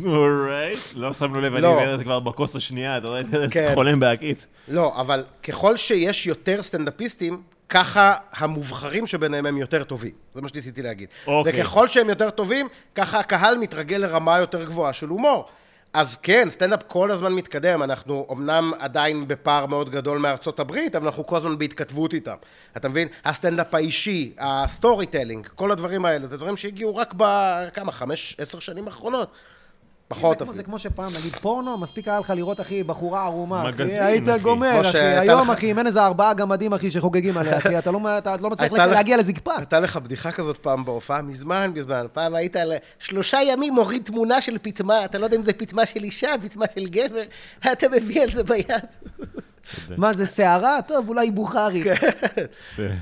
B: אורייט, לא שמנו לב, אני
C: לא.
B: אומר את זה כבר בכוס השנייה, אתה רואה את זה
C: כן.
B: חולם בהקיץ.
C: לא, אבל ככל שיש יותר סטנדאפיסטים, ככה המובחרים שביניהם הם יותר טובים. זה מה שניסיתי להגיד.
B: אוקיי.
C: וככל שהם יותר טובים, ככה הקהל מתרגל לרמה יותר גבוהה של הומור. אז כן, סטנדאפ כל הזמן מתקדם, אנחנו אמנם עדיין בפער מאוד גדול מארצות הברית, אבל אנחנו כל הזמן בהתכתבות איתם. אתה מבין? הסטנדאפ האישי, הסטורי טלינג, כל הדברים האלה, זה דברים שהגיעו רק בכמה, חמש, עשר שנים האחרונות.
A: זה
C: פחות
A: כמו-
C: אפילו.
A: זה כמו שפעם, נגיד פורנו, מספיק היה לך לראות, אחי, בחורה ערומה. אחי,
B: מגזין,
A: היית
B: אחי.
A: גומר,
C: כמו
A: אחי.
C: שהייתה
A: היום,
C: לך-
A: אחי, אם אין איזה ארבעה גמדים, אחי, שחוגגים עליה, אחי, אתה לא- אתה לא מצליח
C: הייתה לך-
A: להגיע לזקפה.
C: הייתה לך בדיחה כזאת פעם בהופעה, מזמן, מזמן. פעם היית על שלושה ימים מוריד תמונה של פיטמה, אתה לא יודע אם זה פיטמה של אישה, פיטמה של גבר, אתה מביא על זה ביד.
B: כן.
A: מה זה, שערה? טוב, אולי בוכרי.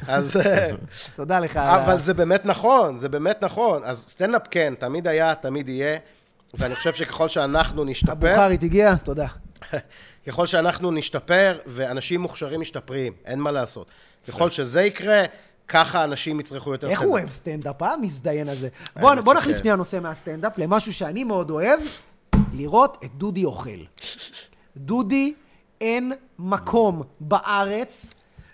C: אז... אה,
A: תודה לך. על ה-
C: כן. אבל זה באמת נכון, זה באמת נכון. אז סטנדאפ כן, תמיד היה, תמיד יהיה, ואני חושב שככל שאנחנו נשתפר,
A: בוכרית הגיעה? תודה.
C: ככל שאנחנו נשתפר, ואנשים מוכשרים משתפרים, אין מה לעשות. ככל שזה יקרה, ככה אנשים יצרכו יותר
A: איך
C: סטנדאפ.
A: הוא אוהב סטנדאפ, אה? מזדיין הזה. בוא בוא נחליף
C: כן.
A: שנייה נושא מהסטנדאפ למשהו שאני מאוד אוהב, לראות את דודי אוכל. דודי, אין מקום בארץ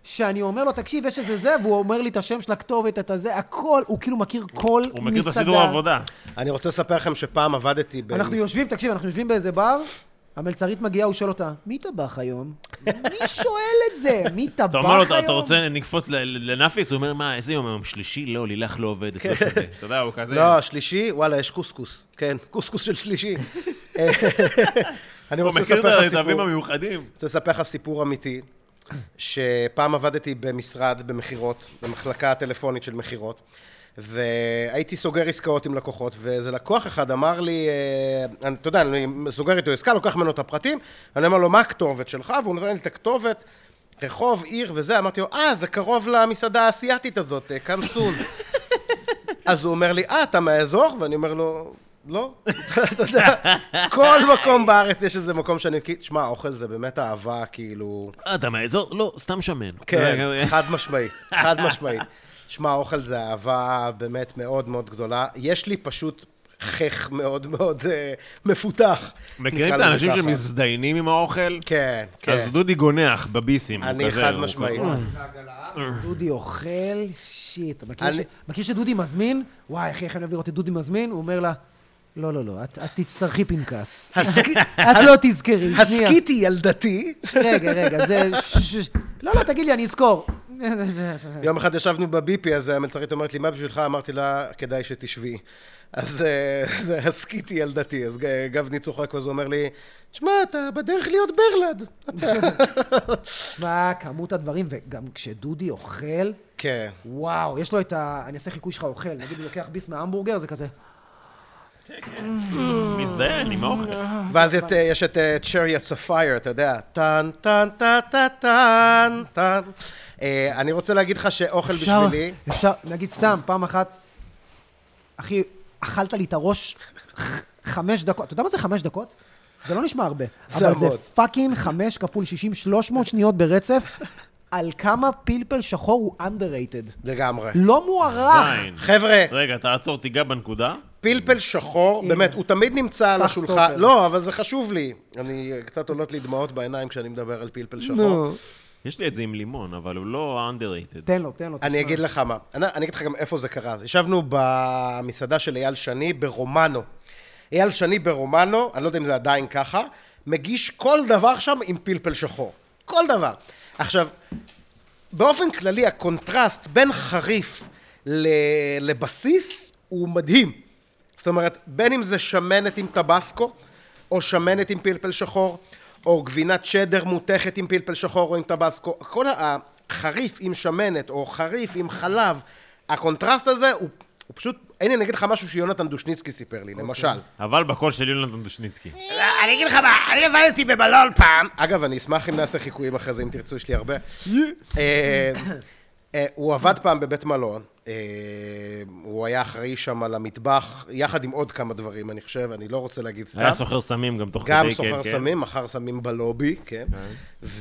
A: שאני אומר לו, תקשיב, יש איזה זה, והוא אומר לי את השם של הכתובת, את הזה, הכל, הוא כאילו מכיר כל מסעדה.
B: הוא מכיר את הסידור העבודה.
C: אני רוצה לספר לכם שפעם עבדתי במסעדה.
A: אנחנו יושבים, תקשיב, אנחנו יושבים באיזה בר, המלצרית מגיעה, הוא שואל אותה, מי טבח היום? מי שואל את זה? מי טבח היום?
B: אתה אומר לו, "אתה- אתה רוצה, נקפוץ ל- ל- לנאפיס? הוא אומר, מה, איזה יום היום? שלישי? לא, לילך לא עובדת, לא שווה. אתה יודע, הוא כזה...
C: כן. לא, שלישי, וואלה, יש קוסקוס. כן, קוסקוס של שלישי. אה, אני
B: הוא
C: רוצה
B: מכיר
C: לספר לך
B: את
C: סיפור.
B: הרטבים המיוחדים.
C: רוצה לספר לך סיפור אמיתי, שפעם עבדתי במשרד במכירות, במחלקה הטלפונית של מכירות, והייתי סוגר עסקאות עם לקוחות, ואיזה לקוח אחד אמר לי, אה, אני- אתה יודע, אני סוגר איתו עסקה, לוקח ממנו את הפרטים, אני אומר לו, מה הכתובת שלך? והוא נותן לי את הכתובת. רחוב, עיר וזה, אמרתי לו, אה, זה קרוב למסעדה האסייתית הזאת, אה, קמסון. אז הוא אומר לי, אה, אתה מהאזור? ואני אומר לו, לא. אתה יודע, כל מקום בארץ יש איזה מקום שאני... כי- שמע, אוכל זה באמת אהבה, כאילו...
F: אה, אתה מהאזור? לא, סתם שמן.
C: כן, חד משמעית, חד משמעית. שמע, אוכל זה אהבה באמת מאוד מאוד גדולה. יש לי פשוט חך מאוד מאוד אה, מפותח.
B: מכירים
C: נקרא
B: את
C: לזה
B: האנשים
C: ככה.
B: שמזדיינים עם האוכל?
C: כן,
B: אז
C: כן.
B: דודי גונח בביסים. הוא
C: אני
B: כזה,
C: חד
B: הוא
C: משמעית.
B: כזה,
A: דודי אוכל, שיט. אתה מכיר
C: אני-
A: ש- מכיר שדודי מזמין? וואי, אחי, איך אני אוהב לראות את דודי מזמין? הוא אומר לה, לא, לא, לא, את את תצטרכי פנקס. את לא תזכרי, שנייה.
C: הסקיתי ילדתי.
A: רגע, רגע, זה... ש- ש- לא, לא, תגיד לי, אני אזכור.
C: יום אחד ישבנו בביפי, אז המלצרית אומרת לי, מה בשבילך? אמרתי לה, כדאי שתשבי. אז אה, זה הסקיתי ילדתי. אז ג- גבני צוחק, אז הוא אומר לי, שמע, אתה בדרך להיות ברלד.
A: שמע, כמות הדברים, וגם כשדודי אוכל,
C: כן.
A: וואו, יש לו את ה... אני אעשה חיקוי שלך אוכל. נגיד, הוא לוקח ביס מההמבורגר, זה כזה...
B: מזדיין עם האוכל.
C: ואז את, אה, יש את צ'רי ספייר, אתה יודע, טן, טן, טן, טן, טן, טן. אה, אני רוצה להגיד לך שאוכל
A: אפשר,
C: בשבילי...
A: אפשר, נגיד סתם, פעם אחת, אחי, אכלת לי את הראש ח- חמש דקות. אתה יודע מה זה חמש דקות? זה לא נשמע הרבה.
C: זה
A: אבל זה
C: המון.
A: פאקינג חמש כפול שישים, שלוש מאות שניות ברצף, על כמה פלפל שחור הוא underrated.
C: לגמרי.
A: לא מוערך.
B: זין.
C: חבר'ה,
B: רגע, תעצור, תיגע בנקודה.
C: פלפל שחור, באמת, הוא תמיד נמצא על
A: פתח
C: השולחן.
A: סטופר.
C: לא, אבל זה חשוב לי. אני, קצת עולות לי דמעות בעיניים כשאני מדבר על פלפל שחור.
B: יש לי את זה עם לימון, אבל הוא לא underrated.
A: תן לו, תן לו.
C: אני
A: תשמע.
C: אגיד לך מה. אני אני אגיד לך גם איפה זה קרה. ישבנו במסעדה של אייל שני ברומנו. אייל שני ברומנו, אני לא יודע אם זה עדיין ככה, מגיש כל דבר שם עם פלפל שחור. כל דבר. עכשיו, באופן כללי, הקונטרסט בין חריף ל... לבסיס הוא מדהים. זאת אומרת, בין אם זה שמנת עם טבסקו, או שמנת עם פלפל שחור, או גבינת שדר מותכת עם פלפל שחור או עם טבסקו, כל ה- החריף עם שמנת, או חריף עם חלב, הקונטרסט הזה הוא, הוא פשוט... הנה, אני אגיד לך משהו שיונתן דושניצקי סיפר לי, למשל.
B: אבל בקול של יונתן דושניצקי.
C: אני אגיד לך מה, אני עבדתי במלון פעם. אגב, אני אשמח אם נעשה חיקויים אחרי זה, אם תרצו, יש לי הרבה. אה, אה, הוא עבד פעם בבית מלון, אה, הוא היה אחראי שם על המטבח, יחד עם עוד כמה דברים, אני חושב, אני לא רוצה להגיד סתם.
B: היה סוחר סמים גם תוך כדי,
C: גם
B: כן,
C: סוחר
B: כן.
C: סמים, מכר סמים בלובי, כן.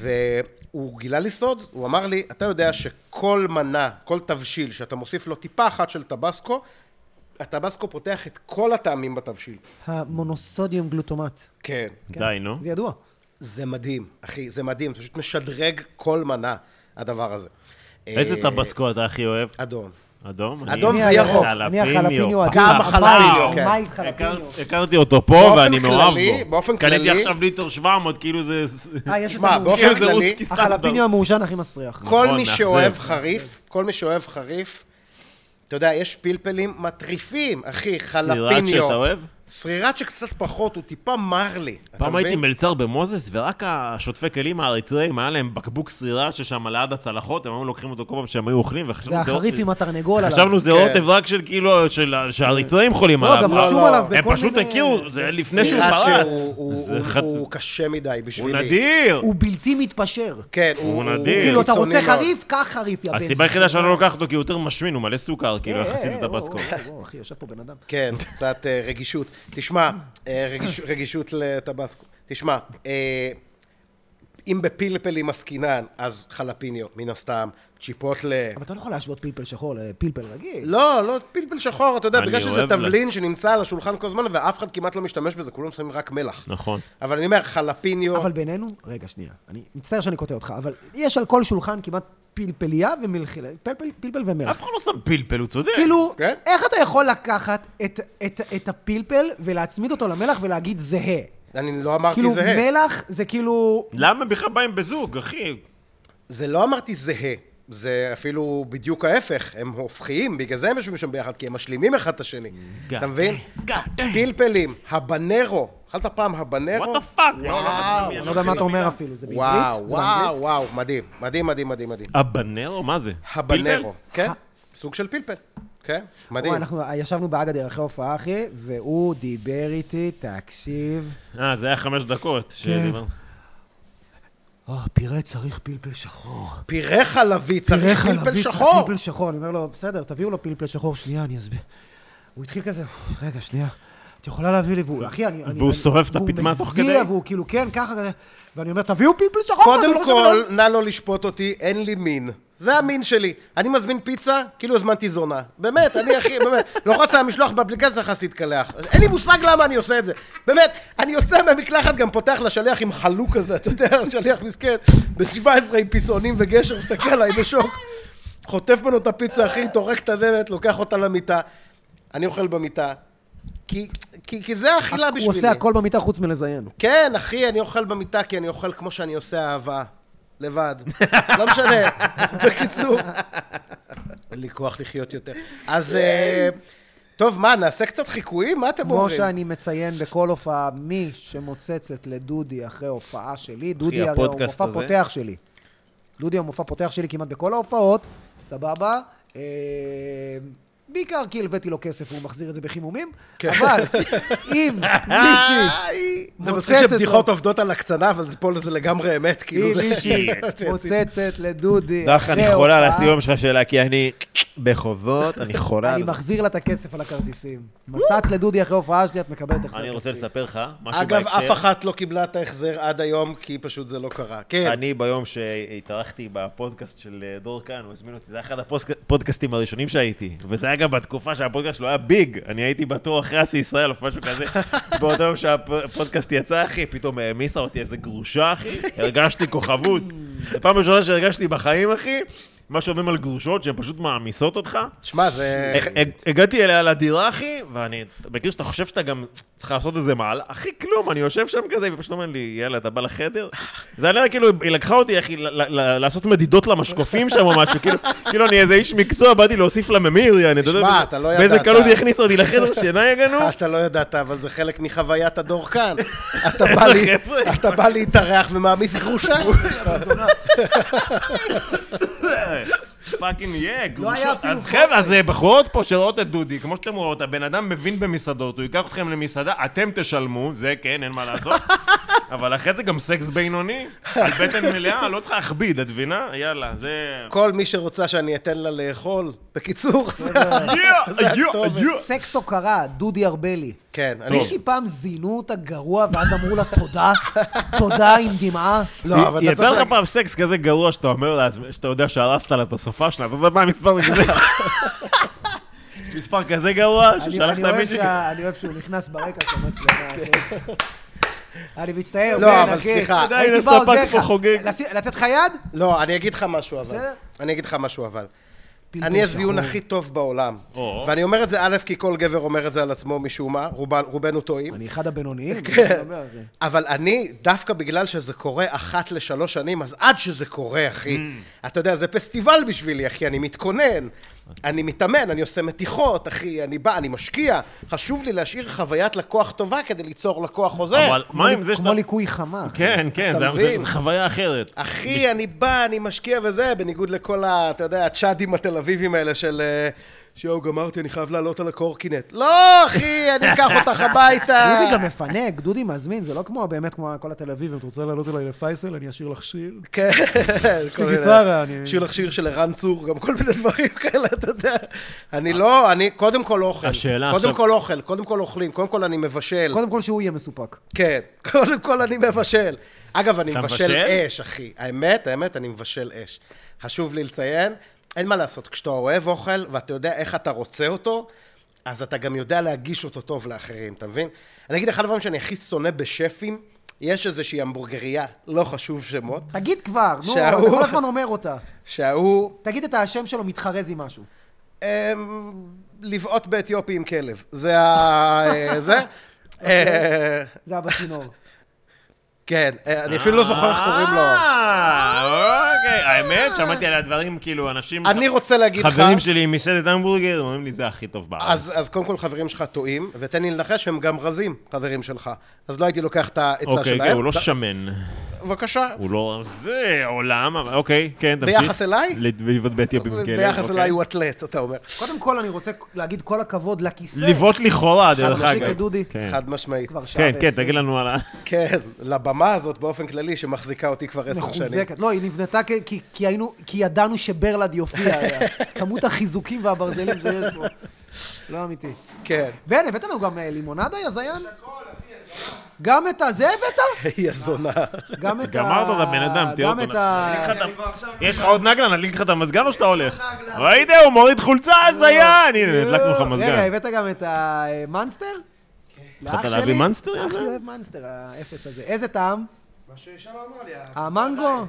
C: והוא גילה לי סוד, הוא אמר לי, אתה יודע שכל מנה, כל תבשיל שאתה מוסיף לו טיפה אחת של טבסקו, הטבסקו פותח את כל הטעמים בתבשיל.
A: המונוסודיום גלוטומט.
C: כן.
B: די, נו.
A: זה ידוע.
C: זה מדהים, אחי, זה מדהים, זה פשוט משדרג כל מנה, הדבר הזה.
B: איזה
C: אה,
B: טבסקו אתה הכי אוהב?
C: אדום.
B: אדום?
C: אדום
B: אני-
C: וירוק.
A: אני החלפיניו
B: חלפיניו.
A: אדום.
C: גם
A: וואו,
C: החלפיניו, כן.
A: מה עם
B: הכר-
A: חלפיניו?
B: הכרתי אותו פה,
C: באופן
B: ואני מאוהב
C: כללי-
B: בו.
C: באופן כללי-
B: קניתי עכשיו ליטר 700, כאילו זה...
A: אה, יש את
C: שמע,
A: המעושן.
C: באופן
B: איזה
C: כללי,
B: רוסקי סטנדרט.
A: החלפיניו המעושן הכי מסריח.
C: כל
B: נכון,
C: מי
B: מאכזב.
C: שאוהב חריף, כל מי שאוהב חריף, אתה יודע, יש פלפלים מטריפים, אחי, חלפיניו.
B: סירת שאתה אוהב?
C: סרירת שקצת פחות, הוא טיפה מר לי. אתה
B: פעם
C: מבין?
B: הייתי מלצר במוזס, ורק השוטפי כלים האריתראים, היה להם בקבוק סירה ששם ליד הצלחות, הם היו לוקחים אותו כל פעם שהם היו
A: זה
B: אוכלים,
A: לא
B: וחשבנו
A: החריף עם התרנגול עליו.
B: חשבנו זה
C: כן.
B: עוטב רק של כאילו, של- שהאריתראים חולים
A: לא,
B: עליו.
A: גם
B: אבל-
A: רשום עליו בכל
B: הם פשוט
A: מיני-
B: הכירו, זה היה לפני שהוא
C: סרירת
B: פרץ.
C: שהוא- הוא-
B: זה
C: הוא-
B: חת-
C: הוא קשה מדי בשבילי.
B: הוא נדיר.
A: הוא בלתי מתפשר.
C: כן,
B: הוא נדיר.
A: כאילו, אתה
C: קיצוני
A: רוצה
C: מאוד.
A: חריף? קח חריף, יא בן.
B: הסיבה היחידה שאני לא לוקח אותו, כי הוא יותר משמין, הוא מלא סוכר, כאילו,
A: אה,
B: יחסית לטבסקו.
A: אחי, יושב פה בן אדם.
C: כן, קצת אה, רגישות. תשמע, אה, רגיש- רגישות לטבסקו. תשמע, אה, אם בפלפלים עסקינן, אז חלפיניו, מן הסתם, צ'יפוטלה.
A: אבל אתה לא יכול להשוות פלפל שחור לפלפל רגיל.
C: לא, לא, פלפל שחור, אתה יודע,
B: אני
C: בגלל שזה
B: אוהב
C: תבלין שנמצא על השולחן כל הזמן, ואף אחד כמעט לא משתמש בזה, כולם שמים רק מלח.
B: נכון.
C: אבל אני אומר, חלפיניו...
A: אבל בינינו, רגע, שנייה, אני מצטער שאני קוטע אותך, אבל יש על כל שולחן כמעט פלפליה ומלחילה, פלפל, פלפל
B: אף
A: ומלח.
B: אחד לא שם פלפל, הוא צודק.
A: אה. כאילו,
C: כן.
A: איך אתה יכול לקחת את, את, את הפלפל ולהצמיד אותו למלח ולהגיד זהה?
C: אני לא אמרתי
A: כאילו,
C: זהה.
A: מלח זה כאילו...
B: למה בכלל באים בזוג, אחי?
C: זה לא אמרתי זהה. זה אפילו בדיוק ההפך, הם הופכיים, בגלל זה הם יושבים שם ביחד, כי הם משלימים אחד את השני.
B: God
C: אתה מבין? פלפלים, הבנרו. אכלת פעם הבנרו?
B: וואט דה פאק?
A: אני לא יודע מה אתה אומר אפילו, זה בעברית?
C: וואו,
A: זה באנגלית?
C: וואו, וואו, מדהים, מדהים, מדהים, מדהים, מדהים.
B: הבנרו? מה זה?
C: הבנרו,
B: פלפל?
C: כן? סוג של פלפל, כן? מדהים.
A: וואי, אנחנו ישבנו באגדיר אחרי הופעה, אחי, והוא דיבר איתי, תקשיב.
B: אה, זה היה חמש דקות. שדיברנו.
I: אה, פירה צריך פלפל שחור.
C: פירה חלבי,
I: פירה
C: צריך
I: חלבי
C: פלפל
I: צריך
C: שחור.
I: פלפל שחור. אני אומר לו, בסדר, תביאו לו פלפל שחור, שנייה, אני אסביר. הוא התחיל כזה, רגע, שנייה. את יכולה להביא לי, והוא, אחי, אני... אני-
J: והוא
I: אני-
J: סובב את הפטמה תוך
I: והוא
J: כדי?
I: מזיע, והוא כאילו, כן, ככה, כזה. ואני אומר, תביאו פלפל שחור. אבל
C: קודם
I: לא משנה,
C: כל, נא לא לשפוט אותי, אין לי מין. זה המין שלי. אני מזמין פיצה, כאילו הזמנתי זונה. באמת, אני הכי, באמת. לוחץ על המשלוח באפליקציה, נכנס להתקלח. אין לי מושג למה אני עושה את זה. באמת, אני יוצא מהמקלחת, גם פותח לשליח עם חלוק כזה, אתה יודע, שליח מסכן, ב-17 עם פיצעונים וגשר, מסתכל עליי בשוק. חוטף ממנו את הפיצה, אחי, טורק את הדלת, לוקח אותה למיטה. אני אוכל במיטה. כי, כי, כי זה האכילה בשבילי.
A: הוא עושה הכל במיטה חוץ מלזיין.
C: כן, אחי, אני אוכל במיטה כי אני אוכל כמו שאני עושה אהבה. לבד. לא משנה. בקיצור. אין לי כוח לחיות יותר. אז... אה, טוב, מה, נעשה קצת חיקויים? מה אתם
A: כמו
C: אומרים?
A: שאני מציין בכל הופעה, מי שמוצצת לדודי אחרי הופעה שלי, דודי
B: אחי,
A: הרי הוא
B: הפודקאסט
A: מופע
B: הזה.
A: פותח שלי. דודי הוא מופע פותח שלי כמעט בכל ההופעות, סבבה. אה, בעיקר כי הלוויתי לו כסף והוא מחזיר את זה בחימומים,
B: כן.
A: אבל אם מישהי
C: זה מצחיק
A: מוצצת לו,
C: שבדיחות עובדות על הקצנה, אבל זה פה זה לגמרי אמת, כאילו
A: אם
C: זה...
A: מישהי
C: יציב.
A: מוצצת לדודי
B: דרך, אני
A: אחרי
B: חולה על
A: הופעה,
B: הסיום שלך שאלה, כי אני בחובות, אני חולה
A: אני
B: על זה.
A: מחזיר לה את הכסף על הכרטיסים. מצץ לדודי אחרי הופעה שלי, את מקבלת החזר
B: אני רוצה
A: כספי.
B: לספר לך משהו
C: אגב, אף
B: בהקשר.
C: אחת לא קיבלה את ההחזר עד היום, כי פשוט זה לא קרה. כן.
B: אני ביום שהתארחתי בפודקאסט של אה, דור כאן, הוא הזמין אותי, זה היה אחד הפודקאסטים הראשונים שהייתי, וזה היה גם בתקופה שהפודקאסט שלו היה ביג, אני הייתי בתור אחרי אסי ישראל או משהו כזה, באותו יום שהפודקאסט יצא, אחי, פתאום העמיסה אותי איזה גרושה, אחי, הרגשתי כוכבות. זו פעם ראשונה שהרגשתי בחיים, אחי, מה שאומרים על גרושות, שהן פשוט מעמיסות אותך.
C: שמע, זה...
B: הג- אה, הגעתי אליה לדירה, אחי, ואני אתה מכיר שאתה חושב שאתה גם צריך לעשות איזה מהלך, אחי, כלום, אני יושב שם כזה, והיא פשוט אומרת לי, יאללה, אתה בא לחדר? זה היה נראה כאילו, היא לקחה אותי, אחי, ל- ל- ל- לעשות מדידות למשקופים שם או משהו, כאילו, כאילו, אני איזה איש מקצוע, באתי להוסיף לה ממיר, יעני, אתה יודע,
C: שמע,
B: באיזה-
C: אתה לא
B: באיזה
C: ידעת.
B: קלות היא הכניסה אותי לחדר שינה יגנו?
C: אתה לא ידעת, אבל זה חלק מחוויית הדור כאן. אתה בא לי- אתה בא להתארח ומעמיס גרושה.
J: פאקינג
C: לא
J: יא,
A: היה אפילו
J: אז חבר'ה, אז אה, בחורות פה שרואות את דודי, כמו שאתם רואות, הבן אדם מבין במסעדות, הוא ייקח אתכם למסעדה, אתם תשלמו, זה כן, אין מה לעשות. אבל אחרי זה גם סקס בינוני, על בטן מלאה, לא צריך להכביד, את מבינה? יאללה, זה...
C: כל מי שרוצה שאני אתן לה לאכול, בקיצור, זה...
J: יא, יא,
C: הכתובת.
J: יא.
A: סקס הוקרה, דודי ארבלי.
C: כן, אני...
A: מישהי פעם זינו אותה גרוע, ואז אמרו לה תודה, תודה עם דמעה.
C: לא, אבל אתה
J: יצא
C: צריך...
J: לך פעם סקס כזה גרוע שאתה אומר לעצמך, שאתה יודע שהרסת לה את הסופה שלה, אתה יודע מה המספר כזה? מספר כזה גרוע,
A: אני
J: ששלחת
A: אני אוהב
J: מישהו...
A: שה- אני אוהב שהוא נכנס ברקע של המצלמה, אחי. אני מצטער,
C: לא,
A: בן,
C: אבל
A: אחי.
C: סליחה.
A: הייתי
J: די,
A: בא
J: לספק
A: עוזר
J: פה
A: לך.
J: חוגג.
A: לשים- לתת לך יד?
C: לא, אני אגיד לך משהו אבל.
A: בסדר.
C: אני אגיד לך משהו אבל. אני הזיון הכי טוב בעולם.
J: או.
C: ואני אומר את זה א', כי כל גבר אומר את זה על עצמו משום מה, רובן- רובנו טועים.
A: אני אחד הבינוניים. אני אומר, זה-
C: אבל אני, דווקא בגלל שזה קורה אחת לשלוש שנים, אז עד שזה קורה, אחי,
J: Mm.
C: אתה יודע, זה פסטיבל בשבילי, אחי, אני מתכונן, אני מתאמן, אני עושה מתיחות, אחי, אני בא, אני משקיע. חשוב לי להשאיר חוויית לקוח טובה כדי ליצור לקוח חוזר.
J: אבל מה עם זה שאתה...
A: כמו ליקוי חמה. אחי.
J: כן, כן, זה-
C: מבין?
J: זה- זה חוויה אחרת.
C: אחי, אני בא, אני משקיע וזה, בניגוד לכל ה... אתה יודע, הצ'אדים התל אביבים האלה של... אה, שיואו, גמרתי, אני חייב לעלות על הקורקינט. לא, אחי, אני אקח אותך הביתה.
A: דודי גם מפנק, דודי מזמין, זה לא כמו, באמת כמו כל התל אביבים. אתה רוצה לעלות אליי לפייסל? אני אשאיר לך שיר.
C: כן, כל מיני-
A: גיטרה, אני-
C: שיר לך שיר של ערן צור, גם כל מיני דברים כאלה, אתה יודע. אני לא, אני קודם כל אוכל.
J: השאלה
C: קודם
J: עכשיו-
C: כל אוכל, קודם כל אוכלים, קודם כל אני מבשל.
A: קודם כל שהוא יהיה מסופק.
C: כן, קודם כל אני מבשל. אגב, אני
J: אתה
C: מבשל
J: מבשל?
C: אש, אחי. האמת, האמת, אני מבשל אש. חשוב לי לציין, אין מה לעשות, כשאתה אוהב אוכל ואתה יודע איך אתה רוצה אותו, אז אתה גם יודע להגיש אותו טוב לאחרים, אתה מבין? אני אגיד, אחד הדברים שאני הכי שונא בשפים, יש איזושהי המבורגריה, לא חשוב שמות,
A: תגיד כבר, נו, אתה
C: שההוא-
A: כל הזמן אומר אותה.
C: שההוא
A: תגיד את השם שלו מתחרז עם משהו.
C: אמ, לבעוט באתיופי עם כלב. זה ה... אה, זה?
J: אוקיי.
C: אה,
A: זה אבא צינור.
C: כן, אה, אני אפילו לא זוכר איך קוראים לו.
J: אה, אוקיי, האמת, שמעתי על הדברים, כאילו, אנשים...
C: אני רוצה להגיד לך...
J: חברים שלי עם מסעדת המבורגר, אומרים לי, זה הכי טוב בארץ.
C: אז, אז קודם כל חברים שלך טועים, ותן לי לנחש שהם גם רזים, חברים שלך. אז לא הייתי לוקח את העצה
J: אוקיי,
C: שלהם.
J: כן, הוא לא
C: ד-
J: שמן.
C: בבקשה.
B: הוא לא... זה עולם, אבל אוקיי, כן, תמשיך.
C: ביחס אליי?
B: לבעיטת באתיופים כאלה. אוקיי.
C: ביחס
J: אוקיי.
C: אליי הוא אתלט, אתה אומר.
A: קודם כל, אני רוצה להגיד כל הכבוד לכיסא.
B: לבעוט לכאורה, דרך
A: חד-משמעית,
B: אגב.
A: דודי.
B: כן,
C: חד משמעית.
A: כבר שעה
B: כן, כן,
A: ועשרים.
B: תגיד לנו על ה...
C: כן, לבמה הזאת באופן כללי, שמחזיקה אותי כבר עשר שנים.
A: מחוזקת. לא, היא נבנתה כ- כי, כי, היינו, כי ידענו שברלד יופיע. כמות החיזוקים והברזלים שיש פה. לא אמיתי.
C: כן.
A: והנה, הבאת לנו גם אה, לימונדה, יא זיין? גם את הזה הבאת?
C: היא הזונה.
A: גם את ה...
B: גמרת את הבן אדם, תהיה
A: גם
B: אותו.
A: את ה...
B: יש לך עוד נגלה, נדליק לך את המזגן או שאתה הולך? ראית, הוא מוריד חולצה, זיין! הנה, הדלקנו לך
A: לא, רגע,
B: מזגן.
A: הבאת גם את המאנסטר?
B: התחלת להביא מאנסטר, יא
A: אח שלי
B: זין?
A: אוהב מאנסטר, האפס הזה. איזה טעם? המנגו?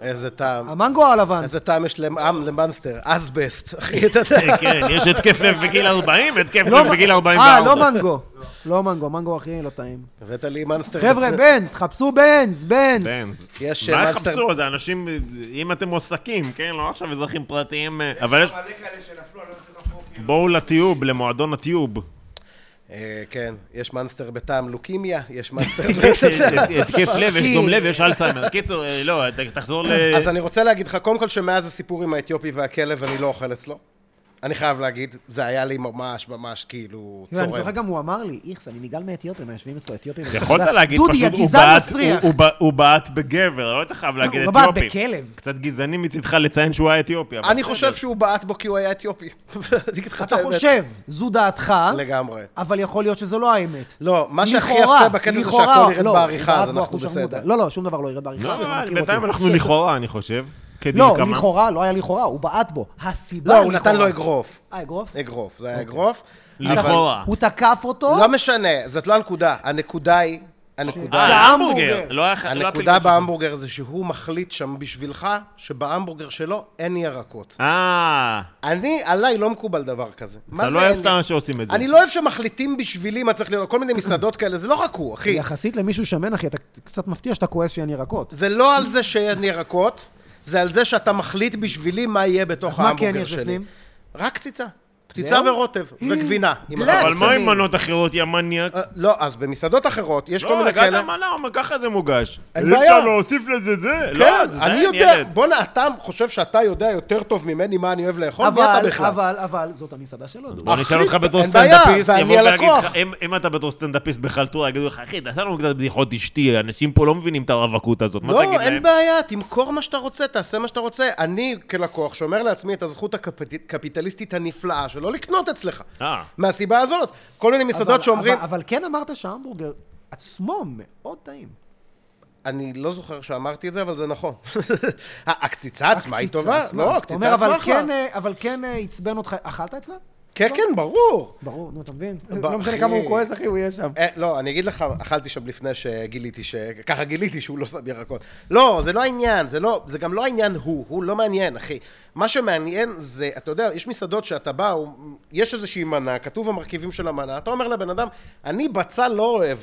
C: איזה טעם.
A: המנגו הלבן.
C: איזה טעם יש לעם למאנסטר? אסבסט, אחי, אתה יודע.
B: כן, יש התקף לב בגיל 40, התקף
A: לא
B: לב
A: מ-
B: כאילו בגיל 44.
A: אה, לא מנגו. לא מנגו, מנגו הכי לא טעים.
C: הבאת לי מאנסטר.
A: חבר'ה, בנז, תחפשו בנז, בנז.
B: בנז.
C: יש
B: כן. מה
C: מאנסטר-
B: יחפשו? זה אנשים, אם אתם מועסקים, כן? לא עכשיו אזרחים פרטיים, אה, אבל יש...
A: לא כאילו.
B: בואו לטיוב, למועדון הטיוב.
C: אה, כן, יש מאנסטר בטעם לוקימיה, יש מאנסטר...
A: כן,
B: אה, התקף לב, יש דום לב, יש אלצהיימר. קיצור, אה, לא, ת- תחזור ל...
C: אז אני רוצה להגיד לך, קודם כל שמאז הסיפור עם האתיופי והכלב, אני לא אוכל אצלו. אני חייב להגיד, זה היה לי ממש ממש כאילו
A: תראה, לא, אני
C: צורם.
A: זוכר גם הוא אמר לי, איכס, אני נגאל מאתיופיה, מה, יושבים אצלו אתיופים.
B: יכולת להגיד,
A: דודי,
B: פשוט הוא
A: הגזען
B: בעט-
A: מסריח.
B: הוא- הוא ב- הוא בעט בגבר, לא היית חייב להגיד
A: הוא בעט
B: אתיופי.
A: בכלב.
B: קצת גזעני מצידך לציין שהוא היה אתיופי. אבל
C: אני
B: בסדר.
C: חושב שהוא בעט בו כי הוא היה אתיופי. אני אגיד לך את
A: אתה
C: האמת.
A: חושב, אה? זו דעתך,
C: לגמרי.
A: אבל יכול להיות שזו לא האמת.
C: לא, מה שהכי
A: לכאורה,
C: יפה בקטע זה
A: לכאורה,
C: שהכל ירד
A: לא,
C: בעריכה,
A: בעט
C: אז
A: בו
C: אנחנו
A: אחוז
C: בסדר.
A: שרמוטה. לא, לא, שום דבר לא ירד בעריכה. אתה
B: לא,
A: מכיר
B: בינתיים
A: אותי.
B: אנחנו לכאורה, אני חושב. כדין
A: לא,
B: כמה.
A: לכאורה, לא היה לכאורה, הוא בעט בו. הסיבה
C: לא,
A: לכאורה. אוקיי.
C: הוא נתן לו אגרוף.
A: אה, אגרוף?
C: אגרוף, זה היה אגרוף.
B: לכאורה.
A: הוא תקף אותו,
C: לא משנה, זאת לא הנקודה. הנקודה היא, הנקודה
B: אה,
A: זה
B: ההמבורגר.
A: ההמבורגר.
B: לא היה- לא היה
C: הנקודה
B: פלפל.
C: בהמבורגר זה שהוא מחליט שם בשבילך שבהמבורגר שלו אין ירקות.
B: אה,
C: אני, עליי לא מקובל דבר כזה. מה
B: אתה
C: זה
B: לא אוהב
C: אין?
B: סתם שעושים את זה.
C: אני לא אוהב שמחליטים בשבילי מה צריך להיות, כל מיני מסעדות כאלה, זה לא רק הוא, אחי.
A: יחסית למישהו שמן, אחי, אתה קצת מפתיע שאתה כועס שאין ירקות.
C: זה לא על זה שאין ירקות, זה על זה שאתה מחליט בשבילי מה יהיה בתוך
A: אז מה
C: ההמבורגר
A: כן
C: שלי.
A: יש בפנים?
C: רק קציצה. קציצה ורוטב, וגבינה. עם
A: בלס.
B: אבל מה עם
A: עצבני.
B: מנות אחרות, יא מניאק?
C: אה, לא, אז במסעדות אחרות, יש כל
B: לא,
C: מיני
B: הגעת
C: כאלה.
B: מנה, אומר, ככה זה מוגש.
C: אין
B: אי
C: בעיה.
B: אפשר להוסיף לזה זה? לא,
C: כן,
B: זה
C: אני
B: דיין,
C: יודע,
B: ילד.
C: בואנה, אתה חושב שאתה יודע יותר טוב ממני מה אני אוהב לאכול? מי אתה
A: אבל,
C: בכלל? אה,
A: אבל, אבל, זאת המסעדה שלו. דודו.
B: בוא נשאל אותך
C: אחי,
B: בתור
C: אין בעיה,
B: סטנדאפיסט,
C: ואני
B: יבוא ויגיד
C: הלקוח.
B: לך, אם- אם אתה בתור סטנדאפיסט בחלטורה, יגידו לך, אחי, תעשה לנו קצת בדיחות אשתי, אנשים פה לא מבינים את הרווקות הזאת, מה תגיד
C: לא, אין
B: להם?
C: בעיה, תמכור מה שאתה רוצה, תעשה מה שאתה רוצה. אני, כלקוח, שומר לעצמי את הזכות הקפיטליסטית הנפלאה שלא לקנות אצלך.
B: אה.
C: מהסיבה הזאת. כל מיני מסעדות
A: אבל-
C: שאומרים...
A: אבל- אבל כן אמרת שההמבורגר עצמו מאוד טעים.
C: אני לא זוכר שאמרתי את זה, אבל זה נכון. הקציצה עצמה היא
A: הקציצה
C: טובה.
A: עצמה.
C: לא,
A: זאת אומרת,
C: הקציצה עצמה
A: אבל
C: אחלה.
A: כן, אה, אבל כן אה, עצבן אותך. אכלת אצלה? אה, לא?
C: כן, כן, ברור.
A: ברור, נו, אתה מבין?
C: ב-
A: לא משנה
C: אה, אחי.
A: כמה הוא כועס, אחי, הוא יהיה שם.
C: אה, לא, אני אגיד לך, אכלתי שם לפני שגיליתי ש... ככה גיליתי שהוא לא שם ירקות. לא, זה לא העניין, זה לא... זה גם לא העניין הוא, הוא לא מעניין, אחי. מה שמעניין זה, אתה יודע, יש מסעדות שאתה בא, הוא- יש איזושהי מנה, כתוב המרכיבים של המנה, אתה אומר לבן אדם, אני בצל לא אוהב,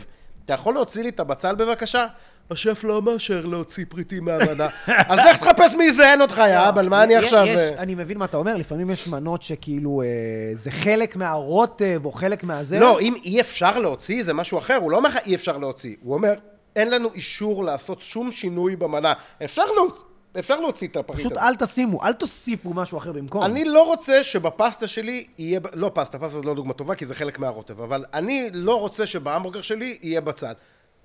C: אתה יכול להוציא לי את הבצל בבקשה? השף לא מאשר להוציא פריטים מהמנה. אז לך תחפש מי יזיין אותך, יא אבל מה אני
A: יש-
C: עכשיו...
A: לא, יש-
C: אה,
A: אני מבין מה אתה אומר, לפעמים יש מנות שכאילו אה, זה חלק מהרוטב או חלק מהזה.
C: לא, אם אי אפשר להוציא, זה משהו אחר, הוא לא אומר לך אי אפשר להוציא, הוא אומר, אין לנו אישור לעשות שום שינוי במנה. אפשר להוציא, אפשר להוציא את הפריט
A: פשוט
C: הזה.
A: אל תשימו, אל תוסיפו משהו אחר במקום.
C: אני לא רוצה שבפסטה שלי יהיה, ב- לא פסטה, פסטה זה לא דוגמה טובה כי זה חלק מהרוטב, אבל אני לא רוצה שבהמבורגר שלי יהיה בצד.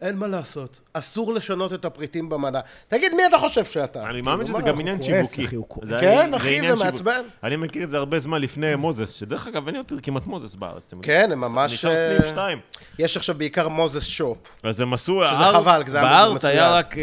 C: אין מה לעשות, אסור לשנות את הפריטים במנה. תגיד, מי אתה חושב שאתה?
B: אני
C: כאילו,
B: מאמין שזה
C: מה
B: גם
C: אנחנו-
B: עניין
A: כועס,
B: שיווקי.
A: אחי, הוא כועס.
C: כן, אחי,
B: עניין
C: זה
B: שיווק.
C: מעצבן.
B: אני מכיר את זה הרבה זמן לפני מוזס, שדרך אגב, אין יותר כמעט מוזס בארץ. אתם יודעים.
C: כן, הם ממש...
B: נשאר
C: אה,
B: סניף שתיים.
C: יש עכשיו בעיקר מוזס שופ.
B: אז הם עשו...
C: שזה
B: הארט-
C: חבל, כי זה היה
B: בארט
C: מצוין.
B: היה רק אה,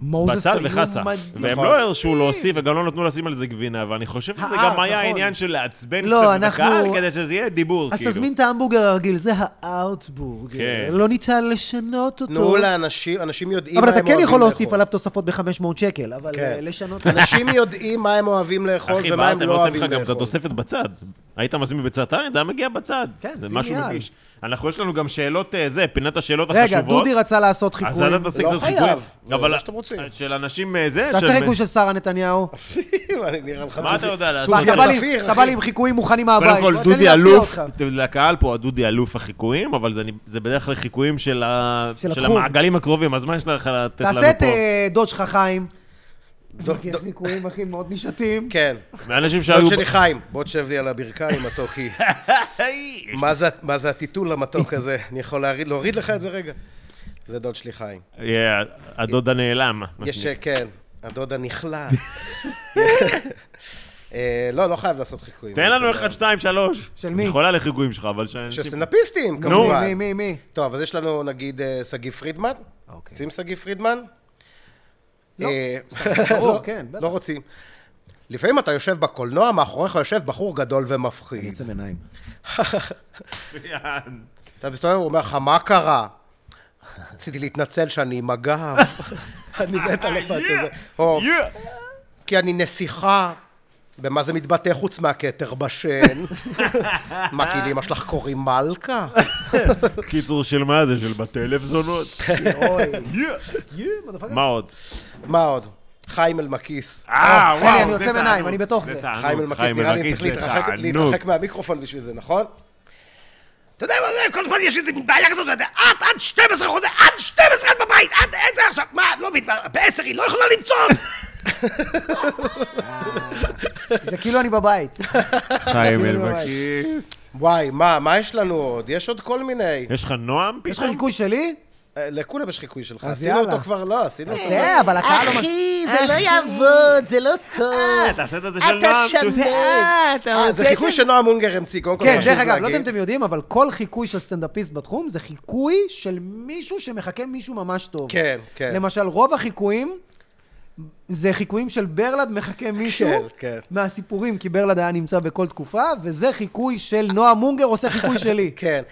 A: מוזס
B: בצל
A: היו
B: וחסה.
A: מדהים.
B: והם
C: נכון.
B: לא הרשו להוסיף, וגם לא נתנו לשים על זה גבינה, ואני חושב שזה
A: הארט,
B: גם היה
A: נכון.
B: עניין של לעצבן
A: לא,
B: קצת את
A: אנחנו-
B: הקהל, כדי שזה יהיה דיבור,
A: אז
B: כאילו.
A: תזמין את ההמבורגר הרגיל, זה הארטבורגר.
B: כן.
A: לא ניתן לשנות אותו.
C: תנו לאנשים, אנשים יודעים מה
A: אבל
C: הם
A: אתה
C: אוהבים
A: כן יכול להוסיף
C: לאכול.
A: עליו תוספות ב-500 שקל, אבל
C: כן.
A: אה, לשנות...
C: אנשים יודעים מה הם אוהבים לאכול
B: אחי,
C: ומה הם
B: בארט הם
C: לא
B: לא שמים
C: אוהבים
B: לך גם את
C: לאכול.
B: התוספת בצד. היית מזמין בביצה טרנט, זה היה מגיע בצד.
A: כן,
B: זה
A: שים
B: משהו
A: יד.
B: מביש. אנחנו, יש לנו גם שאלות, אה, זה, פינת השאלות
A: רגע,
B: החשובות.
A: דודי רצה לעשות
B: אז
A: חיקוי.
B: אתה תעשה
C: לא
B: קצת
C: חייב,
B: חיקוי.
C: זה מה שאתם רוצים.
B: של אנשים, אה, זה,
A: תעשה
B: של-
A: חיקוי של שרה נתניהו.
C: אני נראה לך...
B: מה אתה יודע
A: מה,
B: לעשות?
A: אתה בא לי-
C: צפיר,
A: אתה
C: אחי.
A: בא לי עם חיקויים מוכנים מהבית.
B: קודם כל,
A: בוא, תן לי
B: דודי
A: להפתיע
B: אלוף,
A: אותך.
B: אתם- לקהל פה, דודי אלוף החיקויים, אבל זה אני- זה בדרך כלל חיקויים של ה-
A: של
B: של
A: התחום.
B: המעגלים הקרובים, אז מה יש לך לתת לנו
A: תעשה את
B: פה?
A: אה, דוד שלך חיים.
C: דוד-
A: מכיר חיקויים, אחי, מאוד נישתיים.
C: כן.
B: מאנשים
C: דוד
B: שהיו...
C: שלי חיים, בוא תשב לי על הברכיים, מתוקי. מה זה- מה זה הטיטול המתוק הזה? אני יכול להריד- להוריד לך את זה רגע? זה דוד שלי חיים.
B: אה, הדוד הנעלם. מה
C: יש,
B: שנקרא.
C: כן, הדוד הנכלא. אה, לא, לא חייב לעשות חיקויים.
B: תן לנו 1, 2, 3.
A: של מי?
B: יכולה לחיקויים שלך, אבל ש...
C: של סטנדאפיסטים,
A: נו,
C: כן, כמובן.
A: מי, מי, מי?
C: טוב, אז יש לנו נגיד אה, שגיא פרידמן. רוצים שגיא פרידמן?
A: אוקיי. לא,
C: אה,
A: ברור,
C: לא,
A: כן, בטח.
C: לא רוצים. לפעמים אתה יושב בקולנוע, מאחוריך יושב בחור גדול ומפחיד.
A: עצם עיניים.
B: מצוין.
C: אתה מסתובב, הוא אומר לך, מה קרה? רציתי להתנצל שאני עם הגב. אני מת על הפאנץ' הזה. או,
B: Yeah.
C: כי אני נסיכה. במה זה מתבטא חוץ מהכתר בשן? מה, כי לאמא שלך קוראים מלכה?
B: קיצור של מה זה? של בטלפזונות? מה עוד?
C: מה עוד? חיים אלמקיס.
B: אה,
A: אלי, אני יוצא בעיניים,
B: תענוג,
A: אני בתוך זה.
B: תענוג.
C: חיים אלמקיס,
B: חיים
C: נראה לי אני
B: אלמקיס
C: צריך
B: זה
C: להתרחק-
B: תענוג.
C: להתרחק מהמיקרופון בשביל זה, נכון? אתה יודע מה, כל הזמן יש איזה בעיה כזאת, אתה יודע, עד, עד 12 חודש, עד 12 את בבית, עד 10 עכשיו, מה, לא מבין, מה, ב-10 היא לא יכולה למצוא!
A: זה כאילו אני בבית.
B: חיים
A: כאילו
B: אלמקיס.
C: וואי, מה, מה יש לנו עוד? יש עוד כל מיני.
B: יש לך נועם
A: יש לך
B: פתאום?
A: חיקוי שלי?
C: אה, לכולם יש חיקוי שלך,
A: אז
C: עשינו
A: יאללה.
C: אותו כבר, לא, עשינו אותו.
A: זה, אבל הקהל לא...
G: אחי, זה לא יעבוד, זה לא
B: אה,
G: טוב.
B: תעשה את זה של
G: אתה
B: נועם. שהוא עושה, אה, אתה
C: אה,
B: עושה
C: זה חיקוי שנועם אונגר המציא, קודם כל
A: כן,
C: חשוב
A: דרך אגב, לא יודע אם
C: להגיד.
A: אתם יודעים, אבל כל חיקוי של סטנדאפיסט בתחום זה חיקוי של מישהו שמחכה מישהו ממש טוב.
C: כן, כן.
A: למשל, רוב החיקויים זה חיקויים של ברלד מחכה מישהו
C: כן, כן.
A: מהסיפורים, כי ברלד היה נמצא בכל תקופה, וזה חיקוי של נועם מונגר עושה חיקוי שלי.
C: כן.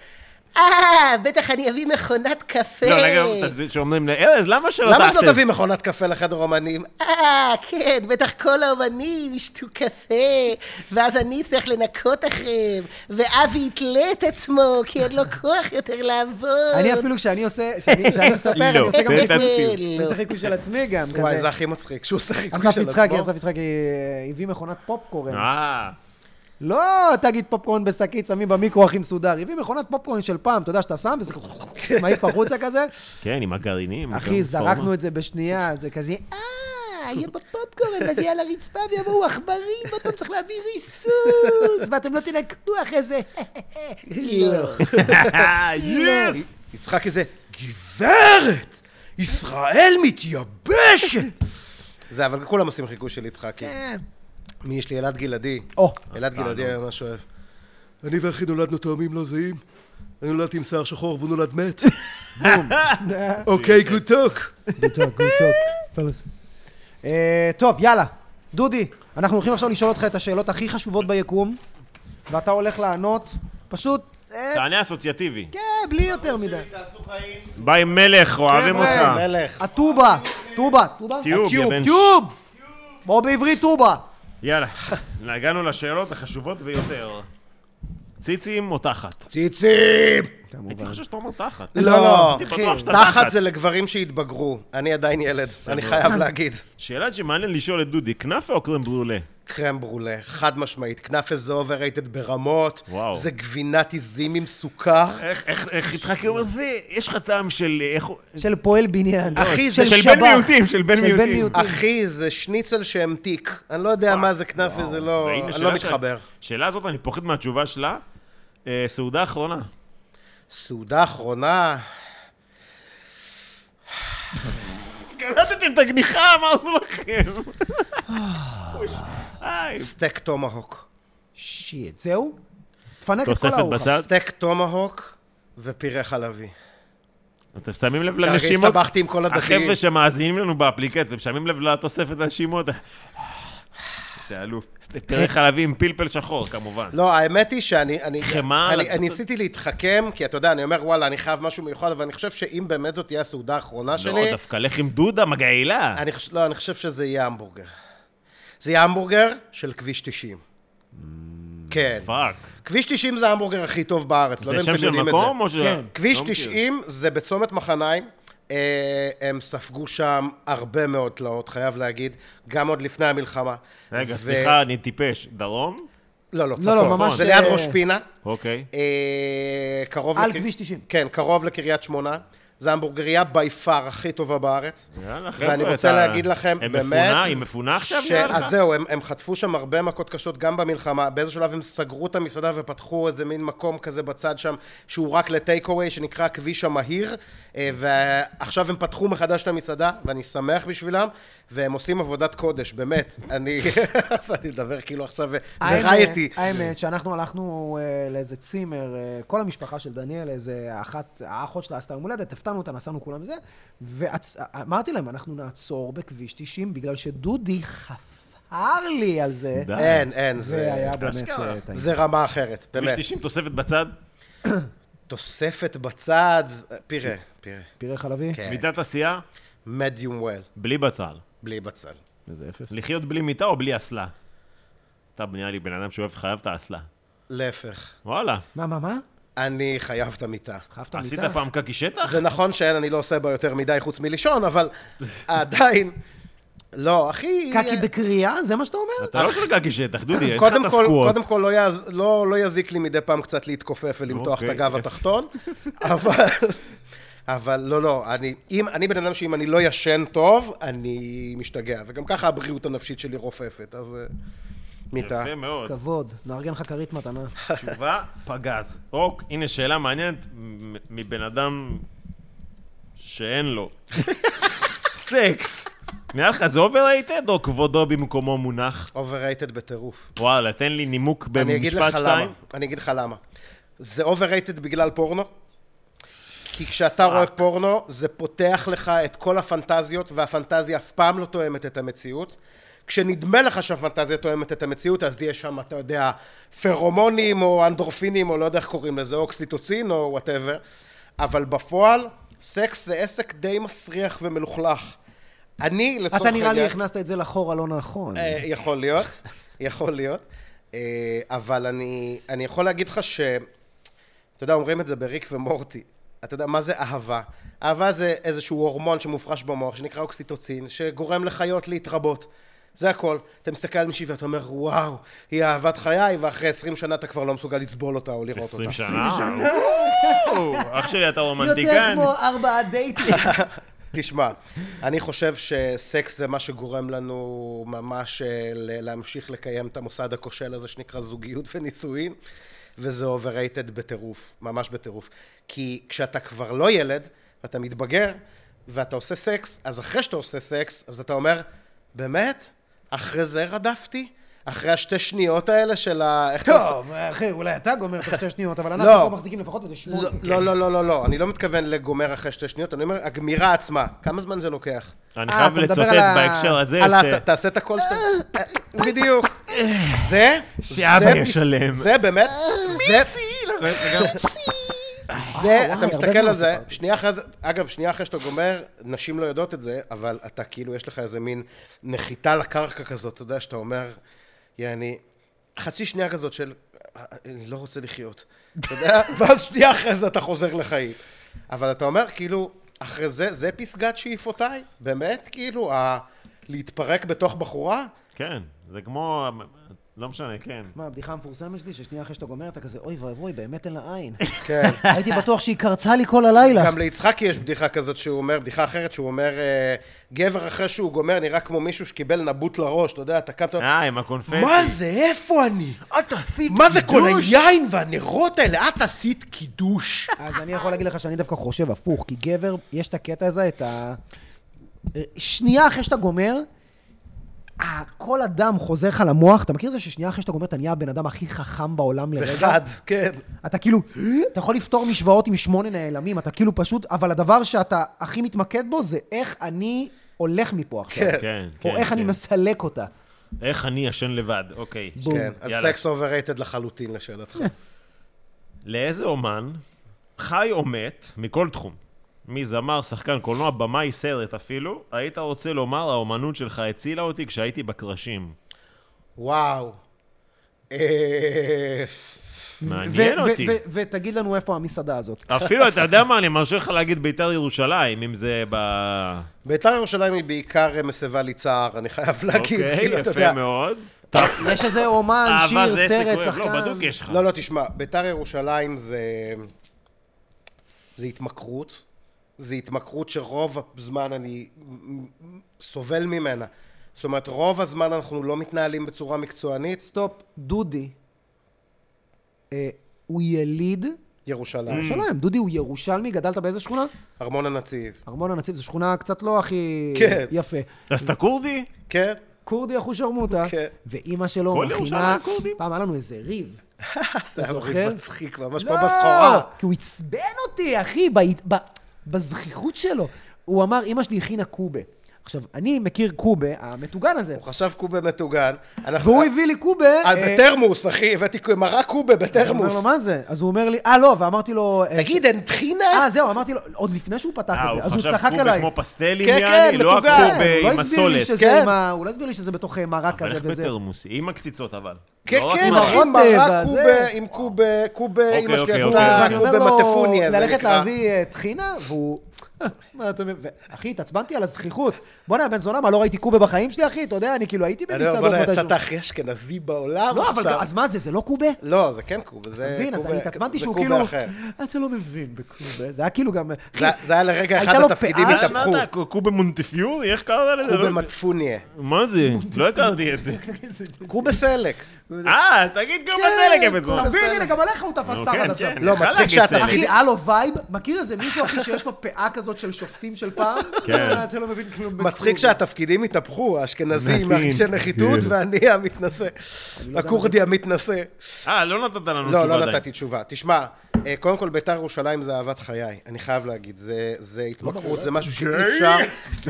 G: אה, בטח אני אביא מכונת קפה.
B: לא, רגע, תעשה- שאומרים לארז, למה שלא
C: למה
B: תעשה?
C: שלא תביא מכונת קפה לחדר אומנים?
G: אה, כן, בטח כל האומנים ישתו קפה, ואז אני אצטרך לנקות אחריהם, ואבי יתלה את עצמו, כי אין לו כוח יותר לעבוד.
A: אני אפילו כשאני עושה, כשאני כשאני מספר, אני
B: לא,
A: עושה גם
B: זה
A: חיקוי-
B: תמשיך.
A: אני עושה חיקוי של עצמי גם,
C: לא. וואי,
A: כזה.
C: זה הכי מצחיק, שהוא עושה חיקוי של
A: אסף
C: עצמו.
A: יצחקי, אסף יצחקי אה, הביא מכונת פופקורן.
B: אה,
A: לא תגיד פופקורן בשקית, שמים במיקרו הכי מסודר. הביא מכונת פופקורן של פעם, אתה יודע שאתה שם, וזה מעיף החוצה כזה.
B: כן, עם הגרעינים.
A: אחי, זרקנו את זה בשנייה, זה כזה...
G: אה, יהיה פה פופקורן, ואז יהיה על הרצפה, ויבואו עכברים, ועוד פעם צריך להביא ריסוס, ואתם לא תנקו אחרי זה. לא.
B: יס!
C: יצחקי זה, גברת! ישראל מתייבשת! זה, אבל כולם עושים חיקוי של יצחקי. מי יש לי? אלעד גלעדי.
A: או,
C: אלעד גלעדי אני ממש אוהב. אה, אני ואחי נולדנו תאומים לא זהים. אני נולדתי עם שיער שחור והוא נולד מת. אוקיי, גלוטוק.
A: גוד טוק, גוד טוק, פלוס. אה, טוב, יאללה. דודי, אנחנו הולכים עכשיו לשאול אותך את השאלות הכי חשובות ביקום, ואתה הולך לענות, פשוט, אה,
B: תענה אסוציאטיבי.
A: כן, בלי יותר מדי. אה,
B: ביי מלך, אוהבים
A: כן,
B: אותך.
C: מלך.
A: הטובה, טובה, טובה?
B: טיוב, יא בן.
A: טיוב! או בעברית טובה.
B: יאללה, הגענו לשאלות החשובות ביותר. ציצים או תחת?
C: ציצים!
B: הייתי חושב שאתה אומר תחת.
C: לא.
B: הייתי בטוח שאתה
C: תחת
B: תחת.
C: זה לגברים שהתבגרו. אני עדיין ילד, אני חייב להגיד.
B: שאלה שמעניין לשאול את דודי, כנאפה או קרם ברולה?
C: קרם ברולה, חד משמעית. כנאפה זה אובררייטד ברמות.
B: וואו.
C: זה גבינת עיזים עם סוכר.
B: איך יצחקי אומר זה? יש לך טעם של... איך הוא-
A: של פועל בניין. לא,
C: אחי,
A: של
C: זה
B: של
A: שב"ח.
B: בן מיעוטים, של בן
A: של בן
B: מיעוטים.
A: מיעוטים.
C: אחי, זה שניצל שהמתיק. אני לא יודע מה זה כנאפה, זה לא...
B: והנה
C: אני
B: שאלה
C: לא מתחבר.
B: ש- שאלה הזאת, אני פוחד מהתשובה שלה. אה, סעודה אחרונה.
C: סעודה אחרונה...
B: קלטתם את הגניחה, אמרנו לכם. היי.
C: סטייק טומהוק.
A: שיט, זהו? תפנק את כל
B: תוספת
A: הארוחה.
B: בשר?
C: סטייק טומהוק ופירה חלבי.
B: אתם שמים לב
C: כרגע
B: לנשימות?
C: הסתבכתי עם כל הדתיים.
B: החבר'ה שמאזינים לנו באפליקציה, אתם שמים לב לתוספת הנשימות? זה אלוף. פרק חלבי עם פלפל שחור, כמובן.
C: לא, האמת היא שאני... אני-
B: חמאה על
C: אני- אני
B: הקבוצה.
C: ניסיתי להתחכם, כי אתה יודע, אני אומר, וואלה, אני חייב משהו מיוחד, אבל אני חושב שאם באמת זאת תהיה הסעודה האחרונה
B: לא,
C: שלי...
B: דווקא לך עם דודה, מגעילה.
C: אני חושב, לא, אני
B: Mm.
C: חושב שזה יהיה המבורגר. זה יהיה המבורגר של כביש 90. כן.
B: פאק.
C: כביש 90 זה ההמבורגר הכי טוב בארץ, לא
B: זה
C: יודע אם
B: שם
C: אתם
B: של
C: יודעים את זה.
B: מקום או ש...
A: כן.
C: כביש
B: לא מכיר.
C: 90 זה בצומת מחניים. אה, הם ספגו שם הרבה מאוד תלאות, חייב להגיד, גם עוד לפני המלחמה.
B: רגע,
C: ו-
B: סליחה, אני טיפש. דרום?
C: לא, לא, צפון.
A: לא, ממש,
C: זה ליד
A: אה,
C: ראש פינה.
B: אוקיי.
C: אה, קרוב...
A: על
C: לקר-
A: כביש 90.
C: כן, קרוב לקריית שמונה. זה ההמבורגריה בי פאר הכי טובה בארץ.
B: יאללה, חבר'ה,
C: ואני רוצה
B: אתה-
C: להגיד לכם,
B: הם
C: באמת...
B: מפונה? היא מפונה עכשיו,
C: ש-
B: נראה לך?
C: אז זהו, הם, הם חטפו שם הרבה מכות קשות גם במלחמה. באיזה שלב הם סגרו את המסעדה ופתחו איזה מין מקום כזה בצד שם, שהוא רק לטייק אווי, שנקרא הכביש המהיר. אה, ועכשיו הם פתחו מחדש את המסעדה, ואני שמח בשבילם, והם עושים עבודת קודש, באמת. אני... אז אני מדבר כאילו עכשיו... זה
A: האמת-
C: רייטי.
A: האמת שאנחנו הלכנו אה, לאיזה צימר, אה, כל המשפחה של דניאל, איזה אחת, האחות שלה עשתה יום הולדת, הפתענו אותה, נסענו כולם וזה, ואמרתי להם, אנחנו נעצור בכביש 90, בגלל שדודי חפר לי על זה.
B: די.
C: אין, אין,
A: זה
C: זה...
A: היה באמת
B: אשכרה.
A: אה, טעים.
C: זה רמה אחרת,
B: כביש
C: באמת. אה.
B: 90 תוספת בצד?
C: תוספת בצד, פירה, פירה.
A: פירי חלבי?
C: כן.
B: מיטת עשייה?
C: מדיום וול,
B: בלי בצל.
C: בלי בצל.
A: איזה אפס.
B: לחיות בלי מיטה או בלי אסלה? אתה נראה לי בן אדם שאוהב חייב את האסלה.
C: להפך,
B: וואלה.
A: מה, מה, מה?
C: אני חייב את המיטה.
A: חייבת
B: עשית
A: מיטה?
B: פעם קקי שטח?
C: זה נכון שאין, אני לא עושה בה יותר מדי חוץ מלישון, אבל עדיין... לא, אחי...
A: קקי בקריאה? זה מה שאתה אומר?
B: אתה לא של קקי שטח, דודי, אין לך
C: קודם
B: את
C: כל,
B: הסקווט.
C: קודם כל לא, יז, לא, לא יזיק לי מדי פעם קצת להתכופף ולמתוח
B: אוקיי,
C: את הגב התחתון, אבל, אבל לא, לא, אני, אם, אני בן אדם שאם אני לא ישן טוב, אני משתגע, וגם ככה הבריאות הנפשית שלי רופפת, אז אה, מיטה.
B: יפה מאוד.
A: כבוד, נארגן לך כרית מתנה.
B: תשובה, פגז. אוק, הנה שאלה מעניינת מ- מבן אדם שאין לו. סקס. נראה לך זה אוברייטד או כבודו במקומו מונח?
C: אוברייטד בטירוף.
B: וואלה, תן לי נימוק
C: אני אגיד
B: במשפט
C: לך למה.
B: שתיים.
C: אני אגיד לך למה. זה אוברייטד בגלל פורנו? כי כשאתה רואה פורנו, זה פותח לך את כל הפנטזיות, והפנטזיה אף פעם לא תואמת את המציאות. כשנדמה לך שהפנטזיה תואמת את המציאות, אז יש שם, אתה יודע, פרומונים או אנדורפינים, או לא יודע איך קוראים לזה, אוקסיטוצין או וואטאבר. אבל בפועל, סקס זה עסק די מסריח ומלוכלך. אני, לצורך
A: אתה
C: העניין...
A: נראה לי הכנסת את זה לחור הלא נכון.
C: אה, יכול להיות, יכול להיות. אה, אבל אני, אני יכול להגיד לך ש... אתה יודע, אומרים את זה בריק ומורטי. אתה יודע, מה זה אהבה? אהבה זה איזשהו הורמון שמופרש במוח, שנקרא אוקסיטוצין, שגורם לחיות להתרבות. זה הכל. אתה מסתכל על מישהי ואתה אומר, וואו, היא אהבת חיי, ואחרי 20 שנה אתה כבר לא מסוגל לסבול אותה או לראות אותה.
B: 20 שנה? וואו, אח שלי, אתה
A: יותר
B: רומנטיקן?
A: כמו ארבעה דייטים.
C: תשמע, אני חושב שסקס זה מה שגורם לנו ממש אה, ל- להמשיך לקיים את המוסד הכושל הזה שנקרא זוגיות ונישואין, וזה overrated בטירוף, ממש בטירוף. כי כשאתה כבר לא ילד, ואתה מתבגר, ואתה עושה סקס, אז אחרי שאתה עושה סקס, אז אתה אומר, באמת? אחרי זה רדפתי? אחרי השתי שניות האלה של ה... איך אתה עושה-
A: טוב, אחי, אולי אתה גומר תוך שתי שניות, אבל אנחנו
C: לא.
A: פה מחזיקים לפחות איזה שמונה. כן.
C: לא, לא, לא, לא, לא, לא, אני לא מתכוון לגומר אחרי שתי שניות, אני אומר, הגמירה עצמה, כמה זמן זה לוקח?
B: אני
A: אה,
B: חייב
A: אתה מדבר
B: לצטט
A: על ה-
B: בהקשר הזה
C: על ה- ת-
B: את... אה,
C: תעשה את הקול שאתה... בדיוק. זה...
B: שאבא
C: זה-
B: ישלם.
C: זה באמת... מיצי! זה, אתה
A: הרבה
C: מסתכל
A: זמן
C: על
A: לא
C: זה, שנייה אחרי זה, אגב, שנייה אחרי שאתה גומר, נשים לא יודעות את זה, אבל אתה כאילו, יש לך איזה מין נחיתה לקרקע כזאת, אתה יודע, שאתה אומר, יעני, חצי שנייה כזאת של, "אה, אני לא רוצה לחיות, אתה יודע, ואז שנייה אחרי זה אתה חוזר לחיים. אבל אתה אומר, כאילו, אחרי זה, זה פסגת שאיפותיי, באמת, כאילו, ה- להתפרק בתוך בחורה?
B: כן, זה כמו... לא משנה, כן.
A: מה, הבדיחה המפורסמת שלי, ששנייה אחרי שאתה גומר, אתה כזה, אוי ואבוי, באמת אין לה עין.
C: כן.
A: הייתי בטוח שהיא קרצה לי כל הלילה.
C: גם ליצחקי יש בדיחה כזאת שהוא אומר, בדיחה אחרת שהוא אומר, אה, גבר אחרי שהוא גומר נראה כמו מישהו שקיבל נבוט לראש, אתה יודע, אתה קמת...
B: אה, עם הקונפטי.
C: מה זה, איפה אני? את עשית מה זה כל היין והנרות האלה? את עשית קידוש.
A: אז אני יכול להגיד לך שאני דווקא חושב הפוך, כי גבר, יש את הקטע הזה, את ה... אה, שנייה אחרי שאתה גומר, ה- כל אדם חוזר לך למוח, אתה מכיר את זה ששנייה אחרי שאתה גומר, אתה נהיה הבן אדם הכי חכם בעולם
C: זה
A: לרגע?
C: חד, כן.
A: אתה כאילו, אתה יכול לפתור משוואות עם שמונה נעלמים, אתה כאילו פשוט, אבל הדבר שאתה הכי מתמקד בו זה איך אני הולך מפה עכשיו.
C: כן.
B: כן, כן.
A: או איך אני
B: כן.
A: מסלק אותה.
B: איך אני ישן לבד, אוקיי.
A: בום.
C: כן, אז
B: יאללה.
C: סקס אוברייטד לחלוטין לשאלתך.
B: לאיזה אומן, חי או מת, מכל תחום, מזמר, שחקן, קולנוע, במאי, סרט אפילו, היית רוצה לומר, האומנות שלך הצילה אותי כשהייתי בקרשים.
C: וואו. אה,
B: מעניין
A: ו- ו-
B: אותי.
A: ו- ו- ותגיד לנו איפה המסעדה הזאת.
B: אפילו, אתה יודע מה, אני מרשה לך להגיד ביתר ירושלים, אם זה ב...
C: בית"ר ירושלים היא בעיקר אה, מסבה לי צער, אני חייב להגיד,
B: אוקיי,
C: כאילו, אתה
B: יפה
C: יודע.
B: מאוד.
A: יש איזה אומן,
B: אהבה
A: שיר,
B: זה עסק
A: סרט,
B: כואב.
A: שחקן.
B: לא, בדוק יש לך.
C: לא, לא, תשמע, בית"ר ירושלים זה... זה התמכרות. זה התמכרות שרוב הזמן אני סובל ממנה. זאת אומרת, רוב הזמן אנחנו לא מתנהלים בצורה מקצוענית.
A: סטופ, דודי. אה, הוא יליד
B: Mm.
C: ירושלים,
A: ירושלים. דודי הוא ירושלמי, גדלת באיזה שכונה?
C: ארמון הנציב.
A: ארמון הנציב, זו שכונה קצת לא הכי
C: כן.
A: יפה.
B: אז אתה כורדי?
C: כן?
A: כורדי אחושרמוטה,
C: כן.
A: ואימא שלו
B: כל
A: מכינה...
B: ירושלים כורדים?
A: פעם היה לנו איזה ריב.
C: זה היה
A: זוכר?
C: מוריד מצחיק, ממש
A: לא,
C: פה בסחורה.
A: כי הוא עצבן אותי, אחי, ב- ב- בזכיחות שלו. הוא אמר, אמא שלי הכינה קובה. עכשיו, אני מכיר קובה, המטוגן הזה.
C: הוא חשב קובה מטוגן. אנחנו-
A: והוא הביא לי קובה...
C: אוקיי. על
A: אה,
C: בתרמוס, אחי, הבאתי קובה, מרק קובה
A: אני אומר לו,
C: בתרמוס.
A: מה זה? אז הוא אומר לי, אה, לא, ואמרתי לו... אה,
C: תגיד, אין טחינה?
A: אה, זהו, אמרתי לו, עוד לפני שהוא פתח
B: אה,
A: את
B: הוא
A: זה, אז הוא
B: חשב
A: צחק
B: קובה
A: עליי.
B: כמו פסטלים,
C: כן,
B: יעני,
C: כן,
B: לא
C: מטוגן.
B: הקובה
A: הוא לא
B: עם
A: הסביר לי
B: הסולת.
A: שזה
C: כן.
A: עם ה- הוא לא הסביר לי שזה בתוך אה, מרק
B: אבל
A: כזה
B: איך
A: וזה.
B: בטרמוס? עם הקציצות אבל.
C: כן,
B: לא רק
C: כן,
B: מרק.
C: אחי,
A: מרק. וזה.
C: מרק קובה עם קובה, קובה,
B: אוקיי,
C: אמא שלי
B: אוקיי,
C: עשתה
B: אוקיי.
A: ואני אומר
C: קובה
A: לו
C: מטפוניה, זה
A: ללכת
C: נקרא.
A: להביא אה, טחינה, והוא... מה אתה מבין? אחי, התעצבנתי על הזכיחות. בואנה, בן זונה, מה, לא ראיתי קובה בחיים שלי, אחי? אתה יודע, אני כאילו הייתי
C: אני אומר,
A: במסעדות
C: בוא'נה,
A: מתישהו.
C: יצאת הכי אשכנזי בעולם
A: לא, אבל
C: עכשיו.
A: אז מה זה, זה לא קובה?
C: לא, זה כן קובה, זה
A: מבין, אז
C: קובה-
A: אני התעצבנתי
C: זה
A: שהוא
C: קובה
A: כאילו...
C: אחר.
A: אתה לא מבין בקובה. זה היה כאילו גם... אחי,
C: זה- זה היה לרגע
A: הייתה
C: אחד
A: לו אה,
C: התפקידים
A: פאה
C: התהפכו.
B: מה אתה, קובה מונטיפיורי? איך קראת
A: אה,
B: לזה?
C: קובה
B: לא-
C: מטפוניה.
B: מה זה? לא הכרתי את זה.
C: קובה סלק.
B: אה, תגיד גם בצלק
A: כן,
B: הם בזמן.
A: אתה מבין, הנה, גם עליך הוא תפס תחת
B: כן,
A: עכשיו.
B: כן.
C: לא,
B: אני חייב
C: מצחיק
B: להגיד
C: שאתה-
B: סלק.
A: אחי, הלו וייב, מכיר איזה מישהו, אחי, שיש לו פאה כזאת של שופטים של פעם?
B: כן.
A: אתה לא מבין כלום.
C: מצחיק שהתפקידים התהפכו, האשכנזי עם הרגשי נחיתות ואני המתנשא.
A: לא
C: הכורדי המתנשא.
B: אה, לא נתת לנו תשובה
C: לא,
B: עדיין.
C: לא נתתי תשובה. תשמע, אה, קודם כל ביתר ירושלים זה אהבת חיי, אני חייב להגיד. זה- זה
A: לא,
C: התמכרות, זה משהו
B: אוקיי.
C: שאי אפשר,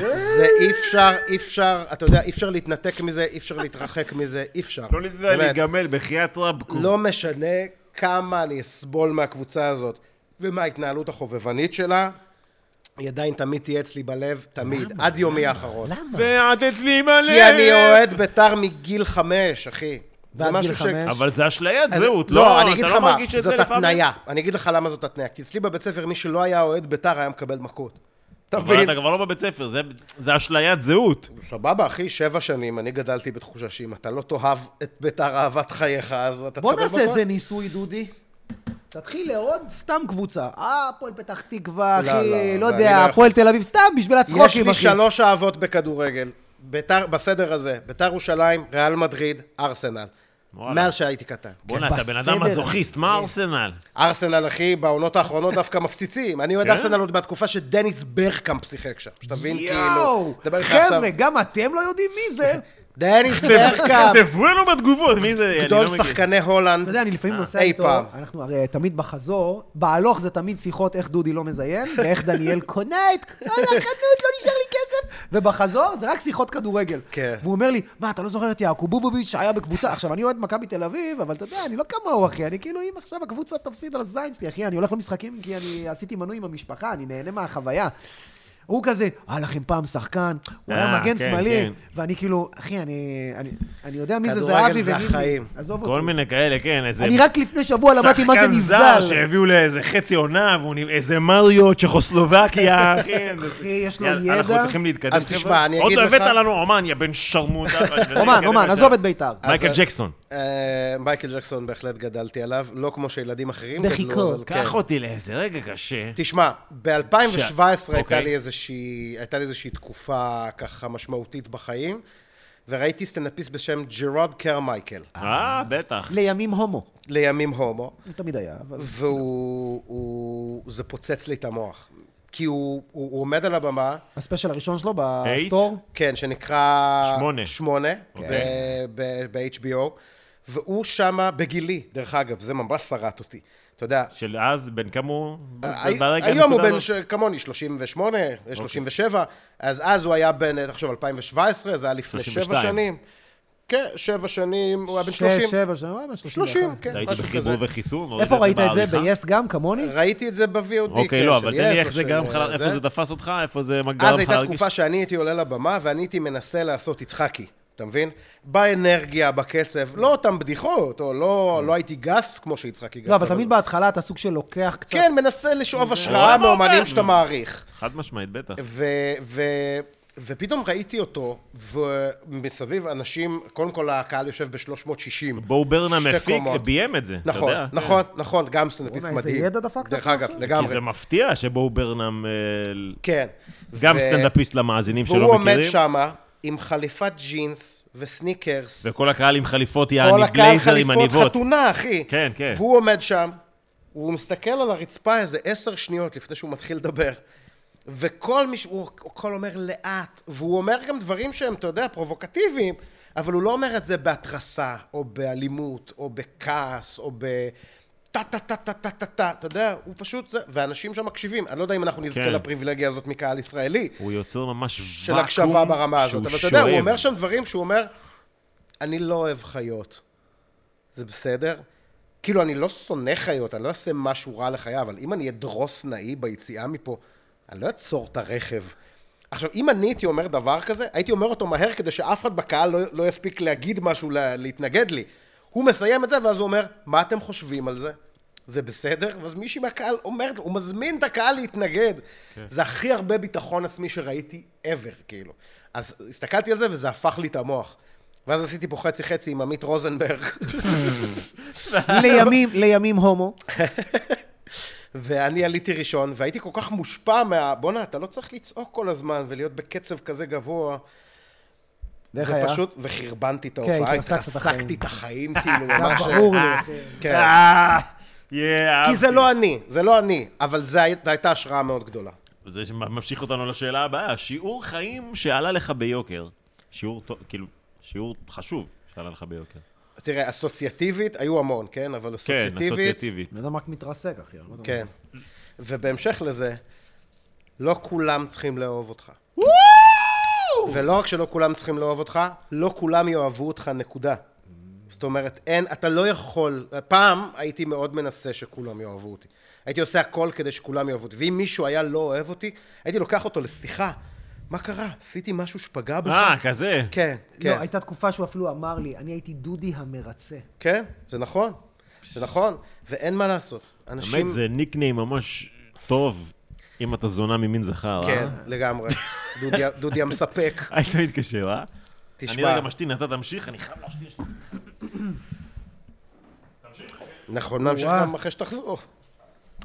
A: אוקיי.
C: זה אי אפשר, אי אפשר, אתה יודע, אי אפשר להתנתק מזה, אי אפשר להתרחק מזה, אי אפשר.
B: לא ניסית
C: באמת.
B: להיגמל, בחייאת רבקו.
C: לא משנה כמה אני אסבול מהקבוצה הזאת ומההתנהלות החובבנית שלה, היא עדיין תמיד תהיה אצלי בלב, תמיד, עד יומי האחרון.
B: ואת אצלי מלא.
C: כי אה. אני אוהד ביתר מגיל חמש, אחי. זה
A: ועד גיל
C: משהו ש...
A: חמש?
B: אבל זה אשליית
C: אז-
B: זהות, לא,
C: אני אגיד
B: אתה
C: לך
B: לא
C: מה,
B: מרגיש את זה
C: זאת
B: לפעמים.
C: התניה. אני אגיד לך למה זאת התניה. כי אצלי בבית ספר מי שלא היה אוהד ביתר היה מקבל מכות.
B: אבל
C: תבין.
B: אתה כבר לא בבית ספר, זה- זה אשליית זהות.
C: סבבה, אחי, שבע שנים, אני גדלתי בתחושה שאם אתה לא תאהב את ביתר אהבת חייך, אז אתה תקבל
A: בוא
C: מכות.
A: נעשה איזה ניסוי, דודי. תתחיל לעוד סתם קבוצה. אה, הפועל פתח תקווה,
C: לא, לא,
A: אחי,
C: אני
A: לא
C: לא
A: יודע,
C: יכול.
A: הפועל תל אביב, סתם בשביל הצחוקים,
C: יש
A: אחי.
C: לי שלוש אהבות בכדורגל. ביתר, בסדר הזה, ביתר ירושלים, ריאל מדריד, ארסנל.
B: וואלה.
C: מאז שהייתי קטן.
B: בואנה, אתה בן
A: בסדר.
B: אדם מזוכיסט, מה
C: כן.
B: ארסנל?
C: ארסנל, אחי, בעונות האחרונות דווקא מפציצים. אני אוהד
B: כן?
C: ארסנל עוד מהתקופה שדניס ברקאמפ שיחק שם. שתבין,
A: יואו,
C: כאילו... מדבר איתך עכשיו-
A: חבר'ה, גם אתם לא יודעים מי זה.
C: דניס ברקאמפ,
B: תכתבו לנו בתגובות, מי זה? אני
C: גדול
B: לא מכיר.
C: שחקני
A: אתה
C: הולנד.
A: יודע, אני לפעמים נוסע
C: אה, אי
A: איתו,
C: פעם.
A: אנחנו הרי תמיד בחזור, בהלוך זה תמיד שיחות איך דודי לא מזיין, ואיך דניאל קונה את כל החנות, לא נשאר לי כסף, ובחזור זה רק שיחות כדורגל.
C: כן.
A: והוא אומר לי, מה, אתה לא זוכר את יעקוב בוביץ' שהיה בקבוצה, עכשיו, אני אוהד מכבי תל אביב, אבל אתה יודע, אני לא כמוהו, אחי, אני כאילו, אם עכשיו הקבוצה תפסיד על הזין שלי, אחי, אני הולך למשחקים כי אני עשיתי מנוי עם המשפחה, אני נהנה מהחוויה. הוא כזה, היה לכם פעם שחקן, הוא היה
B: אה,
A: מגן
B: כן,
A: שמאלי,
B: כן.
A: ואני כאילו, אחי, אני- אני- אני יודע מי זה
C: כדורגל
A: זהבי
C: זה
A: ומי...
C: החיים.
A: עזוב אותי.
B: כל מיני כאלה, כן, איזה...
A: אני רק לפני שבוע למדתי מה זה
B: שחקן זר
A: נבדל.
B: שהביאו לאיזה חצי עונה, והוא נראה איזה מריו, צ'כוסלובקיה, אחי. זה-
A: אחי, יש לו
B: יאללה, אנחנו
A: ידע.
B: צריכים להתקדם.
C: אז
B: חבר'ה.
C: תשמע, אני אגיד
B: עוד לא הבאת
C: לך-
B: לנו אומן, יא בן שרמוטה.
A: אומן, אומן, עזוב את ביתר.
B: מייקל
C: אז-
B: ג'קסון.
C: אה, מייקל ג'קסון בהחלט גדלתי עליו, לא כמו שילדים אחרים גדלו.
A: בחיקו.
C: אבל כן.
B: קח אותי לאיזה רגע קשה.
C: תשמע, ב-2017 הייתה
B: אוקיי.
C: לי איזושהי, הייתה לי איזושהי תקופה ככה משמעותית בחיים, וראיתי סטנדאפיסט בשם ג'רוד קרמייקל,
B: אה, בטח.
A: לימים הומו.
C: לימים הומו,
A: הוא תמיד היה, אבל...
C: והוא, הוא, זה פוצץ לי את המוח. כי הוא, הוא, הוא עומד על הבמה,
A: הספיישל הראשון שלו
B: אייט?
A: בסטור.
C: כן, שנקרא...
B: שמונה. אוקיי.
C: שמונה, ב-HBO, והוא שמה בגילי, דרך אגב, זה ממש שרט אותי. אתה יודע,
B: של אז, בן כמה הוא?
C: אה, הי-
B: ברגע לא-
C: היום הוא
B: הנקודה
C: בן,
B: הזאת?
C: ש- כמוני, 38,
B: אוקיי.
C: 37, אז אז הוא היה בן, תחשוב, 2017, זה היה לפני 7
B: 32.
C: שנים. כן, 7 שנים, הוא היה בן
A: שש, נכון.
C: 30.
A: שבע, שנים, הוא היה בן
C: 30,
A: 31.
C: כן,
B: ראיתי
C: משהו כזה.
B: בחיבור וחיסון? ראיתי
A: איפה ראית את זה?
B: בעריכה?
A: ב-yes גם, כמוני?
C: ראיתי את זה ב-VOD,
B: אוקיי,
C: כן,
B: לא,
C: של
B: אבל תן לי
C: יס
B: איך
C: או
B: זה
C: של,
B: גרם לך,
C: אה,
B: איפה זה תפס אותך, איפה זה גרם לך
C: אז
B: להרגיש...
C: הייתה תקופה שאני הייתי עולה לבמה ואני הייתי מנסה לעשות יצחקי. אתה מבין? באנרגיה, בקצב, לא אותן בדיחות, או
B: כן.
C: לא, לא הייתי גס כמו שיצחקי גס.
A: לא, אבל
C: אבל-
A: תמיד בהתחלה אתה סוג של לוקח קצת...
C: כן, מנסה לשאוב השראה מאומנים
B: Mm.
C: שאתה מעריך.
B: חד משמעית, בטח.
C: ו- ו- ופתאום ראיתי אותו, ומסביב אנשים, קודם כל הקהל יושב ב-360.
B: בואו ברנה
C: שתי
B: מפיק,
C: קומות.
B: ביים את זה, אתה
C: נכון,
B: יודע.
C: נכון, נכון, גם סטנדאפיסט
A: בוא'נה, איזה
C: מדהים.
A: ידע דפקת
C: דרך
A: עכשיו.
C: אגב,
B: כי זה
C: לגמרי.
B: מפתיע שבואו ברנם, אה,
C: כן.
B: גם
C: ו-
B: סטנדאפיסט למאזינים
C: והוא
B: שלא
C: עומד
B: מכירים,
C: שמה עם חליפת ג'ינס וסניקרס.
B: וכל הקהל עם חליפות
C: כל
B: יעני
C: הקהל
B: גלייזר עם
C: חליפות
B: עניבות.
C: חתונה, אחי.
B: כן, כן.
C: והוא עומד שם, הוא מסתכל על הרצפה איזה עשר שניות לפני שהוא מתחיל לדבר. וכל מי ש... הוא הכל אומר לאט, והוא אומר גם דברים שהם, אתה יודע, פרובוקטיביים, אבל הוא לא אומר את זה בהתרסה, או באלימות, או בכעס, או ב... טה-טה-טה-טה-טה-טה, אתה יודע, הוא פשוט זה, ואנשים שם מקשיבים. אני לא יודע אם אנחנו נזכה
B: כן.
C: לפריבילגיה הזאת מקהל ישראלי,
B: הוא יוצר ממש
C: של
B: ואקום
C: הקשבה ברמה הזאת.
B: שהוא
C: אבל אתה יודע, הוא
B: שואב.
C: אומר שם דברים שהוא אומר, אני לא אוהב חיות. זה בסדר? כאילו, אני לא שונא חיות, אני לא אעשה משהו רע לחיה, אבל אם אני אדרוס נאי ביציאה מפה, אני לא אעצור את הרכב. עכשיו, אם אני הייתי אומר דבר כזה, הייתי אומר אותו מהר כדי שאף אחד בקהל לא, לא יספיק להגיד משהו, לה, להתנגד לי. הוא מסיים את זה, ואז הוא אומר, מה אתם חושבים על זה? זה בסדר? ואז מישהי מהקהל אומרת, לו, הוא מזמין את הקהל להתנגד. כן. זה הכי הרבה ביטחון עצמי שראיתי ever, כאילו. אז הסתכלתי על זה, וזה הפך לי את המוח. ואז עשיתי פה חצי-חצי עם עמית רוזנברג.
A: לימים, לימים הומו.
C: ואני עליתי ראשון, והייתי כל כך מושפע מה... בואנה, אתה לא צריך לצעוק כל הזמן ולהיות בקצב כזה גבוה.
A: ואיך
C: זה
A: היה?
C: פשוט, וחרבנתי את
A: כן,
C: ההופעה,
A: התרסקת את החיים.
C: התרסקתי את החיים, כאילו,
A: היה
C: ממש...
A: ברור לי. אחי.
C: כן.
B: אה, יאה,
C: כי זה
B: אהבתי.
C: לא אני, זה לא אני, אבל זו הייתה השראה מאוד גדולה.
B: זה ממשיך אותנו לשאלה הבאה. שיעור חיים שעלה לך ביוקר. שיעור טוב, כאילו, שיעור חשוב שעלה לך ביוקר.
C: תראה, אסוציאטיבית, היו המון, כן? אבל
B: כן,
C: אסוציאטיבית...
B: אסוציאטיבית.
A: בן אדם רק מתרסק, אחי. אני לא יודע מה.
C: כן. ובהמשך לזה, לא כולם צריכים לאהוב אותך. ולא רק שלא כולם צריכים לאהוב אותך, לא כולם יאהבו אותך, נקודה. זאת אומרת, אין, אתה לא יכול, פעם הייתי מאוד מנסה שכולם יאהבו אותי. הייתי עושה הכל כדי שכולם יאהבו אותי. ואם מישהו היה לא אוהב אותי, הייתי לוקח אותו לשיחה. מה קרה? עשיתי משהו שפגע בך?
B: אה, כזה.
C: כן, כן.
A: לא, הייתה תקופה שהוא אפילו אמר לי, אני הייתי דודי המרצה.
C: כן, זה נכון. זה נכון. ואין מה לעשות. אנשים...
B: באמת, זה ניקניים ממש טוב, אם אתה זונה ממין זכר, אה?
C: כן, לגמרי. דודי- דודי המספק.
B: היית מתקשר, אה? אני
C: תשמע,
B: רגע משתין, אתה תמשיך, אני חייב להשתין.
C: נכון, נמשיך
A: וואו.
C: גם אחרי שתחזור.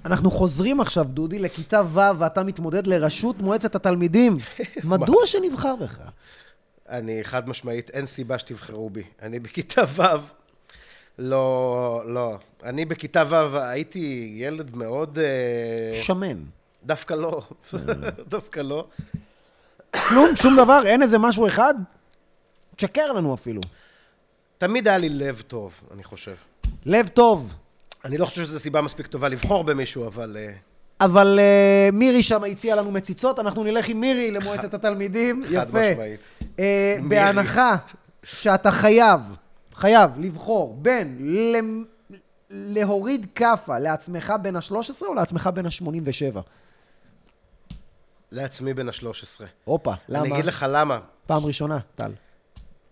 A: אנחנו חוזרים עכשיו, דודי, לכיתה ו' ואתה מתמודד לראשות מועצת התלמידים. מדוע שנבחר בך?
C: אני חד משמעית, אין סיבה שתבחרו בי. אני בכיתה ו', לא, לא. אני בכיתה ו' הייתי ילד מאוד... אה,
A: שמן.
C: דווקא לא. דווקא לא.
A: כלום, שום דבר, אין איזה משהו אחד? תשקר לנו אפילו.
C: תמיד היה לי לב טוב, אני חושב.
A: לב טוב.
C: אני לא חושב שזו סיבה מספיק טובה לבחור במישהו, אבל... אה,
A: אבל אה, מירי שם הציעה לנו מציצות, אנחנו נלך עם מירי למועצת התלמידים.
C: חד
A: יפה.
C: משמעית.
A: אה, בהנחה שאתה חייב, חייב לבחור בין ל- להוריד כאפה לעצמך בין ה-13 או לעצמך בין ה-87.
C: לעצמי בן ה-13.
A: הופה, למה?
C: אני אגיד לך למה.
A: פעם ראשונה, טל.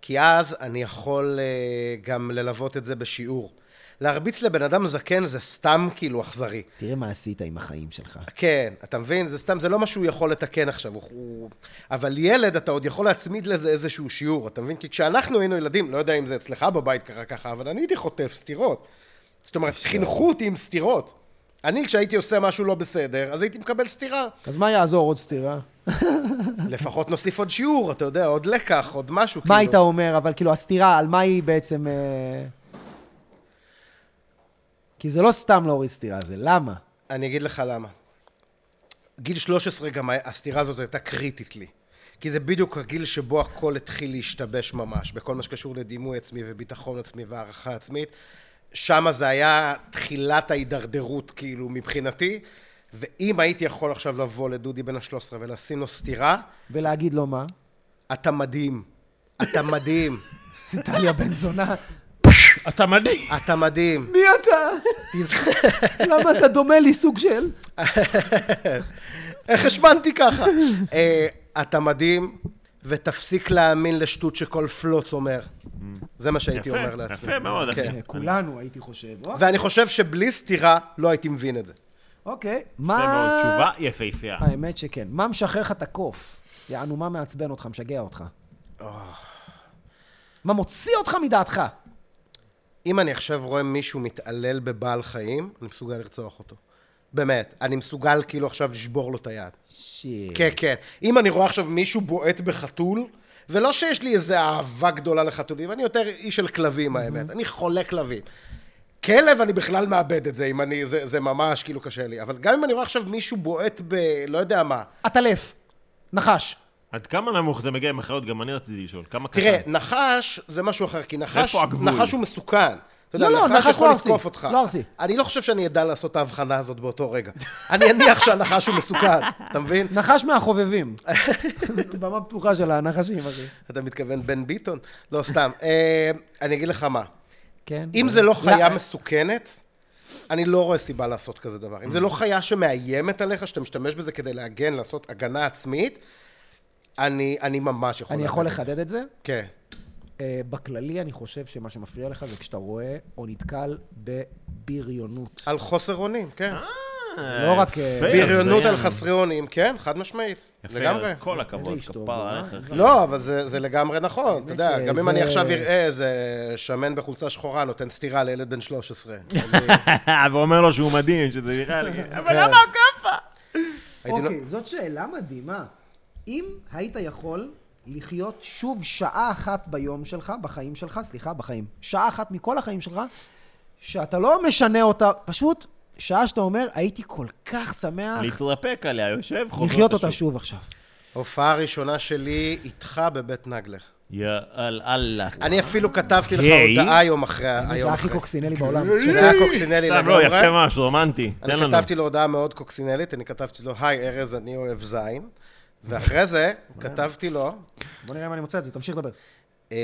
C: כי אז אני יכול אה, גם ללוות את זה בשיעור. להרביץ לבן אדם זקן זה סתם כאילו אכזרי.
A: תראה מה עשית עם החיים שלך.
C: כן, אתה מבין? זה סתם, זה לא מה שהוא יכול לתקן עכשיו. הוא, הוא... אבל ילד, אתה עוד יכול להצמיד לזה איזשהו שיעור, אתה מבין? כי כשאנחנו היינו ילדים, לא יודע אם זה אצלך בבית קרה ככה, אבל אני הייתי חוטף סטירות. זאת אומרת, חינכו אותי עם סטירות. אני, כשהייתי עושה משהו לא בסדר, אז הייתי מקבל סטירה.
A: אז מה יעזור עוד סטירה?
C: לפחות נוסיף עוד שיעור, אתה יודע, עוד לקח, עוד משהו.
A: מה
C: כאילו.
A: היית אומר, אבל כאילו הסתירה, על מה היא בעצם... אה, כי זה לא סתם להוריד סתירה, זה למה.
C: אני אגיד לך למה. גיל 13 גם היה- הסתירה הזאת הייתה קריטית לי. כי זה בדיוק הגיל שבו הכל התחיל להשתבש ממש, בכל מה שקשור לדימוי עצמי וביטחון עצמי והערכה עצמית. שמה זה היה תחילת ההידרדרות, כאילו, מבחינתי. ואם הייתי יכול עכשיו לבוא לדודי בן ה-13 ולשים לו סטירה,
A: ולהגיד לו מה?
C: אתה מדהים. אתה מדהים.
A: טליה בן זונה,
B: אתה מדהים.
C: אתה מדהים.
A: מי אתה?
C: תזכ-
A: למה אתה דומה לי סוג של?
C: איך השמנתי ככה? אה, אתה מדהים, ותפסיק להאמין לשטות שכל פלוץ אומר. זה מה שהייתי
B: יפה,
C: אומר לעצמי.
B: יפה מאוד, אחי.
C: כן.
A: אה, כולנו, הייתי חושב.
C: ואני חושב שבלי סתירה לא הייתי מבין את זה.
A: אוקיי.
F: יפה מאוד,
C: אה.
A: מה...
F: תשובה יפהפייה.
A: האמת שכן. מה משחרר לך את הקוף? יענו, מה מעצבן אותך, משגע אותך? מה מוציא אותך מדעתך?
C: אם אני עכשיו רואה מישהו מתעלל בבעל חיים, אני מסוגל לרצוח אותו. באמת. אני מסוגל כאילו עכשיו לשבור לו את היד.
A: שיט.
C: כן, כן. אם אני רואה עכשיו מישהו בועט בחתול, ולא שיש לי איזו אהבה גדולה לחתולים, אני יותר איש של כלבים, האמת. אני חולה כלבים. כלב, אני בכלל מאבד את זה, אם אני... זה, זה ממש כאילו קשה לי. אבל גם אם אני רואה עכשיו מישהו בועט ב... לא יודע מה.
A: עטלף. נחש.
F: עד כמה נמוך זה מגיע עם החיות? גם אני רציתי לשאול. כמה קטן?
C: תראה, אה, נחש זה משהו אחר, כי נחש,
F: איפה הגבול?
C: נחש הוא מסוכן. אתה יודע,
A: לא, לא, נחש
C: נחש יכול
A: לא ארסי.
C: לתקוף אותך.
A: לא ארסי.
C: אני לא חושב שאני אדע לעשות את ההבחנה הזאת באותו רגע. אני אניח שהנחש הוא מסוכן, אתה מבין?
A: נחש מהחובבים. במה פתוחה של הנחשים, אחי.
C: אתה מתכוון בן ביטון? לא, סתם. אה, אני אגיד לך מה.
A: כן.
C: אם זה לא חיה
A: לא,
C: מסוכנת, אני לא רואה סיבה לעשות כזה דבר. אם זה לא חיה שמאיימת עליך, שאתה משתמש בזה כדי להגן, לעשות הגנה עצמית, אני, אני ממש יכול...
A: אני יכול
C: לעשות את זה.
A: לחדד את זה?
C: כן.
A: אה, בכללי, אני חושב שמה שמפריע לך זה כשאתה רואה או נתקל בבריונות.
C: על חוסר אונים, כן.
B: אה,
A: לא רק,
B: יפה,
A: אה,
B: אז
C: בריונות
B: זה-
C: על חסרי אונים, כן, חד משמעית.
B: יפה,
C: לגמרי.
B: אז כל
A: איזה
B: הכבוד,
A: איש טוב,
B: כפר
A: אה?
B: עליך, אחי.
C: לא, אבל זה, זה לגמרי נכון, אתה יודע,
A: שזה-
C: גם אם אני
A: זה-
C: עכשיו אראה איזה שמן בחולצה שחורה נותן סטירה לילד בן 13.
A: אוקיי.
C: אני-
B: ואומר לו שהוא מדהים, שזה נראה לי... אבל
C: כן.
B: למה הכאפה?
C: הייתי נו-
A: אוקיי, זאת שאלה מדהימה. אם היית יכול לחיות שוב שעה אחת ביום שלך, בחיים שלך, סליחה, בחיים, שעה אחת מכל החיים שלך, שאתה לא משנה אותה, פשוט שעה שאתה אומר, הייתי כל כך
C: אה.
A: שמח
F: להתרפק עליה, יושב, חוזר
A: לחיות אותה שוב עכשיו.
C: הופעה ראשונה שלי איתך בבית נגלר.
F: יא אל אללה.
C: אני אפילו כתבתי לך
F: היי.
C: הודעה יום אחרי
A: זה
C: היום.
A: הכי
C: אחרי.
A: קוקסינלי בעולם.
B: כן.
C: זה היה קוקסינלי
F: סתם, לא,
C: לגמרי.
F: יפה ממש, רומנטי. תן
C: אני
F: לנו.
C: כתבתי לו הודעה מאוד קוקסינלית, אני כתבתי לו, היי ארז, אני אוהב זין. ואחרי זה כתבתי לו,
A: בוא נראה אם אני מוצא את זה, תמשיך לדבר.
C: אה,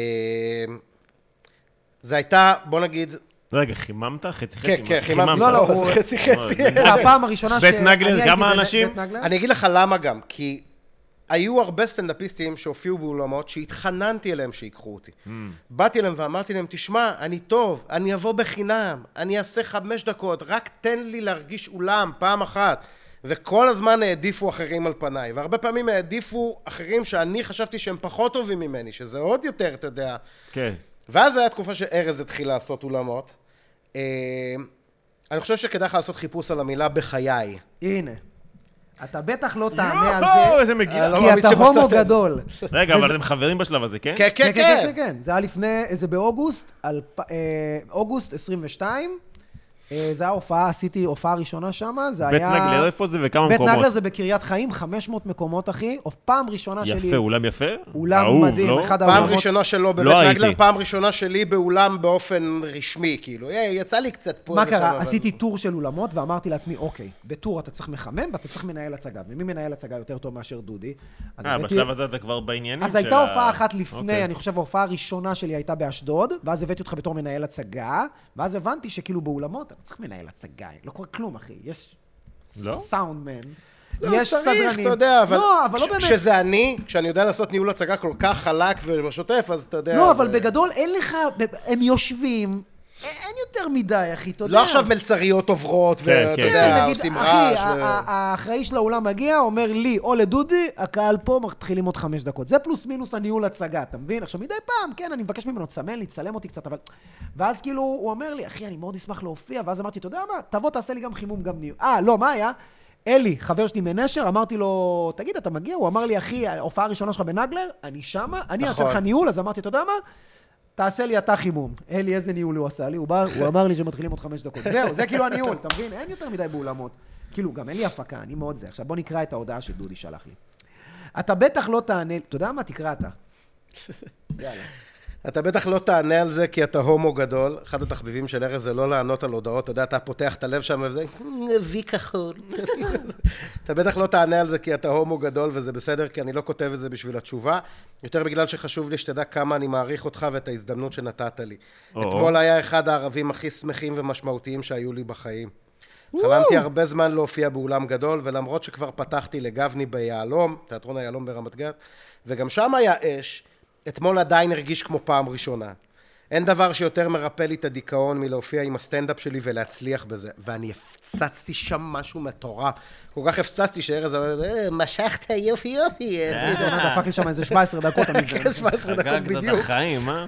C: זה הייתה, בוא נגיד,
F: רגע, חיממת? חצי חצי?
C: כן, כן, חיממת.
A: לא, לא, הוא-
C: זה חצי חצי.
A: זה הפעם הראשונה
F: בית
A: שאני
F: נגלר,
A: הייתי
F: כמה
A: בבית-
F: אנשים?
A: בית נגלר?
C: אני אגיד לך למה גם, כי היו הרבה סטנדאפיסטים שהופיעו באולמות שהתחננתי אליהם שיקחו אותי. באתי אליהם ואמרתי להם, תשמע, אני טוב, אני אבוא בחינם, אני אעשה חמש דקות, רק תן לי להרגיש אולם פעם אחת. וכל הזמן העדיפו אחרים על פניי, והרבה פעמים העדיפו אחרים שאני חשבתי שהם פחות טובים ממני, שזה עוד יותר, אתה יודע,
F: כן.
C: ואז הייתה תקופה שארז התחיל לעשות אולמות. אה, אני חושב שכדאי לך לעשות חיפוש על המילה בחיי.
A: הנה. אתה בטח לא תענה על
F: יואו,
A: זה,
F: איזה מגילה.
C: לא
A: כי
C: מאמין
A: אתה
C: שמצאת
A: הומו
C: את זה.
A: גדול.
F: רגע, אבל אתם חברים בשלב הזה, כן?
C: כן, כן, כן.
A: כן. זה היה לפני, זה באוגוסט, אלפ- אה, אוגוסט 22. אה, זה היה הופעה, עשיתי הופעה ראשונה שם, זה
F: בית
A: היה...
F: נגלר, איפה זה וכמה
A: בית
F: מקומות?
A: נגלר זה בקריית חיים, 500 מקומות, אחי. או- פעם ראשונה שלי...
F: יפה, אולם יפה?
A: אולם
F: אהוב,
A: מדהים,
F: לא?
A: אחד
C: פעם
A: האולמות...
C: ראשונה שלו בבית
F: לא
C: נגלר,
F: הייתי.
C: פעם ראשונה שלי באולם באופן רשמי, כאילו. היי, יצא לי קצת פה.
A: מה
C: ושם,
A: קרה?
C: אבל-
A: עשיתי טור של אולמות ואמרתי לעצמי, אוקיי, בטור אתה צריך מחמם ואתה צריך מנהל הצגה. ומי מנהל הצגה יותר טוב מאשר דודי? אז
F: אה,
A: הבאתי-
F: בשלב הזה אתה כבר בעניינים
A: אז
F: של
A: הייתה
F: ה-
A: הופעה אחת לפני,
F: אוקיי.
A: אני חושב ההופעה הראשונה שלי הייתה באשדוד, ואז הבאתי אותך בתור מנהל הצגה, ואז הבנתי שכאילו באולמות, אתה צריך מנהל הצגה, לא קורה כלום, אחי. יש
F: לא?
A: סאונדמן,
C: לא,
A: יש
C: צריך,
A: סדרנים.
C: אתה יודע, אבל...
A: לא, אבל לא
C: כש-
A: באמת.
C: כשזה אני, כשאני יודע לעשות ניהול הצגה כל כך חלק ובשוטף, אז אתה יודע...
A: לא, אבל
C: זה-
A: בגדול אין לך, הם יושבים, א- אין יותר מדי, אחי, אתה יודע.
C: לא עכשיו מלצריות עוברות, ואתה
F: כן,
A: כן,
C: יודע,
A: נגיד,
C: עושים
A: אחי,
C: רעש.
A: ה-
C: ו-
A: ה- האחראי של האולם מגיע, אומר לי או לדודי, הקהל פה מתחילים עוד חמש דקות. זה פלוס מינוס הניהול הצגה, אתה מבין? עכשיו, מדי פעם, כן, אני מבקש ממנו, תסמן לי, תצלם אותי קצת, אבל... ואז כאילו, הוא אומר לי, אחי, אני מאוד אשמח להופיע, ואז אמרתי, אתה יודע מה, תבוא, תעשה לי גם חימום, גם ניהול. אה, לא, מה היה? אלי, חבר שלי מנשר, אמרתי לו, תגיד, אתה מגיע? הוא אמר לי, אחי, ההופעה הראשונה שלך בנגלר, אני שמה, אני אעשה
C: נכון.
A: לך ניהול, אז אמרתי, אתה יודע מה? תעשה לי אתה חימום. אלי, איזה ניהול הוא עשה לי? הוא בא, הוא אמר לי שמתחילים עוד חמש דקות. זהו, זה כאילו הניהול, אתה מבין? אין יותר מדי באולמות. כאילו, גם אין לי הפקה, אני מאוד זה. עכשיו, בוא נקרא את ההודעה שדודי שלח לי. אתה בטח לא תענה, אתה יודע מה? תקרא אתה.
C: אתה בטח לא תענה על זה כי אתה הומו גדול. אחד התחביבים של ארז זה לא לענות על הודעות, אתה יודע, אתה פותח את הלב שם וזה, וי כחול. אתה בטח לא תענה על זה כי אתה הומו גדול וזה בסדר, כי אני לא כותב את זה בשביל התשובה. יותר בגלל שחשוב לי שתדע כמה אני מעריך אותך ואת ההזדמנות שנתת לי.
F: או.
C: אתמול היה אחד הערבים הכי שמחים ומשמעותיים שהיו לי בחיים. חלמתי הרבה זמן להופיע באולם גדול, ולמרות שכבר פתחתי לגבני ביהלום, תיאטרון היהלום ברמת גן, וגם שם היה אש, אתמול עדיין הרגיש כמו פעם ראשונה. אין דבר שיותר מרפא לי את הדיכאון מלהופיע עם הסטנדאפ שלי ולהצליח בזה. ואני הפצצתי שם משהו מטורף. כל כך הפצצתי שארז אמר, "אה, משכת יופי יופי. אה,
A: איזה מה דפק לי שם איזה 17 דקות, אני זה.
C: כן, 17 דקות
B: חגגת את
C: בדיוק.
B: החיים, אה?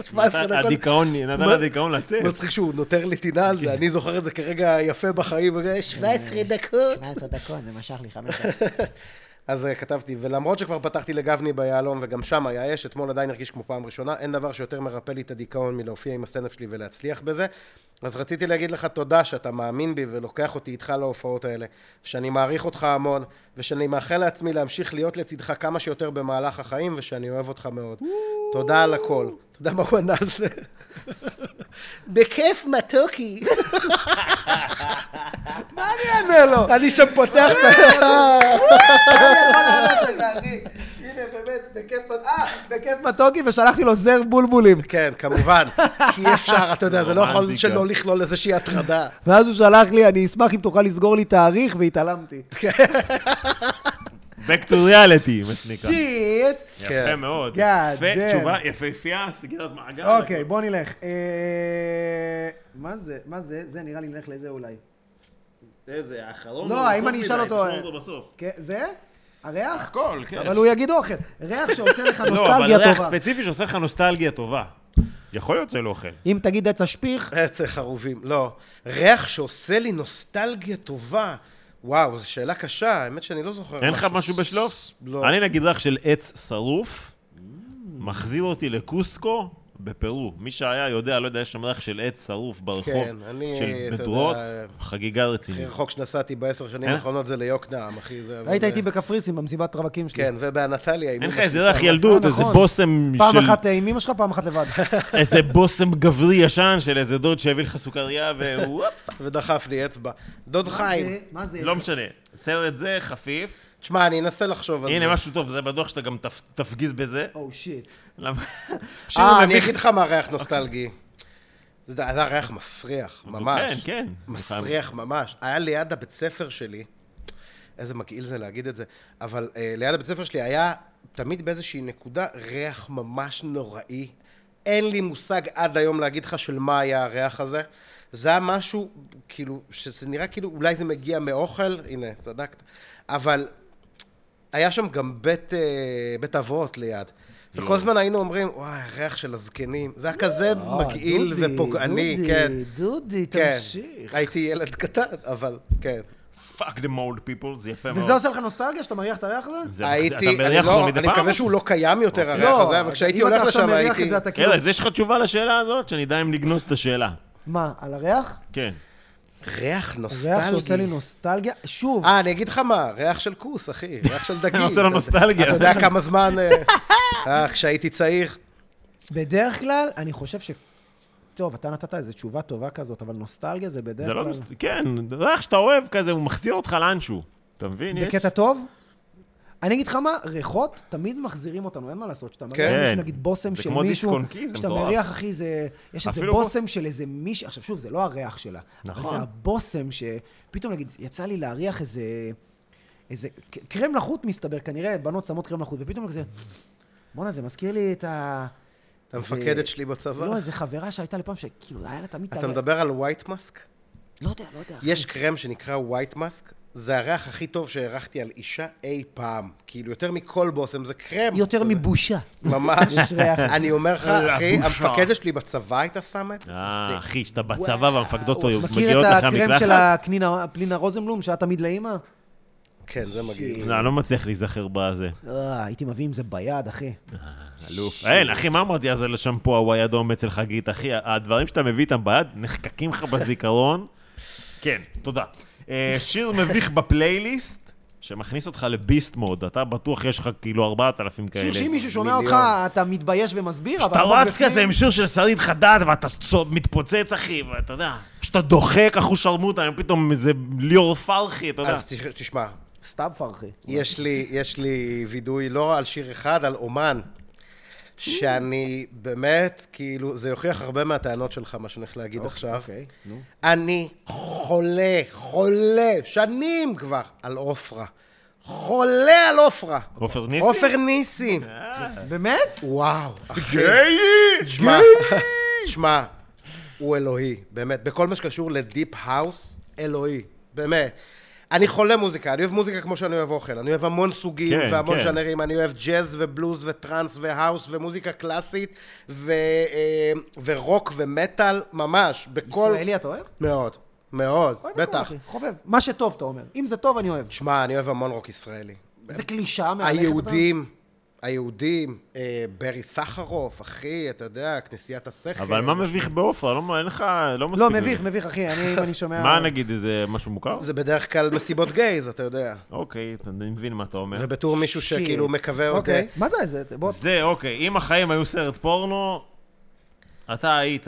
C: 17
B: נתן-
C: דקות.
B: הדיכאון, נתן
C: מה-
B: לדיכאון לצאת.
C: מצחיק שהוא נותר לי טינה על זה, אני זוכר את זה כרגע יפה בחיים, וכזה, 17 דקות.
G: 17 דקות, זה משך לי חמש דקות.
C: אז אה, כתבתי, ולמרות שכבר פתחתי לגבני ביהלום, וגם שם היה אש, אתמול עדיין הרגיש כמו פעם ראשונה, אין דבר שיותר מרפא לי את הדיכאון מלהופיע עם הסטנדאפ שלי ולהצליח בזה. אז רציתי להגיד לך תודה שאתה מאמין בי ולוקח אותי איתך להופעות האלה, ושאני מעריך אותך המון, ושאני מאחל לעצמי להמשיך להיות לצדך כמה שיותר במהלך החיים, ושאני אוהב אותך מאוד. תודה על הכל. אתה יודע מה הוא ענה על זה? בכיף מתוקי.
A: מה אני אענה לו?
C: אני שם פותח את ה...
A: הנה, באמת, בכיף מת- אה, בכיף מתוקי, ושלחתי לו זר בולבולים.
C: כן, כמובן. כי אי אפשר, אתה יודע, זה לא יכול
B: רומנטיקה.
C: שלא לכלול איזושהי הטרדה.
A: ואז הוא שלח לי, אני אשמח אם תוכל לסגור לי תאריך, והתעלמתי.
B: Back to reality, מה שנקרא.
A: שיט! כן.
B: יפה מאוד.
A: God
B: יפה,
A: damn.
B: תשובה יפהפייה, סגירת מעגל.
A: אוקיי, בוא נלך. אה, מה זה? מה זה? זה נראה לי נלך לזה אולי.
B: איזה, האחרון.
A: לא,
B: הוא
A: האם
B: טוב
A: אני אשאל
B: מדי,
A: אותו-
B: תשמור אותו בסוף.
A: כן, זה? הריח?
B: הכל, כן.
A: אבל הוא יגיד אוכל. ריח שעושה לך
B: לא, אבל
A: נוסטלגיה
B: ריח
A: טובה.
B: ספציפי שעושה לך נוסטלגיה טובה. יכול להיות זה לא אוכל.
A: אם תגיד עץ אשפיך,
C: עץ חרובים, לא. ריח שעושה לי נוסטלגיה טובה. וואו, זו שאלה קשה, האמת שאני לא זוכר.
B: אין לך משהו בשלוף?
C: לא.
B: אני נגיד ריח של עץ שרוף, מחזיר אותי לקוסקו בפרו. מי שהיה יודע, לא יודע, יש שם ריח של עץ שרוף ברחוב,
C: כן, אני,
B: של
C: אתה
B: מדורות,
C: יודע,
B: חגיגה רצינית.
C: הכי רחוק שנסעתי בעשר שנים
B: אין?
C: האחרונות זה ליוקנעם, אחי. זה-
A: היית
C: אה, זה-
A: איתי בקפריסין במסיבת רווקים שלי.
C: כן, ובאנטליה.
B: אין לך
C: אימא
B: איזה
C: שלי
B: ריח
C: שם.
B: ילדות,
A: אה,
B: איזה
A: נכון.
B: בושם
A: פעם
B: של...
A: אחת אה, עם אמא שלך, פעם אחת לבד.
B: איזה בושם גברי ישן של איזה דוד שהביא לך סוכריה והוא...
C: ודחף לי אצבע. דוד
A: זה-
C: חיים.
A: מה זה?
B: לא משנה. סרט זה, חפיף.
C: תשמע, אני אנסה לחשוב על זה.
B: הנה, משהו טוב, זה בטוח שאתה גם תפ- תפגיז בזה.
A: או שיט.
B: למה? שיר
C: אה, אני
B: מביך. אוקיי.
C: אגיד לך מה ריח נוסטלגי. זה זה היה ריח מסריח, ממש.
B: כן, כן.
C: מסריח ממש. היה ליד הבית ספר שלי, איזה מגעיל זה להגיד את זה, אבל אה, ליד הבית ספר שלי היה תמיד באיזושהי נקודה ריח ממש נוראי. אין לי מושג עד היום להגיד לך של מה היה הריח הזה. זה היה משהו, כאילו, שזה נראה כאילו, אולי זה מגיע מאוכל, הנה, צדקת. אבל היה שם גם בית, אה, בית אבות ליד. וכל הזמן היינו אומרים, וואי, הריח של הזקנים. זה היה כזה מגעיל
A: אה, דודי,
C: ופוגעני,
A: דודי,
C: כן.
A: דודי,
C: כן.
A: תמשיך.
C: הייתי ילד קטן, אבל כן.
B: פאק דה מולד פיפול, זה יפה מאוד.
A: וזה עושה לך נוסטלגיה שאתה מריח את הריח הזה?
B: זה-
C: הייתי,
B: אתה
C: אני
B: מריח אותו
C: לא,
B: מדי
C: אני
B: פעם? אוקיי.
C: מקווה שהוא לא קיים יותר, הריח הזה, אבל כשהייתי הולך
A: לא, אם
C: לשם
A: אתה עכשיו מריח
C: הייתי...
A: את זה, אתה כאילו...
B: ארז, יש לך תשובה לשאלה הזאת? שאני אדע אם לגנוז את השאלה.
A: מה, על הריח?
B: כן.
C: ריח
A: ריח שעושה לי
C: נוסטלגי.
A: נוסטלגיה. שוב,
C: אה, אני אגיד לך מה, ריח של כוס, אחי, ריח של דגים.
B: עושה לו
C: אתה-
B: נוסטלגיה.
C: אתה יודע כמה זמן... אה, אה, כשהייתי צעיר.
A: בדרך כלל, אני חושב ש... טוב, אתה נתת איזו תשובה טובה כזאת, אבל נוסטלגיה זה בדרך
B: זה
A: כלל...
B: לא נוס... כן, זה ריח שאתה אוהב כזה, הוא מחזיר אותך לאנשהו. אתה מבין? יש-
A: בקטע טוב? אני אגיד לך מה, ריחות תמיד מחזירים אותנו, אין מה לעשות. כשאתה מריח
C: כן.
A: מישהו, נגיד בושם
B: זה
A: של
B: כמו
A: מישהו,
B: דיסק-און-קי, זה
A: כשאתה
B: מטורף.
A: מריח, אחי, זה... יש איזה
B: אפילו
A: בושם של איזה מישהו, עכשיו שוב, זה לא הריח שלה. נכון.
B: נכון.
A: אבל זה הבושם שפתאום, נגיד, יצא לי להריח איזה... איזה... ק- קרם לחוט מסתבר, כנראה, בנות שמות קרם לחוט, ופתאום כזה... בואנה, זה מזכיר לי את ה...
C: את המפקדת שלי בצבא.
A: לא, איזה חברה שהייתה לי פעם, שכאילו, היה לה תמיד... את
C: אתה
A: הריח-
C: מדבר על ווייט מאסק?
A: לא יודע, לא יודע.
C: יש קרם שנקרא ווייט מאסק, זה הריח הכי טוב שהרחתי על אישה אי פעם. כאילו, יותר מכל בושם, זה קרם.
A: יותר מבושה.
C: ממש.
A: יש ריח.
C: אני אומר לך, אחי,
B: לבושה.
C: המפקדת שלי בצבא הייתה שמה את זה.
B: אה, אחי, שאתה בצבא והמפקדות
A: וואו,
B: מגיעות לך
A: מכיר את הקרם
B: המקלחת?
A: של הקנינה- פנינה רוזנבלום, שהיה תמיד לאימא?
C: כן, זה מגעיל.
B: לא, אני לא מצליח להיזכר בזה.
A: אה, הייתי מביא עם זה ביד, אחי.
B: אלוף. אין, אחי, מה אמרתי אז על השמפו הוואי אדום אצל חגית? אחי, הדברים שאתה מביא איתם ביד נחקקים לך בזיכרון. כן, תודה. אה, שיר מביך בפלייליסט, שמכניס אותך לביסט מוד. אתה בטוח יש לך כאילו 4,000 כאלה.
A: שיר שאם מישהו שומע
C: מיליון.
A: אותך, אתה מתבייש ומסביר, אבל...
B: כשאתה
A: עמוק
B: רץ
A: בפנים-
B: כזה עם שיר של שרית חדד, ואתה צו- מתפוצץ, אחי, ואתה יודע, כשאתה דוחק אחוז שרמוטה, פתאום איזה ליאור פרחי, אתה יודע.
C: אז תש- תשמע,
A: סתיו פרחי.
C: יש לי, יש לי וידוי לא על שיר אחד, על אומן. שאני באמת, כאילו, זה יוכיח הרבה מהטענות שלך, מה שאני הולך להגיד עכשיו.
A: אוקיי, נו.
C: אני חולה, חולה, שנים כבר, על עופרה. חולה על עופרה.
B: עופר ניסים? אה.
C: עופר ניסים. אה,
A: באמת?
C: וואו, אחי.
B: כן? גיי!
C: שמע,
B: כן.
C: שמע, הוא אלוהי, באמת. בכל מה שקשור לדיפ האוס, אלוהי, באמת. אני חולה מוזיקה, אני אוהב מוזיקה כמו שאני אוהב אוכל. אני אוהב המון סוגים
B: כן,
C: והמון
B: כן.
C: ז'אנרים, אני אוהב ג'אז ובלוז וטראנס והאוס ומוזיקה קלאסית ו, אה, ורוק ומטאל, ממש, בכל...
A: ישראלי אתה אוהב?
C: מאוד, מאוד,
A: אוהב הכל,
C: בטח.
A: אחי, חובב. מה שטוב, אתה אומר. אם זה טוב, אני אוהב.
C: שמע, אני אוהב המון רוק ישראלי.
A: איזה קלישאה מהלכת.
C: היהודים, היהודים, אה, ברי סחרוף, אחי, אתה יודע, כנסיית השכל.
B: אבל מה מביך בעופרה? לא- אין לך... לא
A: אתה. לא,
B: מספיק.
A: מביך, מביך, אחי. אני, אם אני שומע...
B: מה נגיד, איזה משהו מוכר?
C: זה בדרך כלל מסיבות גייז, אתה יודע.
B: אוקיי, אתה- אני מבין מה אתה אומר.
C: זה בתור מישהו
A: שיט.
C: שכאילו מקווה עוד... אה,
A: אוקיי. מה זה זה? בוא...
B: זה אוקיי, אם החיים היו סרט פורנו, אתה היית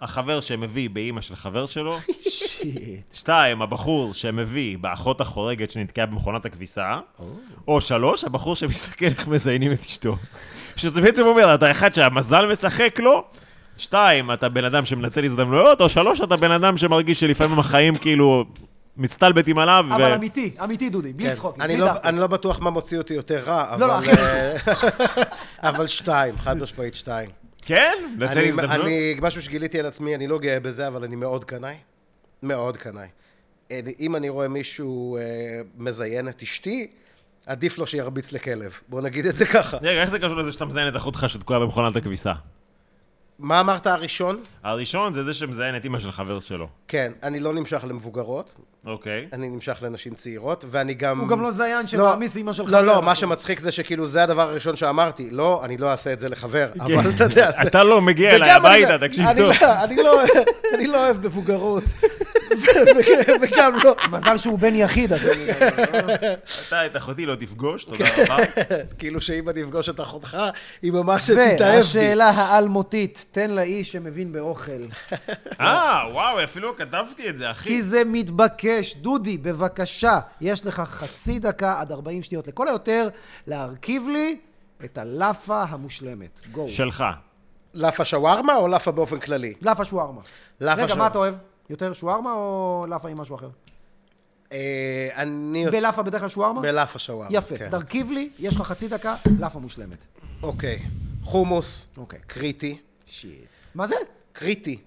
B: החבר שמביא באימא של חבר שלו,
A: שיט.
B: שתיים, הבחור שמביא באחות החורגת שנתקעה במכונת הכביסה, או שלוש, הבחור שמסתכל איך מזיינים את אשתו. שזה בעצם אומר, אתה אחד שהמזל משחק לו, שתיים, אתה בן אדם שמנצל הזדמנויות, או שלוש, אתה בן אדם שמרגיש שלפעמים החיים כאילו מצטלבטים עליו, ו...
A: אבל אמיתי, אמיתי, דודי. בלי
C: כן.
A: צחוקים,
C: אני
A: בלי
C: לא-
A: דחק.
C: אני לא בטוח מה מוציא אותי יותר רע,
A: לא, לא,
C: אבל... אה, אבל שתיים, חד משמעית שתיים.
B: כן? לנצל
C: אני-
B: הזדמנות?
C: אני, משהו שגיליתי על עצמי, אני לא גאה בזה, אבל אני מאוד קנאי. מאוד קנאי. אני- אם אני רואה מישהו אה, מזיין את אשתי, עדיף לו שירביץ לכלב. בוא נגיד את זה ככה.
B: רגע, איך זה קשור לזה שאתה מזיין את אחותך שתקועה במכונת הכביסה?
C: מה אמרת הראשון?
B: הראשון זה זה שמזיין את אימא של חבר שלו.
C: כן, אני לא נמשך למבוגרות,
B: אוקיי.
C: אני נמשך לנשים צעירות, ואני גם...
A: הוא גם לא זיין שמעמיס אימא של חבר.
C: לא, לא, מה שמצחיק זה שכאילו זה הדבר הראשון שאמרתי. לא, אני לא אעשה את זה לחבר, אבל אתה יודע, זה...
B: כן. אתה לא מגיע אליי
C: וגם אני-
B: הביתה, תקשיב
C: אני
B: טוב.
C: לא- אני לא- אני לא אוהב מבוגרות. וגם לא...
A: מזל שהוא בן יחיד, אדוני.
B: אתה את אחותי לא תפגוש, תודה
C: כן.
B: רבה.
C: כאילו שאם אני אפגוש את אחותך, היא ממש תתאהב בי.
A: והשאלה האלמותית, תן לאיש שמבין באוכל.
B: אה, וואו, אפילו כתבתי את זה, אחי.
A: כי זה מתבקש. דודי, בבקשה, יש לך חצי דקה עד 40 שניות לכל היותר להרכיב לי את הלאפה המושלמת. גו.
B: שלך.
C: לאפה שווארמה או לאפה באופן כללי?
A: לאפה שווארמה.
C: לאפה
A: רגע,
C: שווארמה.
A: מה אתה אוהב? יותר שווארמה או לאפה עם משהו אחר?
C: אה, אני...
A: בלאפה בדרך כלל שווארמה?
C: בלאפה שווארמה.
A: יפה.
C: כן.
A: תרכיב לי, יש לך חצי דקה, לאפה מושלמת.
C: אוקיי. חומוס.
A: אוקיי.
C: קריטי.
A: שיט. מה זה?
C: קריטי.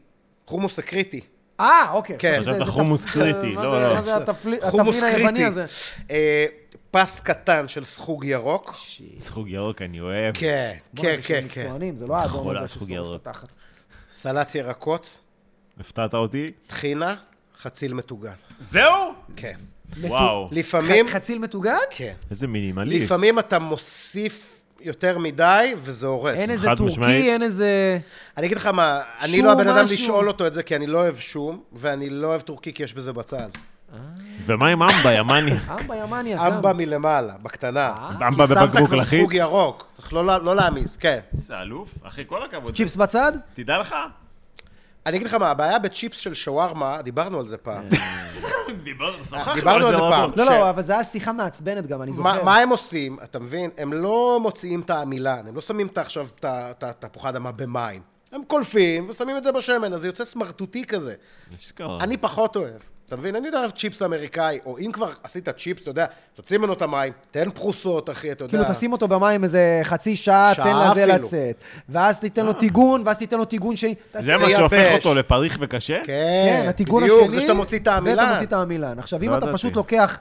C: חומוס הקריטי.
A: אה, אוקיי.
C: כן.
A: חשבתי שזה-
B: חשבת
A: זה
B: חומוס
A: תפ-
B: קריטי,
A: מה
B: לא,
A: זה-
B: לא.
A: מה זה התפלי-
C: חומוס
A: התבלין היווני
C: קריטי.
A: הזה?
C: אה, פס קטן של סחוג ירוק.
B: סחוג ירוק אני אוהב.
C: כן,
A: בוא'נה,
C: כן,
A: זה של
C: כן, כן.
A: מקצוענים, זה לא האדום
B: חולה,
A: הזה
B: סחוג
A: ששורף
B: ירוק.
A: את התחת.
C: סלט ירקות,
B: הפתעת אותי?
C: טחינה, חציל מטוגן.
B: זהו?
C: כן.
B: וואו.
C: לפעמים...
A: ח- חציל מטוגן?
C: כן.
B: איזה מינימליסט.
C: לפעמים אתה מוסיף יותר מדי, וזה הורס.
A: אין איזה
B: חד משמעית.
A: טורקי, אין איזה...
C: אני אגיד לך מה, אני
A: שום
C: לא הבן אדם
A: משהו.
C: לשאול אותו את זה, כי אני לא אוהב שום, ואני לא אוהב טורקי, כי יש בזה בצל.
B: ומה עם אמבה, ימני?
A: אמבה ימניה, גם.
C: אמבה מלמעלה, בקטנה.
A: אה?
B: אמבה
C: כי
B: בבקבוק
C: שמת כבר
B: לחיץ?
C: חוג ירוק, צריך לא לה- לא להעמיס, כן.
B: זה אלוף. אחי, כל הכבוד.
A: צ'יפס בצד?
B: תדע לך,
C: אני אגיד לך מה, הבעיה בצ'יפס של שווארמה, דיברנו על זה פעם.
A: כן.
B: דיברנו, שוחחנו
C: דיברנו
B: על זה
C: על זה פעם.
B: רבות.
A: לא,
C: ש-
A: לא, אבל זו הייתה שיחה מעצבנת גם, אני
C: מה
A: זוכר.
C: מה הם עושים, אתה מבין? הם לא מוציאים את העמילן, הם לא שמים את עכשיו את ה- את התפוחי אדמה במים. הם קולפים ושמים את זה בשמן, אז זה יוצא סמרטוטי כזה.
A: אה.
B: אשכרה.
C: אני פחות אוהב. אתה מבין? אני לא אוהב צ'יפס אמריקאי, או אם כבר עשית צ'יפס, אתה יודע, תוציא ממנו את המים, תן פרוסות, אחי, אתה יודע.
A: כאילו, תשים אותו במים איזה חצי שעה,
C: שעה
A: תן לזה
C: אפילו. אה.
A: לצאת. ואז תיתן לו טיגון, ואז תיתן לו טיגון שני.
B: זה
A: תעשה-
B: מה שהופך
C: לייבש.
B: אותו לפריך וקשה?
A: כן,
C: כן,
A: הטיגון השני.
C: בדיוק, זה שאתה מוציא את
A: ואתה
C: העמילן.
A: מוציא את העמילן. עכשיו,
B: לא
A: אם אתה
B: ידעתי.
A: פשוט לוקח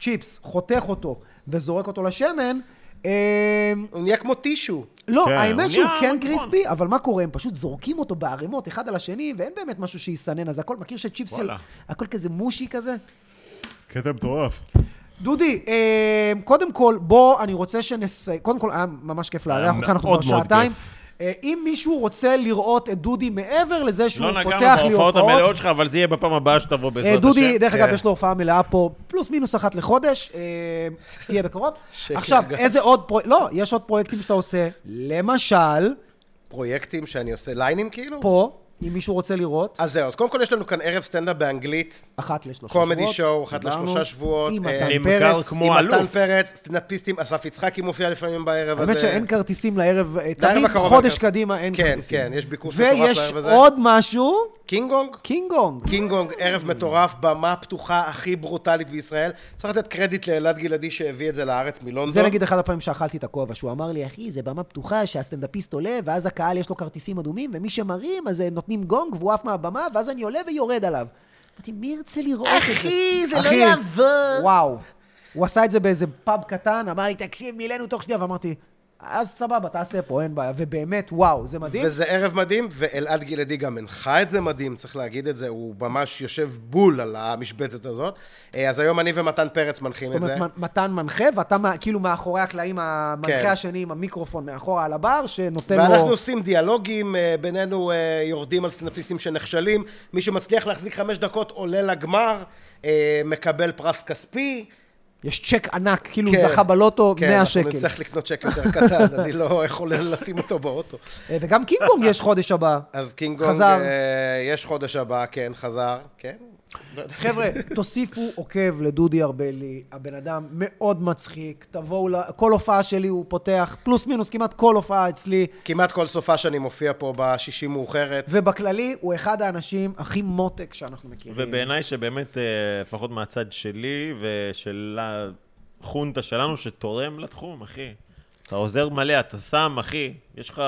A: צ'יפס, חותך אותו, וזורק אותו לשמן, אה,
C: הוא נהיה כמו טישו.
A: לא,
B: כן, הוא
A: האמת שהוא
B: נהיה
A: כן
B: מגרון.
A: קריספי, אבל מה קורה? הם פשוט זורקים אותו בערימות אחד על השני, ואין באמת משהו שיסנן, אז הכל, מכיר שצ'יפס של...
B: וואלה.
A: הכל כזה מושי כזה?
B: קטע מטורף.
A: דודי, אה, קודם כל, בוא, אני רוצה שנסי... קודם כל, היה ממש כיף לארח
B: היה
A: אותך, אנחנו כבר
B: אה, מאוד מאוד
A: שעתיים.
B: כיף.
A: אה, אם מישהו רוצה לראות את דודי מעבר לזה שהוא
B: לא נגענו
A: פותח לי
B: בהופעות המלאות
A: הופעות...
B: שלך, אבל זה יהיה בפעם הבאה שתבוא בעזרת
A: אה,
B: השם.
A: דודי, דרך אגב,
C: כן.
A: יש לו הופעה מלאה פה, פלוס מינוס אחת לחודש, אה, תהיה בקרוב.
C: שקר
A: עכשיו,
C: גס.
A: איזה עוד פרויקט... לא, יש עוד פרויקטים שאתה עושה. למשל,
C: פרויקטים שאני עושה ליינים כאילו?
A: פה, אם מישהו רוצה לראות,
C: אז זהו, אז קודם כל יש לנו כאן ערב סטנדאפ באנגלית,
A: אחת לשלושה שבועות.
C: קומדי שואו, אחת
A: דיברנו.
C: לשלושה שבועות.
A: עם
C: אה,
A: מתן
B: עם
A: פרץ.
B: גל כמו
C: עם מתן
B: אלוף.
C: פרץ, סטנדאפיסטים, אסף יצחקי מופיע לפעמים בערב הזה.
A: האמת שאין כרטיסים לערב, אה,
C: לערב
A: תמיד
C: הקרוב
A: חודש
C: אין כרטיס.
A: קדימה אין
C: כן,
A: כרטיסים.
C: כן, יש ביקוש מטורף
A: ויש
C: לערב הזה.
A: עוד משהו,
C: קינגונג?
A: קינגונג.
C: קינגונג, ערב מטורף, במה פתוחה הכי ברוטלית בישראל. צריך לתת קרדיט לאלעד גלעדי שהביא את זה לארץ מלונדון.
A: זה נגיד אחד הפעמים שאכלתי את הכובע, שהוא אמר לי, אחי, זה במה פתוחה שהסטנדאפיסט עולה, ואז הקהל יש לו כרטיסים אדומים, ומי שמרים, אז אה, נותנים גונג, והוא עף מהבמה, ואז אני עולה ויורד עליו. אמרתי, מי ירצה לראות את זה? אחי, זה לא יעבור. וואו. הוא עשה את זה באיזה פאב קטן, אמר לי, תקשיב, מילאנו תוך שנייה, ואמרתי, אז סבבה, תעשה פה, אין בעיה. ובאמת, וואו, זה מדהים.
C: וזה ערב מדהים, ואלעד גלעדי גם הנחה את זה מדהים, צריך להגיד את זה, הוא ממש יושב בול על המשבצת הזאת. אה, אז היום אני ומתן פרץ מנחים
A: זאת
C: את זה.
A: אומרת, מ- מתן מנחה, ואתה מה- כאילו מאחורי הקלעים,
C: כן.
A: המנחה השני עם המיקרופון מאחורה על הבר, שנותן לו...
C: ואנחנו עושים דיאלוגים, אה, בינינו אה, יורדים על סטנדאפיסטים שנכשלים, מי שמצליח להחזיק חמש דקות עולה לגמר, אה, מקבל פרס כספי.
A: יש צ'ק ענק, כאילו הוא
C: כן.
A: זכה בלוטו
C: כן,
A: 100
C: אנחנו
A: שקל.
C: נצטרך לקנות צ'ק יותר קטן, אני לא יכול לשים אותו באוטו.
A: אה, וגם קינגונג יש חודש הבא.
C: אז קינג גונג,
A: חזר.
C: אה, יש חודש הבא, כן, חזר, כן. לא יודע.
A: חבר'ה, תוסיפו עוקב לדודי ארבלי, הבן אדם מאוד מצחיק, תבואו ל... כל הופעה שלי הוא פותח, פלוס מינוס כמעט כל הופעה אצלי,
C: כמעט כל סופה שאני מופיע פה בשישי מאוחרת.
A: ובכללי הוא אחד האנשים הכי מותק שאנחנו מכירים.
B: כן. ובעיניי שבאמת, אה, לפחות מהצד שלי ושל החונטה שלנו, שתורם לתחום, אחי. אתה עוזר מלא, אתה שם, אחי. יש לך...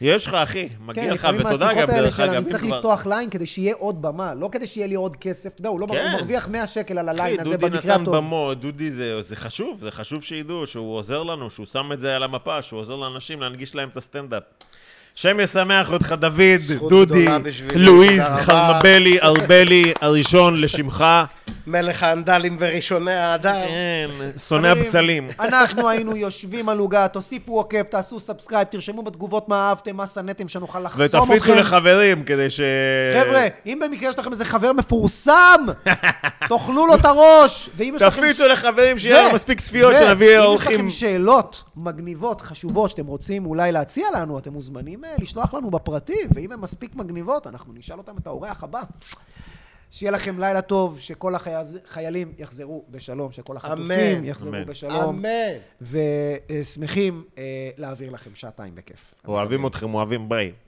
B: יש לך, אחי. מגיע לך,
A: כן, לפעמים
B: ותודה גם,
A: מהשיחות האלה
B: דרך
A: של
B: אגב.
A: אני
B: אם
A: צריך
B: כבר-
A: לפתוח ליין כדי שיהיה עוד במה, לא כדי שיהיה לי עוד כסף. אתה יודע, הוא לא
B: כן.
A: הוא מרוויח 100 שקל על
B: אחי,
A: הליין הזה
B: דודי
A: במקרה
B: נתן
A: הטוב.
B: במות, דודי זה, זה חשוב, זה חשוב שידעו שהוא עוזר לנו, שהוא שם את זה על המפה, שהוא עוזר לאנשים להנגיש להם את הסטנדאפ. השם ישמח אותך, דוד,
C: זכות
B: דודי,
C: גדולה בשבילי,
B: לואיז,
C: תודה רבה.
B: חרנבלי, ארבלי, הראשון לשמך.
A: כן.
C: מלך האנדלים וראשוני האדם.
B: כן, שונא הבצלים.
A: אנחנו היינו יושבים על עוגה, תוסיפו עוקב, תעשו סאבסקרייב, תרשמו בתגובות מה אהבתם, מה שנאתם, שנוכל לחסום אתכם.
B: ותפיצו לחברים כדי ש...
A: חבר'ה, אם במקרה יש לכם איזה חבר מפורסם, תאכלו לו את הראש. ואם יש לכם...
B: תפיצו לחברים
A: ו-
B: שיהיה לנו מספיק צפיות,
A: ו-
B: שנביא
A: אם יש
B: אורחים.
A: לכם שאלות מגניבות, חשובות, שאתם רוצים אולי להציע לנו, אתם מוזמנים אה, לשלוח לנו בפרטי, ואם הן מספיק מגניבות, אנחנו נשאל אותם את האורח הבא. שיהיה לכם לילה טוב, שכל החיילים יחזרו בשלום, שכל החטופים
C: אמן.
A: יחזרו
B: אמן.
A: בשלום,
C: אמן.
A: ושמחים להעביר לכם שעתיים בכיף.
B: אוהבים אתכם, אוהבים, ביי.